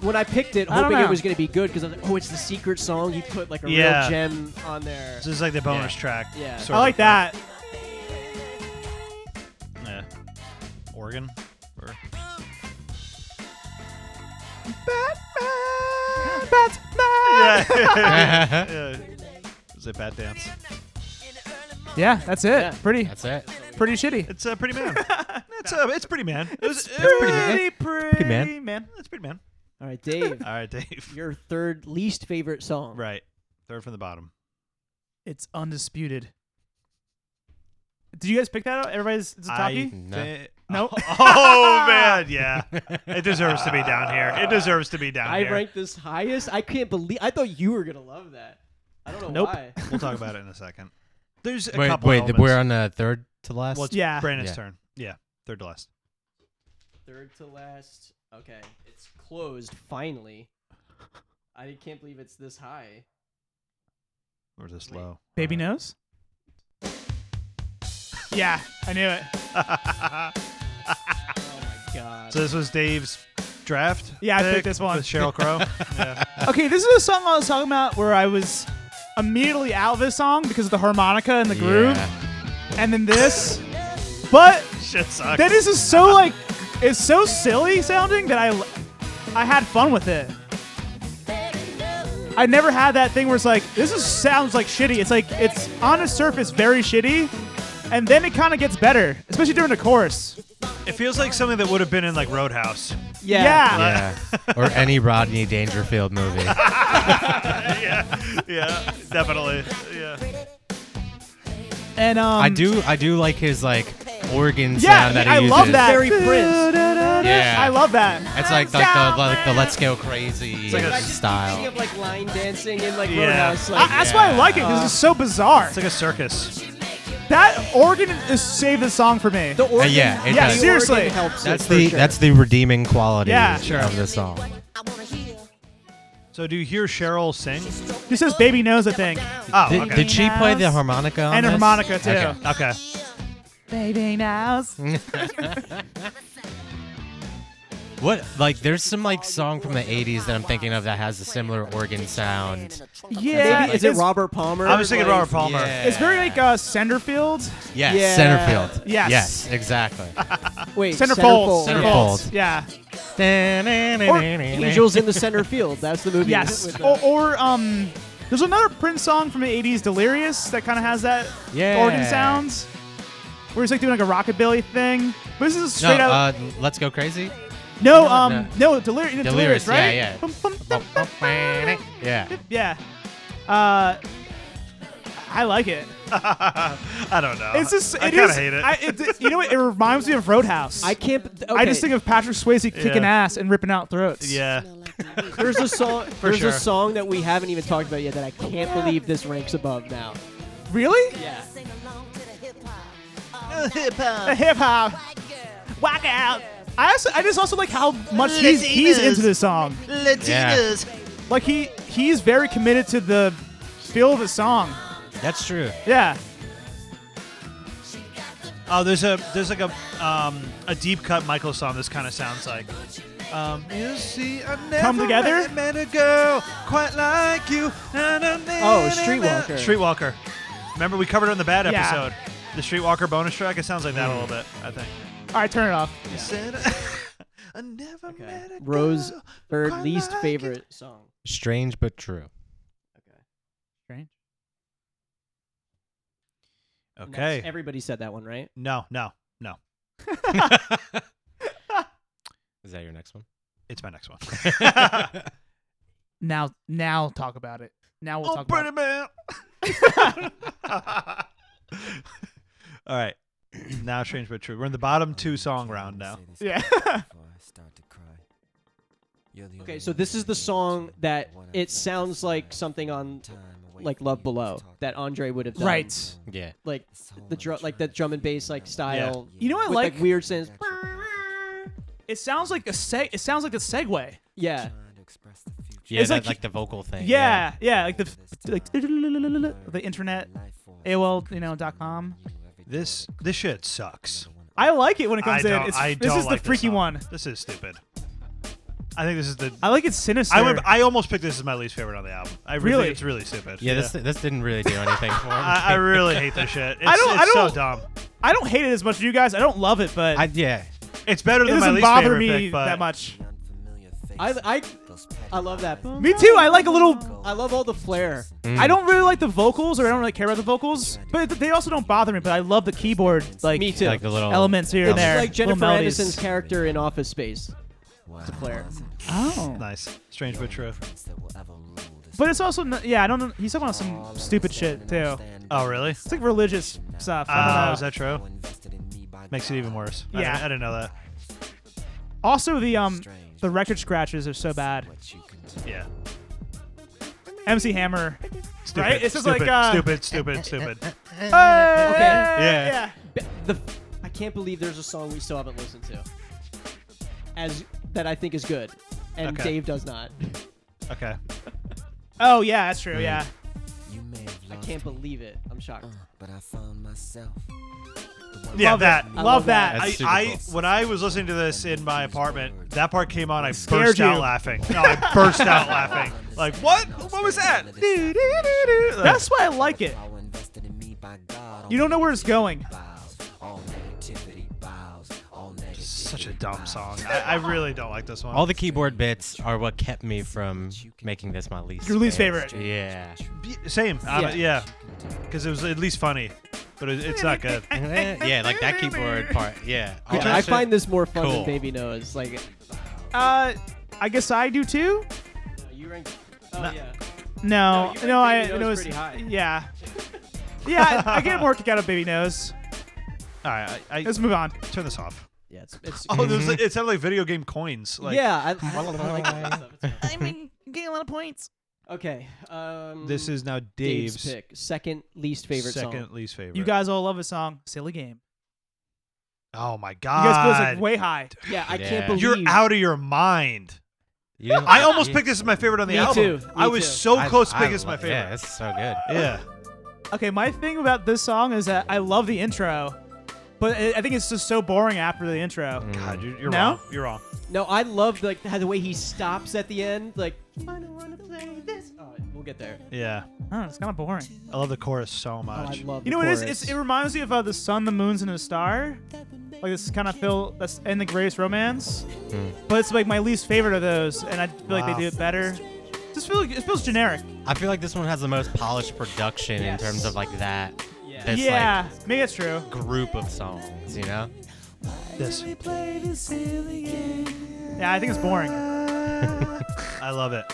C: When I picked it,
B: I don't
C: hoping it
B: know.
C: was gonna be good because I was like, oh, it's the secret song. He put like a
D: Yeah.
C: real gem on there.
D: This is like the bonus
E: Yeah.
D: track.
C: Yeah.
D: sort
B: I like
D: of.
B: that.
D: Yeah. Organ. Or
B: Batman.
D: yeah. [LAUGHS] Is it bad dance?
B: Yeah, that's it.
C: Yeah.
B: Pretty,
E: that's it.
B: pretty shitty.
D: It's uh, pretty man. it's uh, it's pretty man. It was, it was
E: pretty man.
B: pretty,
E: man.
D: It's pretty man.
C: All
B: [LAUGHS]
C: right, Dave,
D: All right, Dave.
C: your third least favorite song.
D: Right. Third from the bottom.
B: It's undisputed. Did you guys pick that out? Everybody's it's a
D: I
B: talkie?
E: No.
D: thi-
B: No.
D: Oh man, yeah. It deserves to be down here. It deserves to be down
C: I
D: here.
C: ranked this highest. I can't believe. I thought you were gonna love that. I don't know
B: Nope.
C: why.
B: [LAUGHS]
D: We'll talk about it in a second. There's a
E: Wait,
D: couple.
E: wait,
D: elements.
E: we're on the third to last.
D: Well, it's
B: Yeah.
D: Brandon's
E: Yeah.
D: turn. Yeah, third to last.
C: Third to last. Okay, it's closed finally. I can't believe it's this high.
D: Or this low.
B: Baby nose? Yeah, I knew it.
C: Oh my god.
D: So this was Dave's draft.
B: Yeah, I picked
D: pick
B: this one.
D: with Cheryl
E: [LAUGHS]
D: Crow. yeah.
B: [LAUGHS] Okay, this is a song I was talking about where I was immediately out of this song because of the harmonica and the groove,
E: Yeah.
B: and then this. But
D: Shit sucks.
B: then this is so like, it's so silly sounding that I, I had fun with it. I never had that thing where it's like this is sounds like shitty. It's like it's on the surface very shitty, and then it kind of gets better, especially during the chorus.
D: it feels like something that would have been in like
E: [LAUGHS]
D: Roadhouse.
C: yeah.
E: yeah, or [LAUGHS] any Rodney Dangerfield movie.
D: Yeah, definitely. Yeah.
B: and um,
E: I do, I do like his like organ
B: Yeah,
E: sound that he
B: I
E: uses.
B: love that.
C: Very Prince.
E: Yeah.
B: I love that.
E: It's like like the like the let's go crazy
D: like a-
C: I just keep thinking
E: style.
C: of like line dancing in like
D: Yeah.
C: Roadhouse.
B: I,
C: Like,
B: that's why I like it because it's so bizarre.
D: It's like a circus.
B: That organ is saved the song for me.
C: the organ.
E: yeah, it
C: the
E: does.
C: organ
B: Seriously.
C: helps
E: That's
C: it for
E: the
C: sure.
E: that's the redeeming quality
B: Yeah.
D: Sure.
E: of the song.
D: So do you hear Cheryl sing?
B: He says baby knows a thing.
D: Oh,
E: Did,
D: okay.
E: did she play the
B: Nas
E: harmonica on
B: And a
E: this?
B: harmonica too.
E: Okay.
D: okay.
B: Baby knows.
E: What like there's some like song from the 80s that I'm thinking of that has a similar organ sound.
B: Yeah.
C: Maybe, is it
B: it's,
C: Robert Palmer?
D: I was thinking
C: Like-
D: Robert Palmer.
E: Yeah.
B: It's very like uh, Centerfield.
E: Yes,
C: Yeah.
E: Centerfield.
B: Yes.
E: Yes, exactly.
C: Wait,
B: Centerfold.
E: Centerfold.
B: Centerfold. Yeah.
C: Angels in the center field. That's the movie. with
B: Yes. Oh.
C: the-
B: Or, or um, there's another Prince song from the '80s, Delirious, that kind of has that
E: Yeah.
B: organ sounds. where he's like doing like a rockabilly thing. But this is straight
E: no,
B: out.
E: uh, let's go crazy.
B: no,
E: no,
B: um, no, Delir- Delirious,
E: Delirious, yeah,
B: right?
E: yeah.
B: Bum, bum, dum, dum,
E: Yeah.
B: yeah. Uh, I like it.
D: [LAUGHS] I don't know.
B: It's just.
D: I
B: it
D: kinda
B: is-
D: hate it.
B: I, it. You know what? It reminds me of Roadhouse.
C: I can't. b-
B: I
C: okay,
B: just think of Patrick Swayze kicking
D: Yeah.
B: ass and ripping out throats.
D: yeah.
C: there's a song. there's
D: sure.
C: a song that we haven't even talked about yet that I can't believe this ranks above now.
B: Really?
C: Yeah.
B: The hip hop. Whack out. I also, I just also like how much he's, he's into this song.
E: yeah.
B: Like he he's very committed to the feel of the song.
E: That's true.
B: Yeah.
D: Oh, there's a there's like a um, a deep cut Michael song. This kind of sounds like. Um, you see, I've never
B: Come Together?
D: met- Met a girl quite like you. na, na, na,
C: Oh,
D: na, na.
C: Streetwalker.
D: Streetwalker. Remember we covered it on the bad
B: Yeah.
D: episode. The Streetwalker bonus track. It sounds like that a little bit. I think.
B: All right, turn it off.
D: You said [LAUGHS] I never met a
C: Rose,
D: girl
C: her
D: quite
C: least
D: like you."
C: favorite song.
E: Strange but true.
C: And that's-
D: Okay.
C: Everybody said that one, right?
D: No, no, no.
E: Is that your next [LAUGHS] one?
D: It's my next one.
B: Now now talk about it. Now we'll
D: oh,
B: talk about
D: pretty
B: it.
D: man. [LAUGHS] All right. [CLEARS THROAT] Now, strange but true. We're in the bottom two song round now.
B: [LAUGHS] Yeah.
C: Okay, so this is the song that it sounds like something on like Love Below that Andre would have done.
B: Right.
E: Yeah.
C: Like the drum like the drum and bass like style.
B: You know what I
C: With
B: like?
C: like, weird sounds.
B: It sounds like a seg it sounds like a segue.
C: Yeah.
E: Yeah,
B: It's
E: that,
B: like-
E: like, the vocal thing.
B: Yeah, yeah, like the f- like the internet AOL, you know, dot com.
D: This this shit sucks.
B: I like it when it
D: I
B: comes in.
D: don't,
B: It's,
D: I
B: this
D: don't
B: is
D: like
B: the freaky
D: song.
B: one.
D: This is stupid. I think this is the.
B: I like it sinister.
D: I went, I almost picked this as my least favorite on the album. I really,
B: Really?
D: it's really stupid.
E: Yeah, this this didn't really do anything
B: [LAUGHS]
E: for me.
D: I, I
E: [LAUGHS]
D: really hate this shit. It's,
B: I don't-
D: It's
B: I don't-
D: so dumb.
B: I don't hate it as much as you guys. I don't love it, but
E: I- yeah.
D: It's better
B: it
D: than my
B: doesn't
D: least
B: bother
D: favorite
B: me
D: pick, but
B: that much.
C: I I I love that.
B: Me too. I like a little.
C: I love all the flair.
B: I don't really like the vocals, or I don't really care about the vocals, but they also don't bother me. But I love the keyboard, like
C: Me too.
E: Like the little
B: elements here
C: It's
B: and there.
C: like
B: little
C: Jennifer
B: melodies.
C: Aniston's character in Office Space. It's a flair.
B: Oh,
D: Nice, strange but true.
B: Mm. but it's also n yeah. I don't. know. He's talking about some stupid shit too.
D: Oh really?
B: It's like religious stuff. I don't
D: Uh,
B: know.
D: is that true? Makes it even worse. I
B: Yeah.
D: didn't- I didn't know that.
B: also, the um, the record scratches are so bad.
D: Yeah.
B: MC Hammer.
D: Stupid,
B: Right? It's just
D: stupid,
B: like, uh,
D: stupid,
B: [LAUGHS]
D: stupid, stupid.
B: Okay.
D: Yeah.
B: yeah.
C: Be- The, I can't believe there's a song we still haven't listened to. As that I think is good, and
D: Okay.
C: Dave does not.
D: Okay.
B: Oh yeah, that's true. Yeah.
D: Mm.
C: I can't believe it. I'm shocked.
G: But I found myself.
D: Yeah,
B: Love
D: that.
B: It.
C: I
B: Love,
C: love
B: that.
E: that.
D: I,
E: That's super
D: I
E: cool.
D: when I was listening to this in my apartment, that part came on. I
B: Scared
D: burst out
B: you.
D: laughing. No, I burst
B: [LAUGHS]
D: out laughing. Like what? What was that?
B: That's why I like it.
G: invested in me by God.
B: You don't know where it's going.
G: All negativity bows. All
D: Such a dumb song. I, I really don't like this one.
E: all the keyboard bits are what kept me from making this my least.
B: Your least favorite.
E: Yeah. [LAUGHS]
D: B- same. Yeah, yeah. Because it was at least funny, but it, it's not good.
E: yeah, like that keyboard part. Yeah. All that
C: I
E: shit-
C: find this more fun than
E: Cool.
C: Baby Knows. Like,
B: Uh, I guess I do too.
C: you rank. Oh yeah.
B: No,
C: No,
B: no,
C: you think
B: I
C: Baby Nose
B: no,
C: is
B: it's-
C: pretty high.
B: Yeah, [LAUGHS] yeah, I, I get more kick out of baby nose.
D: [LAUGHS] All right, I, I
B: Let's move on.
D: turn this off.
C: Yeah, it's. it's
D: Oh,
B: [LAUGHS]
D: there's like, it sounded like video game coins. Like,
C: yeah, I, I like that
E: [LAUGHS]
C: stuff. It's fun.
B: I've been getting a lot of points.
C: okay. Um,
D: This is now
C: Dave's,
D: Dave's,
C: pick. Second least favorite
D: second
C: song.
D: least favorite.
B: You guys all love this song, "Silly Game."
D: Oh my
B: You
D: god.
B: guys feel it's like way high.
C: Yeah, I
E: Yeah.
C: can't believe
D: You're out of your mind. [LAUGHS]
E: You didn't-
D: I almost
E: you-
D: picked this as my favorite on the
C: Me
D: album.
C: too, me
D: I was
C: too.
D: so
E: I-
D: close to
E: I
D: picking this as
E: lo-
D: my
E: Yeah,
D: favorite.
E: it's so good.
D: Yeah.
B: Okay, my thing about this song is that I love the intro, but I I think it's just so boring after the intro.
D: God, you're, you're
B: No?
D: wrong. You're wrong.
C: No, I love like how the way he stops at the end. Like, I don't wanna play this. Oh, we'll get there.
D: Yeah.
B: Oh, it's kind of boring.
D: I love the chorus so
C: Oh, I
D: much.
C: love.
B: You know
C: the
B: what it is?
C: chorus.
B: It's, it reminds me of uh, the sun, the moons, and the star. Like this kind of feel that's in the greatest romance, but it's like my least favorite of those, and I feel like they
E: Hmm.
B: do
E: Wow.
B: it better. Just feel like, it feels generic.
E: I feel like this one has the most polished production
C: Yes.
E: in terms of like that That's
B: yeah, maybe that's true.
E: like group of songs, you know?
D: This.
B: Yeah, I think it's boring.
D: I love it.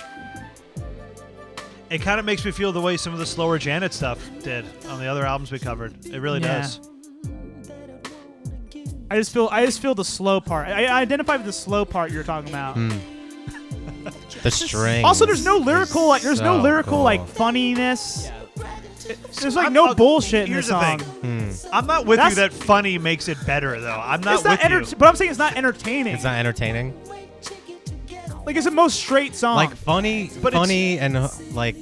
D: It kind of makes me feel the way some of the slower Janet stuff did on the other albums we covered. It really
B: Yeah.
D: does.
B: I just feel I just feel the slow part. I, I identify with the slow part you're talking about.
E: Hmm, The strings.
B: Also, there's no lyrical like there's no
E: so
B: lyrical like
E: cool.
B: funniness. There's like
D: I'm
B: no
D: not-
B: bullshit in
D: here's
B: this
D: the
B: song.
D: thing. Hmm. I'm not with you
B: That's-
D: that funny makes it better though. I'm not
B: it's not
D: with
B: enter-
D: you.
B: but I'm saying it's not entertaining.
E: It's not entertaining.
B: like it's the most straight song.
E: Like funny,
D: But it's-
E: funny and uh, like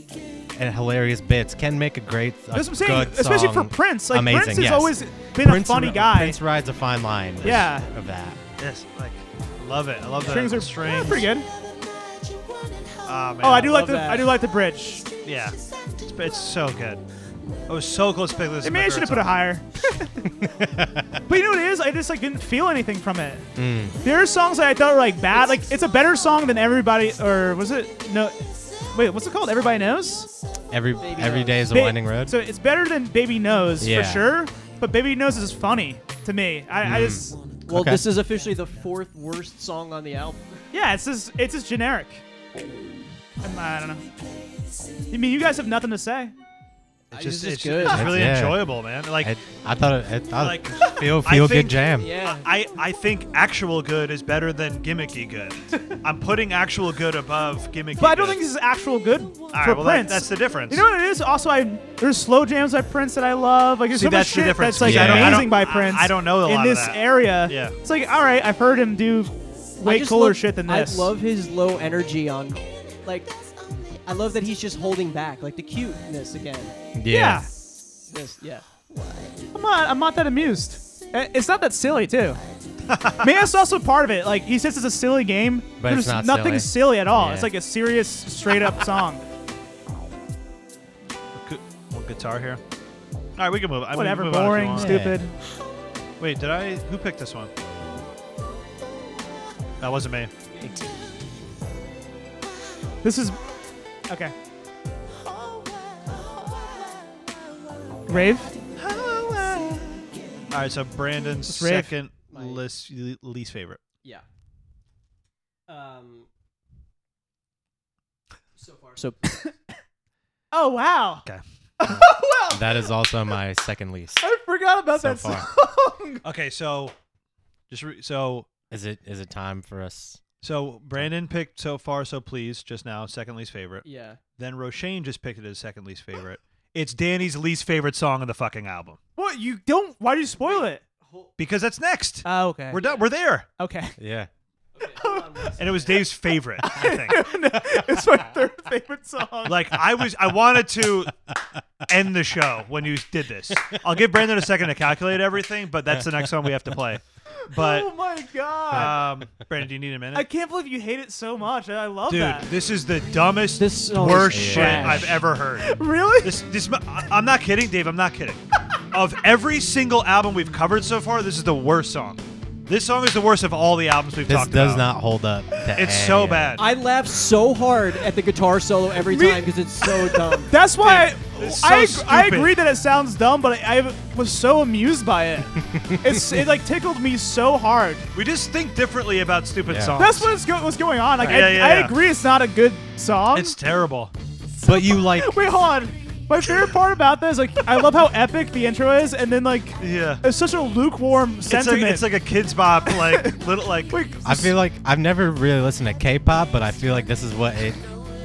E: and hilarious bits can make a great, a
B: That's what I'm saying,
E: good
B: especially
E: song.
B: for Prince. Like
E: amazing.
B: Prince has
E: yes.
B: always been
E: Prince
B: a funny
E: ri-
B: guy.
E: Prince rides a fine line. Of,
B: Yeah.
E: of that.
D: Yes, like I love it. I love the
B: strings are
D: strings.
B: yeah, pretty good.
D: Oh, man,
B: oh, I do like
C: love
B: the
C: that.
B: I do like the bridge.
D: Yeah, it's, it's so good. I was so close to picking this.
B: I
D: as
B: mean,
D: my
B: I should have put it
D: favorite [LAUGHS]
B: higher. but you know what it is? I just like didn't feel anything from it.
D: Mm.
B: There are songs that I thought were like bad. Like it's a better song than everybody or was it no? Wait, what's it called? Everybody knows.
E: Every every
C: Knows.
E: day is a
B: Ba-
E: winding road.
B: So it's better than Baby Knows
E: Yeah.
B: for sure. But Baby Knows is funny to me. I,
D: Mm.
B: I just
C: Well,
E: Okay.
C: this is officially the fourth worst song on the album.
B: yeah, it's just it's just generic. I'm- I don't know. I mean, you guys have nothing to say.
D: song.
C: It's
D: It's just,
C: just
D: it's,
C: good.
D: it's really
E: Yeah.
D: enjoyable, man. Like
E: I, I thought it, it I
D: Like,
E: feel
D: I
E: feel
D: think-
E: good jam.
C: Yeah.
D: I, I think actual good is better than gimmicky good.
B: [LAUGHS]
D: I'm putting actual good above gimmicky.
B: But I don't
D: good.
B: think this is actual good
D: All right,
B: for
D: well, that-
B: Prince.
D: that's the difference.
B: You know what it is? Also, I there's slow jams by Prince that I love. Like there's
D: See,
B: so much
D: that's the
B: shit
D: difference,
B: that's like
E: because I don't- I
B: amazing
D: don't-
B: by
D: I-
B: Prince.
D: I don't know a
B: in
D: lot of
B: this
D: that.
B: area.
D: Yeah.
B: it's like all right, I've heard him do
C: I
B: way
C: just
B: cooler
C: love-
B: shit than this.
C: I love his low energy on, like, I love that he's just holding back, like the cuteness again.
B: yeah.
C: This, yeah.
B: I'm not. I'm not that amused. Uh, It's not that silly too. Maybe that's also part of it. Like he says, it's a silly game.
E: But
B: There's
E: it's not
B: nothing
E: silly.
B: silly. at all.
E: Yeah.
B: It's like a serious, straight up
E: [LAUGHS]
B: song.
D: Gu- well, guitar here. All right, we can move. I mean,
B: Whatever,
D: move on if you
B: boring,
D: want.
B: stupid.
D: Wait, did I? Who picked this one? That wasn't me.
B: This is okay. Rave.
D: All right, so Brandon's
B: Let's rave.
D: second
C: My-
D: least, least favorite.
C: Yeah. Um. So far. So
B: Oh wow.
D: Okay.
E: [LAUGHS] That is also my second least
B: I forgot about
E: so
B: that song.
E: far.
D: Okay, so just re- so
E: Is it is it time for us?
D: so Brandon picked so far so please just now second least favorite.
C: yeah.
D: Then Roshane just picked it as second least favorite. It's Danny's least favorite song of the fucking album
B: What you don't? Why do you spoil it?
D: because that's next.
C: Uh,
B: Oh, okay.
D: we're done.
C: [LAUGHS]
D: We're there.
B: okay. [LAUGHS]
E: Yeah.
D: And it was Dave's favorite. I think.
B: it's my third favorite song.
D: Like I was, I wanted to end the show when you did this. I'll give Brandon a second to calculate everything, but that's the next song we have to play.
B: oh
D: But
B: my god!
D: um, Brandon, do you need a minute?
B: I can't believe you hate it so much. I love
D: Dude,
B: that.
D: this is the dumbest,
C: This song is
D: worst shit
C: trash.
D: I've ever heard.
B: Really?
D: This, this, I- I'm not kidding, Dave. I'm not kidding. Of every single album we've covered so far, this is the worst song. This song is the worst of all the albums we've
E: This
D: talked
E: does
D: about.
E: not hold up. to
D: It's so
E: any of
D: bad.
C: I laugh so hard at the guitar solo every
B: Me-
C: time because it's so dumb.
B: That's why I,
D: It's
B: I,
D: so
B: ag- I
D: stupid.
B: agree that it sounds dumb, but I, I was so amused by
D: [LAUGHS]
B: it. it's it like tickled me so hard.
D: we just think differently about stupid
E: Yeah.
D: songs.
B: That's what's go- what's going on. Like I,
D: Yeah, yeah,
B: I
D: yeah.
B: agree, it's not a good song.
D: It's terrible.
E: it. But you like
B: Wait, hold on. My favorite part about this, like, I love how epic the intro is, and then like,
D: Yeah.
B: it's such a lukewarm
D: It's like,
B: sentiment.
D: it's like a kids' bop,
B: [LAUGHS]
D: like little, like
B: Wait,
E: I feel like I've never really listened to K-pop, but I feel like this is what it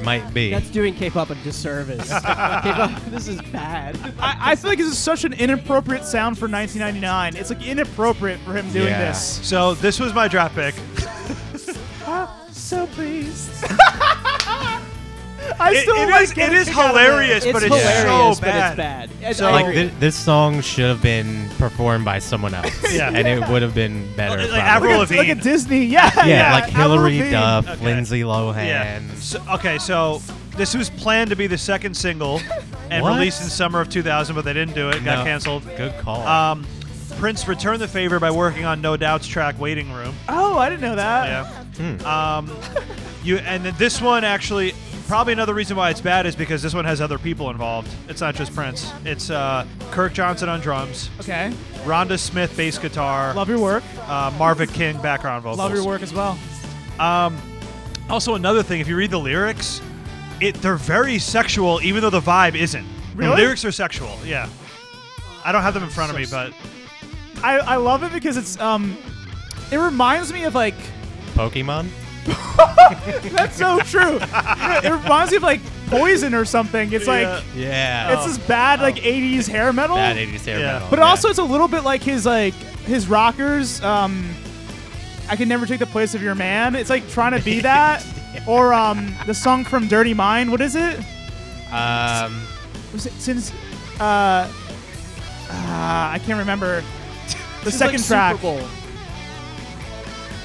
E: might be.
C: That's doing K-pop a disservice. K-pop, this is bad.
B: I, I feel like this is such an inappropriate sound for 1999. It's like inappropriate for him doing
E: Yeah.
B: this.
D: So this was my draft pick.
B: So pleased. [LAUGHS] I
D: It-
B: still
D: it
B: like
D: is- it
B: getting a
D: is
B: kick out of it.
D: hilarious,
C: It's
D: but it's
C: hilarious,
D: so
C: but it's
D: bad.
C: bad. And
D: So-
C: I
E: like
C: agree.
E: thi- this song should have been performed by someone else,
D: [LAUGHS] Yeah.
E: and it would have been better.
D: Like
E: probably.
D: Avril
B: It's Like a
D: Lavigne.
B: Disney, yeah,
E: yeah,
B: yeah,
E: like
B: Avril
E: Hillary
B: Lavigne.
E: Duff,
D: Okay.
E: Lindsay Lohan.
D: Yeah. So, okay, so this was planned to be the second single and
E: What?
D: released in summer of 2000, but they didn't do it. Got
E: No.
D: canceled.
E: Good call.
D: Um, Prince returned the favor by working on No Doubt's track "Waiting Room."
B: Oh, I didn't know that.
D: Yeah. Um, you and then this one actually probably another reason why it's bad is because this one has other people involved. It's not just Prince. It's uh, Kirk Johnson on drums,
B: Okay.
D: Rhonda Smith bass guitar,
B: Love your work.
D: uh, Marvin King background vocals.
B: Love your work as well.
D: Um, also, another thing, if you read the lyrics, it they're very sexual, even though the vibe isn't.
B: Really?
D: The lyrics are sexual. Yeah. I don't have them in front of me, but
B: I, I love it because it's um, it reminds me of like
E: Pokemon?
B: that's
D: [LAUGHS]
B: so true. it it reminds me of like Poison or something. It's like
E: Yeah.
B: it's this bad like '80s hair metal.
E: Oh. bad 80s hair
D: Yeah.
E: metal.
B: But
E: yeah.
B: also, it's a little bit like his like his rockers. Um, I can never take the place of your man. It's like trying to be that, or um, the song from Dirty Mind. What is it?
E: Um,
B: Was it since uh, uh ah, I can't remember the
C: This is like
B: second track.
C: Super Bowl.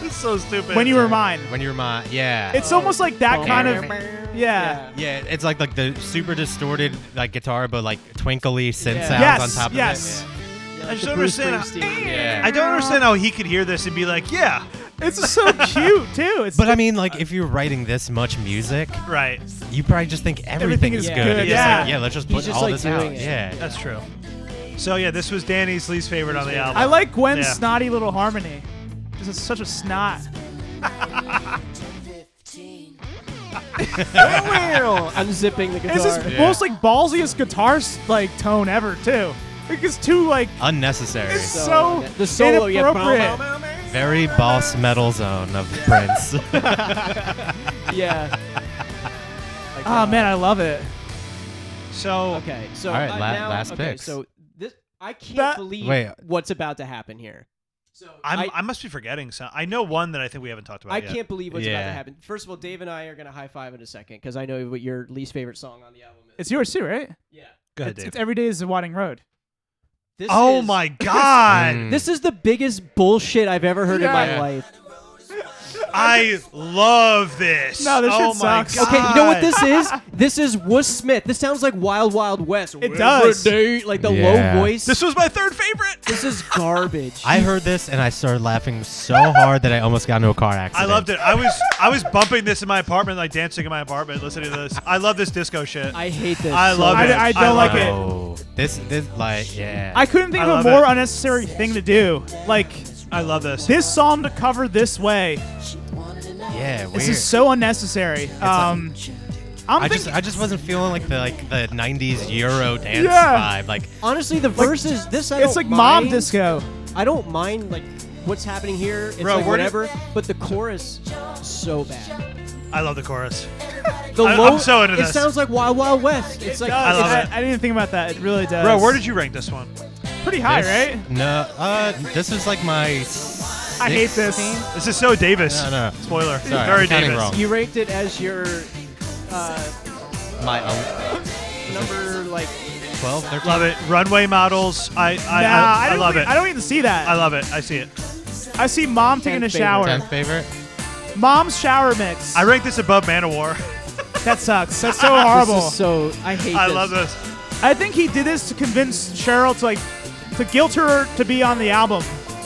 D: it's so stupid.
B: When you were mine.
E: when you're my. Yeah.
B: It's almost like that
C: Oh.
B: kind of yeah.
E: yeah, it's like like the super distorted like guitar, but like twinkly synth
C: Yeah.
E: sounds
B: Yes,
E: on top
B: yes.
E: of
C: Yeah,
D: I just
C: the
D: don't
C: Bruce
D: understand
E: it.
C: Springsteen.
E: Yeah.
D: I don't understand how he could hear this and be like, yeah,
B: It's so cute too. It's
E: But I mean, like, if you're writing this much music,
D: right.
E: you probably just think
B: Everything
E: everything,
B: is
E: is
B: good,
E: good. It's just
B: yeah.
E: like, yeah, let's just
C: He's
E: put
C: just,
E: all
C: like,
E: this
C: doing
E: out.
C: it.
E: Yeah.
D: That's true. So yeah, this was Danny's least favorite on the album.
B: I like Gwen's
D: Yeah.
B: snotty little harmony. This is such a snot.
C: [LAUGHS] Unzipping the guitar.
B: It's this most like ballsiest guitar s- like tone ever too. Because two like
E: Unnecessary.
B: it's so
C: the solo, yeah,
B: inappropriate.
E: Very boss metal zone of [LAUGHS]
B: [LAUGHS]
E: Prince.
C: yeah. Like,
B: Oh
C: uh,
B: man, I love it.
D: So
C: Okay, so
E: All right,
C: uh,
E: la-
C: now,
E: last
C: okay,
E: picks.
C: So this, I can't
B: That-
C: believe
E: Wait.
C: what's about to happen here. So
D: I'm, I,
C: I,
D: must be forgetting some. I know one that I think we haven't talked about.
C: I
D: yet.
C: can't believe what's about to
E: Yeah.
C: happen. First of all, Dave and I are gonna high five in a second because I know what your least favorite song on the album is.
B: It's yours too, right?
C: yeah.
D: Go ahead,
B: it's,
D: Dave.
B: it's every day is a Wadding Road.
C: This
D: oh
C: is- [LAUGHS]
D: my God!
E: Mm.
C: This is the biggest bullshit I've ever heard in
B: Yeah.
C: my life.
D: I love this.
B: No, this
D: oh
B: shit
D: my
B: sucks.
D: God.
C: Okay, you know what this is? This is Wuss Smith. This sounds like Wild Wild West. Every
B: does.
C: day, like the low
E: Yeah.
C: voice.
D: This was my third favorite.
C: This is garbage.
E: I heard this and I started laughing so hard that I almost got into a car
D: I
E: accident.
D: loved it. I was I was bumping this in my apartment, like dancing in my apartment, listening to this. I love this disco shit.
C: I hate this.
D: I
C: so
D: love
C: much.
D: it.
B: I- I don't like it.
E: Oh, this this like yeah.
B: I couldn't think
D: I
B: of
D: love
B: a more
D: it.
B: unnecessary thing to do. Like
D: I love this.
B: this song to cover this way.
E: yeah, weird.
B: This is so unnecessary. Um, I'm
E: I
B: thinking
E: just I just wasn't feeling like the like the 90s Euro dance
B: Yeah.
E: vibe. Like
C: Honestly, the verses. This I
B: it's
C: don't
B: like mom
C: mind.
B: disco.
C: I don't mind like what's happening here. It's
D: Bro,
C: like
D: where did-
C: whatever. But the chorus, so bad.
D: I love the chorus.
C: The
D: I-
C: low.
D: I'm so into
C: it
D: this.
C: sounds like Wild Wild West. It's like
D: I love
B: I,
D: it.
B: I didn't think about that. It really does.
D: Bro, where did you rank this one?
B: pretty high,
E: this-
B: right?
E: No, uh, this is like my.
B: I hate this.
E: 16th?
D: This is so Davis.
E: No, no.
D: Spoiler.
E: Sorry,
D: Very
E: I'm counting
D: Davis.
E: wrong.
C: you ranked it as your uh,
E: My um,
C: number like
E: 12, 13.
D: Love it. Runway models. I I, I,
B: nah,
D: I,
B: I, don't
D: love
B: think-
D: it.
B: I don't even see that.
D: I love it. I see it.
B: I see mom taking a
C: Tenth
B: shower.
E: Tenth favorite.
B: Mom's shower mix.
D: I rank this above Man of War.
B: that sucks. That's so horrible.
C: This is so I hate.
D: I
C: this.
D: love this.
B: I think he did this to convince Cheryl to like to guilt her to be on the album.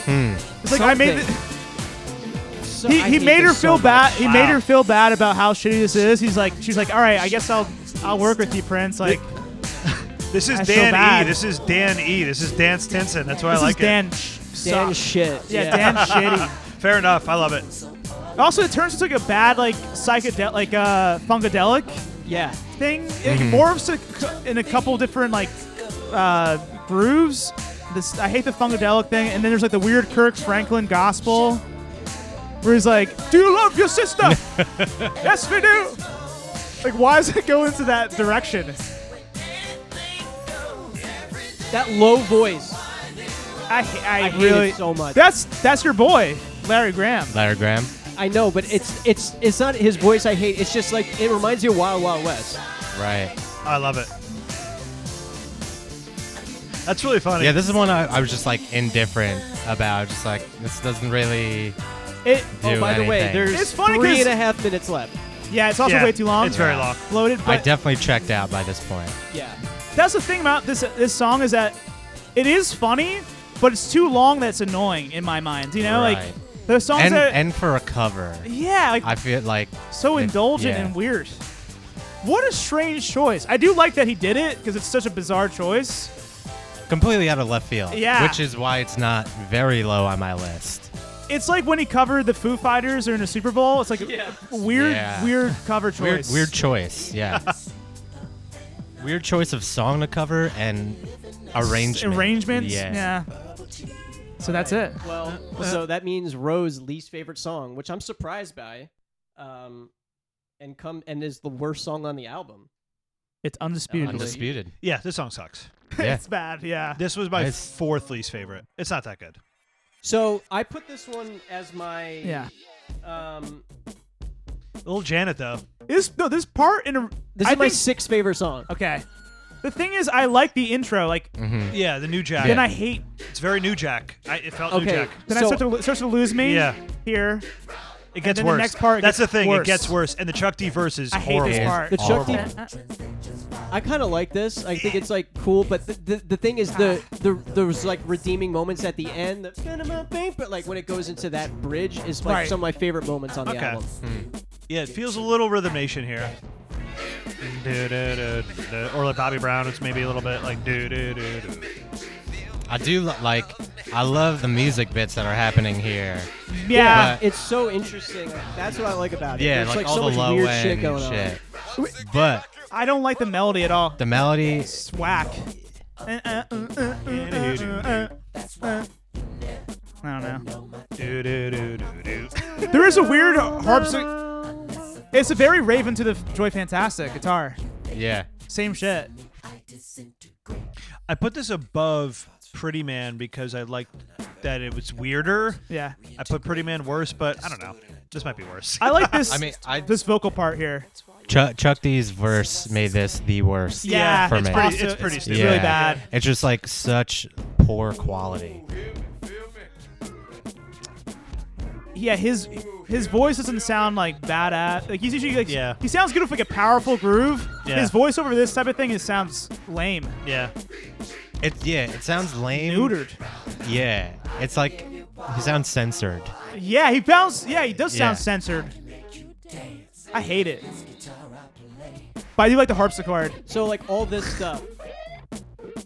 B: It's like I made.
C: Something.
B: The,
C: So-
B: he,
C: I
B: he
C: hate
B: made her
C: this so
B: feel
C: much.
B: bad. He made
D: Wow.
B: her feel bad about how shitty this is. He's like, she's like, all right, I guess I'll I'll work with you, Prince.
C: [LAUGHS]
B: Like,
D: This is
B: I feel
D: Dan E.
B: bad.
D: This is Dan E. This is Dan Stinson. That's why
B: this
D: I like
B: is Dan. Sh-
C: Dan
B: sucks.
C: shit.
B: yeah, [LAUGHS] Dan shitty.
D: it. Fair enough. I love it.
B: Also, it turns into like a bad like psychedelic, like uh, funkadelic
C: Yeah.
B: thing. It
C: Mm-hmm.
B: morphs a, in a couple different like uh, grooves. This I hate the funkadelic thing, and then there's like the weird Kirk Franklin gospel, where he's like, "Do you love your
E: [LAUGHS]
B: sister? yes, we do." Like, why does it go into that direction?
C: That low voice.
B: I, I,
C: I hate
B: really
C: it so much.
B: That's that's your boy, Larry Graham.
E: Larry Graham.
C: I know, but it's it's it's not his voice. I hate. It's just like it reminds you of Wild Wild West.
E: Right.
D: I love it. That's really funny.
E: Yeah, this is one I, I was just like indifferent about. Just like this doesn't really.
B: It
C: oh,
E: Do
C: by the way,
E: anything.
C: there's
B: It's funny
C: three
B: 'cause-
C: and a half minutes left.
B: yeah, it's also
D: Yeah,
B: way too long.
D: It's very long.
B: bloated.
E: I
B: But
E: definitely checked out by this point.
C: Yeah.
B: that's the thing about this this song is that it is funny, but it's too long. That's annoying in my mind. You know,
E: Right.
B: like the songs
E: And
B: that
E: and for a cover,
B: yeah, like
E: I feel like
B: so
E: it-
B: indulgent
E: yeah.
B: and weird. What a strange choice. I do like that he did it because it's such a bizarre choice.
E: Completely out of left field.
B: Yeah.
E: Which is why it's not very low on my list.
B: It's like when he covered the Foo Fighters during the Super Bowl. It's like a weird,
E: Yeah.
B: [LAUGHS] weird cover
E: Weird,
B: choice.
E: weird choice. Yeah.
B: [LAUGHS]
E: weird choice of song to cover and arrangement.
B: arrangements.
E: Yeah.
B: Yeah. So that's it.
C: Well, [LAUGHS] so that means Rose's least favorite song, which I'm surprised by, um, and come and is the worst song on the album.
B: It's undisputedly. [LAUGHS]
E: Undisputed.
D: Yeah, this song sucks.
E: Yeah.
B: It's bad. Yeah.
D: This was my
E: Nice.
D: fourth least favorite. It's not that good.
C: So I put this one as my
B: Yeah.
C: Um,
D: Little Janet though.
B: This no. This part in a.
C: this
B: I
C: is my
B: think-
C: sixth favorite song.
B: Okay. The thing is, I like the intro. Like,
D: Yeah, the new Jack.
B: then I hate.
D: it's very new Jack. I, it felt new
C: Okay,
D: Jack.
B: Then
C: So-
B: I start to, it starts to lose me.
D: Yeah.
B: Here.
D: It gets
B: then the
D: worse.
B: next part
D: That's
B: gets
D: the thing. It
B: worse.
D: gets worse, and the Chuck D verse is
B: I hate
D: horrible.
B: this part.
C: The Chuck D.
E: Horrible.
C: I kind of like this. I think it's like cool, but the, the, the thing is the, the there's like redeeming moments at the end. The, "Panama Bay," but like when it goes into that bridge is like
B: Right.
C: some of my favorite moments on the
D: Okay. Hmm.
C: album.
D: Yeah, it feels a little Rhythm Nation here. Do, do, do, do. Or like Bobby Brown, it's maybe a little bit like do do do do.
C: E.
E: I do lo- like. I love the music bits that are happening here.
B: Yeah.
E: But-
C: It's so interesting. That's what I like about it.
E: Yeah,
C: There's like,
E: like, all
C: so
E: the
C: much
E: low
C: weird
E: end
C: shit going on.
E: shit. But
B: I don't like the melody at all.
E: the melody,
B: It's whack. Uh, uh, uh, uh, uh, uh, uh, uh. I don't know.
D: Do, do, do, do, do.
B: There is a weird harpsichord. It's a very Raven to the Joy Fantastic guitar.
E: yeah,
B: Same shit.
D: I put this above Pretty Man because I liked that it was weirder.
B: Yeah.
D: I put Pretty Man worse, but I don't know. This might be worse.
B: [LAUGHS] I like this.
E: I mean, I-
B: this vocal part here.
E: Chuck, Chuck D's verse made this the worst.
B: Yeah,
E: for
D: it's
E: me.
D: pretty,
B: Also,
D: it's pretty
B: it's
D: stupid.
B: really bad.
E: It's just like such poor quality.
B: Yeah, his his voice doesn't sound like badass. Like he's usually like
D: Yeah.
B: he sounds good with like a powerful groove.
D: Yeah.
B: His voice over this type of thing it sounds lame.
D: Yeah.
E: It's yeah, it sounds lame.
B: Neutered.
E: Yeah, it's like he sounds censored.
B: Yeah, he sounds yeah, he does
E: Yeah.
B: sound censored. I hate it. But I do like the harpsichord.
C: So like all this stuff,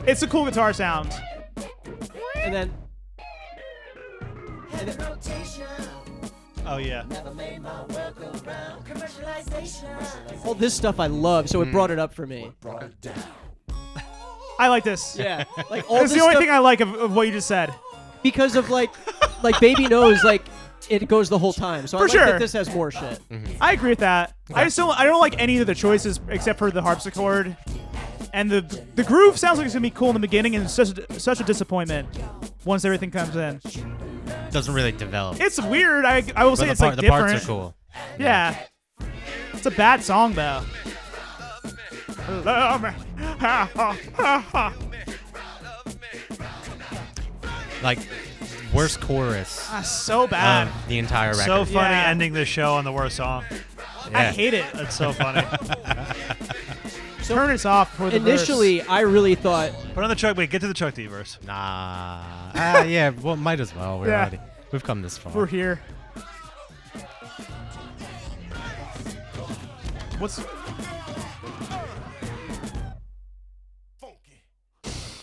B: It's a cool guitar sound.
C: and then and then-
D: Oh yeah.
C: all this stuff I love. So it brought it up for me.
B: I like this.
C: Yeah, like all
B: That's
C: this
B: the only
C: stuff
B: thing I like of, of what you just said.
C: because of like like Baby knows like it goes the whole time. So I
B: For
C: like that
B: sure.
C: this has more shit.
B: I agree with that. I just don't, I don't like any of the choices except for the harpsichord. And the the groove sounds like it's gonna be cool in the beginning, and it's such a, such a disappointment once everything comes in.
E: Doesn't really develop.
B: It's weird. I, I will
E: but
B: say
E: the,
B: it's
E: part,
B: like
E: the
B: different.
E: parts are cool.
B: Yeah. It's a bad song though. Love me. Ha, ha, ha, ha.
E: Like worst chorus
B: Ah, so bad.
E: of the entire record.
D: So funny
B: Yeah.
D: ending the show on the worst song.
B: I
E: Yeah.
B: hate it.
D: That's so funny.
B: Turn this off for the verse.
C: Initially, I really thought
D: put on the Chuck. Wait, get to the Chuck D verse.
E: Nah. Ah, yeah. Well, might as well. We're
B: Yeah.
E: already. We've come this far.
B: We're here. What's
H: funky.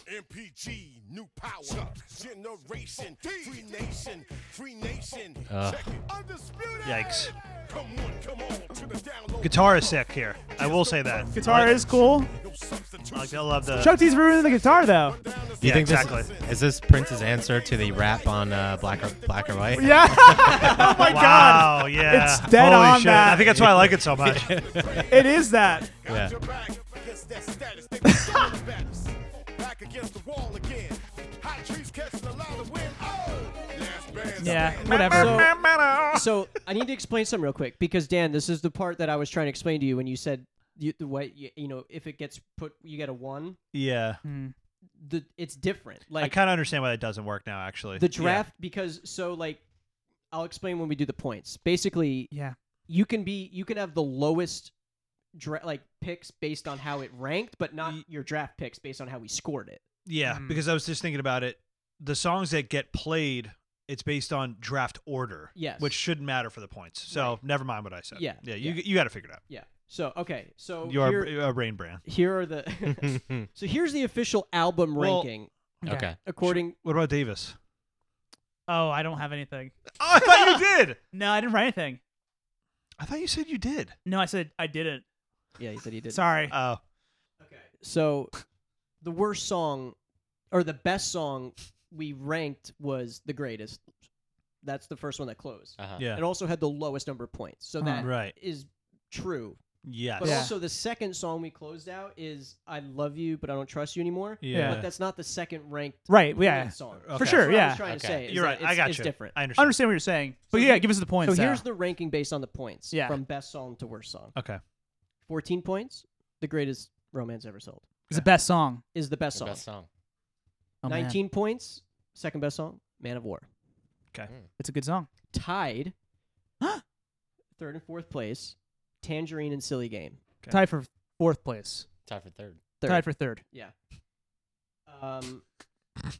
H: MPG, new power, generation, free nation, free nation.
E: Ugh.
H: Check it. Undisputed.
D: Yikes.
H: Come on, come on to the download.
D: Guitar is sick here. I will say that.
B: guitar
D: I like-
B: is cool.
H: No substitution.
D: I like- I love the.
B: Chuck D's ruining the guitar though. [LAUGHS]
E: Do you
D: Yeah,
E: think this-
D: exactly.
E: is this Prince's answer to the rap on uh, black or black or white?
B: Yeah. oh my god.
D: Wow, yeah.
B: It's dead
D: Holy
B: on
D: shit.
B: that.
D: I think that's why I like it
B: [LAUGHS]
D: so much.
B: It is that.
E: Yeah.
H: Your back against that status, they were throwing the batters. Back against the wall again. High trees catching a lot of wind. Oh, last band's
B: Yeah. [LAUGHS]
H: standing.
B: Whatever.
C: so I need to explain something real quick because Dan, this is the part that I was trying to explain to you when you said you, the way you, you know if it gets put, you get a one.
D: yeah.
C: Hmm. The it's different.
D: I
C: Like
D: kind of understand why that doesn't work now, actually.
C: the
D: Yeah.
C: draft because so like I'll explain when we do the points. Basically,
B: Yeah.
C: you can be you can have the lowest dra- like picks based on how it ranked, but not your draft picks based on how we scored it.
D: Yeah,
C: Hmm.
B: Mm.
D: because I was just thinking about it. The songs that get played, it's based on draft order.
C: Yes.
D: Which shouldn't matter for the points. So never mind what I said.
C: Yeah,
D: Yeah. You,
C: yeah.
D: you got to figure it out.
C: Yeah. So okay, so
D: You are
C: here,
D: a brain brand.
C: here are the [LAUGHS]
D: [LAUGHS]
E: okay.
C: so here's the official album
D: Well-
C: ranking according.
D: What about
B: [LAUGHS]
D: Davis?
B: Oh, I don't have anything.
D: Oh, I thought you did.
B: No, I didn't write anything.
D: I thought you said you did.
B: No, I said I didn't.
C: Yeah, he said he did.
B: Sorry.
D: Oh,
C: So the worst song or the best song we ranked was the greatest. That's the first one that closed.
E: Uh-huh.
D: yeah.
C: It also had the lowest number of points. So that is
B: Oh.
D: Right.
C: true.
D: Yes.
C: But
B: Yeah.
C: also the second song we closed out is I Love You But I Don't Trust You Anymore.
D: Yeah.
C: But that's not the second ranked
B: Right. Yeah.
C: song.
D: Okay.
C: That's
B: sure,
C: what I
B: yeah.
C: was trying to
E: Okay.
C: say. is
D: You're
C: that
D: right. I
C: it's-
D: got
C: It's
D: you.
C: different.
D: I understand.
B: Understand what you're saying. But yeah, give us the
C: So
B: points. Uh,
C: here's
B: Sal.
C: the ranking based on the points
B: Yeah.
C: from best song to worst song.
D: Okay.
C: 14 points, the greatest romance ever sold
B: it's the best song.
C: is the best
E: The
C: song.
E: best song.
B: Oh, man.
C: 19 points, second best song, Man of War.
B: It's a good song. [GASPS]
C: Tied, third and fourth place, Tangerine and Silly Game.
D: Okay.
B: Tied for fourth place.
E: Tied for third.
C: Third.
B: Tied for third.
C: yeah. Um,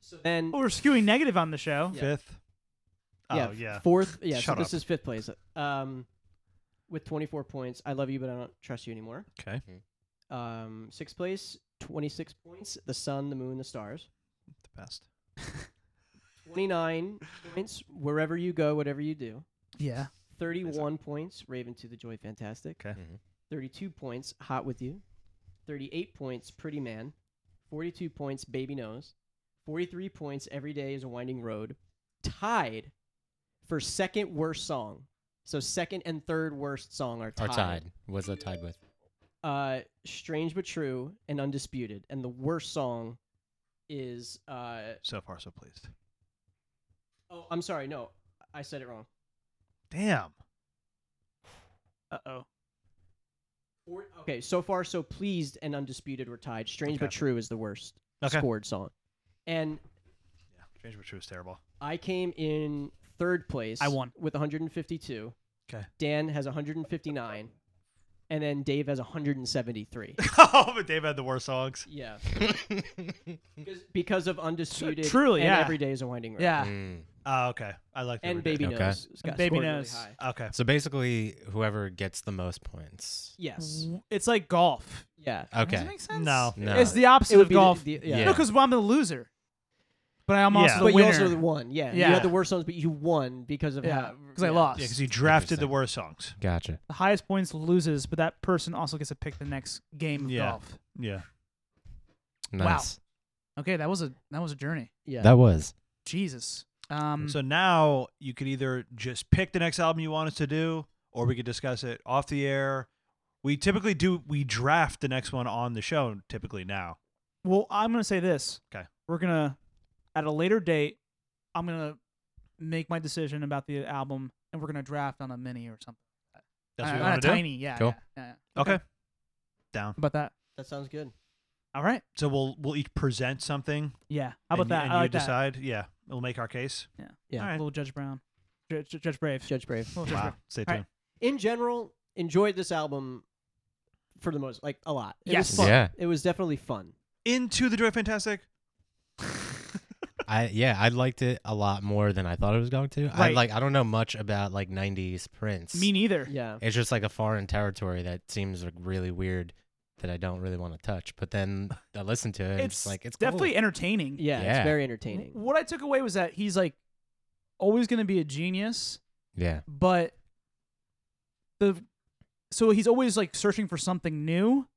C: so then,
B: Well, we're skewing negative on the show.
C: Yeah.
D: Fifth.
C: yeah,
D: Oh yeah.
C: fourth, yeah,
D: Shut
C: so this
D: up.
C: is fifth place. Um, with 24 points, I Love You But I Don't Trust You Anymore.
D: Okay.
C: Um, sixth place, 26 points, The Sun, the Moon, the Stars.
D: The best.
C: 29 points, Wherever You Go, Whatever You Do.
B: Yeah.
C: 31 points, Raven to the Joy Fantastic.
D: Okay.
E: Mhm.
C: 32 points, Hot With You. 38 points, Pretty Man. 42 points, Baby Nose. 43 points, Every Day is a Winding Road. Tied for second worst song. So second and third worst song are
E: Or
C: tied.
E: tied. Was it tied with?
C: Uh, Strange But True and Undisputed. And the worst song is. Uh,
D: So far, so pleased.
C: oh, I'm sorry. No, I said it wrong.
D: Damn.
B: Uh oh.
C: Or- Okay, so far, so pleased and undisputed were tied. Strange
D: Okay.
C: but true is the worst
D: Okay.
C: scored song, and
D: Yeah. Strange but true
B: [LAUGHS]
D: is terrible.
C: I came in third place.
B: I won.
C: with 152.
D: 'Kay.
C: Dan has 159, and then Dave
B: [LAUGHS]
C: has 173.
D: oh, but Dave had the worst songs.
C: yeah, because, because of undisputed.
B: truly,
C: and
B: yeah.
C: Every day is a winding road.
B: Yeah.
E: Mm.
D: Oh, okay. I like.
C: and baby
E: Okay.
C: knows. got
B: Baby
C: scored really
B: Knows.
C: high.
D: Okay.
E: So basically, whoever gets the most points.
C: Yes.
B: W- It's like golf.
C: Yeah.
B: Does
E: Okay.
B: that make sense?
D: No.
E: No.
B: It's the opposite of
C: the-
B: golf.
C: the-
E: Yeah.
B: No, because I'm the loser, but I'm also
D: Yeah.
B: the
C: But you
B: winner.
C: also won. Yeah. You
B: Yeah.
C: had the worst songs, but you won because of
B: yeah,
C: how.
B: because I lost.
D: Yeah, because you drafted the
E: Interesting.
D: worst songs.
E: Gotcha.
B: the highest points loses, but that person also gets to pick the next game of
D: Yeah.
B: golf.
D: Yeah.
E: Nice.
B: Okay, that was a that was a journey.
C: Yeah.
E: That was.
B: Jesus. Um,
D: So now you could either just pick the next album you want us to do, or we could discuss it off the air. We typically do. We draft the next one on the show. Typically now.
B: well, I'm gonna say this.
D: 'Kay.
B: We're gonna at a later date. I'm gonna make my decision about the album, and we're gonna draft on a mini or something.
D: That's
B: Uh,
D: what we
B: on
D: want
B: a
D: to do.
B: tiny, yeah,
E: Cool.
B: yeah, yeah.
D: Okay. Down.
B: How about that?
C: That sounds good.
B: All right.
D: So we'll we'll each present something.
B: Yeah. How about
D: and,
B: that?
D: And
B: I
D: you
B: like that.
D: decide. Yeah, we'll make our case.
B: Yeah.
C: Yeah.
D: All right.
B: Little Judge Brown. Judge, Judge Brave.
C: Judge Brave.
B: Little Judge
D: Wow.
B: Brave.
D: Stay
B: All right.
D: tuned.
C: in general, enjoyed this album for the most, like a lot. It
B: Yes.
C: was fun.
E: Yeah.
C: it was definitely fun.
D: Into the Joy Fantastic.
E: I yeah, I liked it a lot more than I thought it was going to. I
B: Right.
E: like I don't know much about like 90s Prince.
B: Me neither.
C: Yeah,
E: it's just like a foreign territory that seems like really weird that I don't really want to touch. But then I listen to it. And it's, like it's cool.
B: definitely entertaining.
C: yeah,
E: Yeah.
C: it's
B: W-
C: very entertaining.
B: What I took away was that he's like always going to be a genius,
E: yeah.
B: but the so he's always like searching for something new,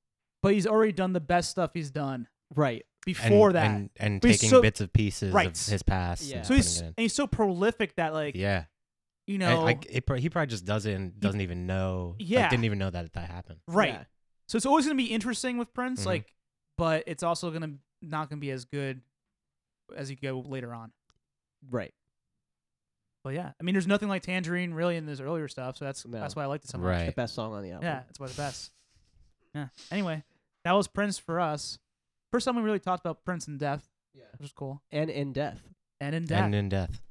B: but he's already done the best stuff he's done
C: Right.
E: And-
B: before that.
E: and, and
B: But he's
E: taking
B: so-
E: bits of pieces
B: Right.
E: of his past.
C: Yeah.
E: and
B: so he's
E: putting
B: and
E: it
B: he's so prolific that like
E: in. yeah.
B: you
E: And
B: know
E: I, it, pro- he probably just doesn't doesn't even know. like,
B: Yeah.
E: didn't even know that that happened.
B: right.
C: Yeah.
B: So it's always going to be interesting with Prince,
E: Mhm.
B: like, but it's also going to not going to be as good as you go later on.
C: Right.
B: But yeah, I mean, there's nothing like Tangerine really in his earlier stuff, so that's
C: No.
B: that's why I liked it so much.
E: right.
C: The best song on the album.
B: Yeah, it's one of the best. Yeah. Anyway, that was Prince for us. First time we really talked about Prince and death,
C: Yeah.
B: which was cool,
C: And in death.
B: and in death, and,
E: And in death.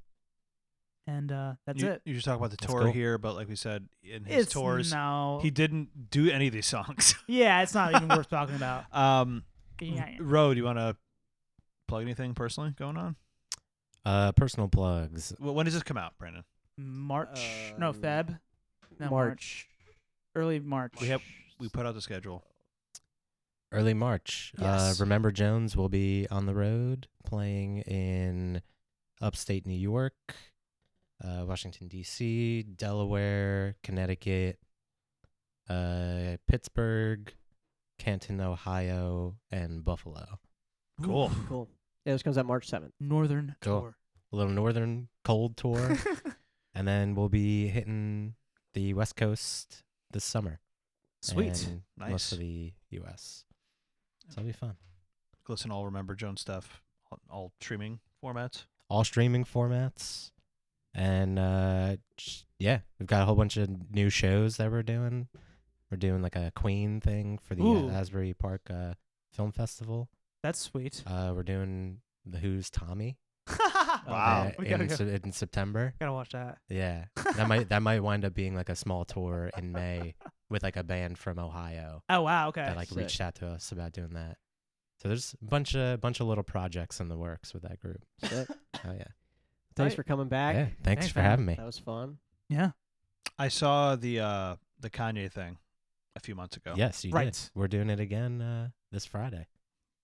B: uh, that's
D: you,
B: it.
D: You just talk about the
E: That's
D: tour
E: cool.
D: here, but like we said in his
B: it's
D: tours,
B: no,
D: he didn't do any of these songs. [LAUGHS]
B: yeah, it's not even worth talking about.
D: Um,
B: Yeah.
D: Ro, do you want to plug anything personally going on?
E: Uh, personal plugs.
D: Well, when does this come out, Brandon?
B: March, no
C: Um,
D: Uh,
B: Feb, no March.
C: March.
B: early March.
D: We have we put out the schedule.
E: Early March.
B: Yes.
E: Uh, Remember Jones will be on the road playing in upstate New York, uh, Washington, D.C., Delaware, Connecticut, uh, Pittsburgh, Canton, Ohio, and Buffalo.
D: Cool.
C: Cool. Yeah, this comes out March seventh.
B: Northern
E: Cool.
B: tour.
E: A little Northern
B: [LAUGHS]
E: Cold Tour. and then we'll be hitting the West Coast this summer.
B: Sweet.
E: and Most
D: Nice.
E: of the U.S. So it'll be fun.
D: Listen, to all remember Jones stuff. All, all streaming formats.
E: all streaming formats. And uh j- yeah, we've got a whole bunch of new shows that we're doing. We're doing like a Queen thing for the
B: Ooh.
E: uh, Asbury Park uh, Film Festival.
B: That's sweet.
E: Uh we're doing the Who's Tommy
D: Wow.
B: Ah.
E: uh,
B: we gotta
E: in,
B: go.
E: Se- in September.
B: Gotta watch that.
E: Yeah. That might that might wind up being like a small tour in May with like a band from Ohio
B: Oh wow. Okay.
E: that like
C: sick.
E: reached out to us about doing that. So there's a bunch of bunch of little projects in the works with that group.
B: [LAUGHS]
C: Thanks
E: Oh yeah.
C: for coming back.
E: yeah thanks,
B: Thanks,
E: for
B: man.
E: having me.
C: That was fun.
B: yeah.
D: I saw the uh the Kanye thing a few months ago.
E: Yes, you
B: Right.
E: did. We're doing it again uh, this Friday.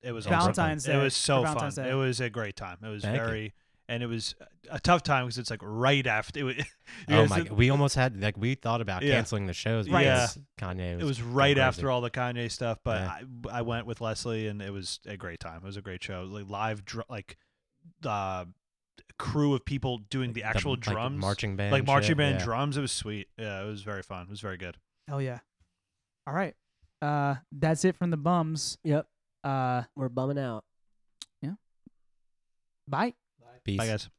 D: It was awesome.
B: Valentine's Day.
D: It was so
B: for
D: fun.
B: Valentine's Day.
D: It was a great time. It was
E: Thank you.
D: very, and it was a tough time because it's like right after. It was,
E: oh my! We almost had like we thought about
D: Yeah.
E: canceling the shows
D: Right. Yeah.
E: because Kanye was.
D: It was right
E: crazy.
D: after all the Kanye stuff, but
E: Yeah.
D: I, I went with Leslie, and it was a great time. It was a great show. Like live, dr- like uh, crew of people doing the actual
E: like,
D: drums,
E: marching band,
D: like marching
E: shit,
D: band
E: yeah.
D: drums. It was sweet. Yeah, it was very fun. It was very good.
B: Hell yeah. All right. Uh, that's it from the bums.
C: Yep.
B: Uh,
C: We're bumming out.
B: bye.
E: Peace.
D: Bye guys.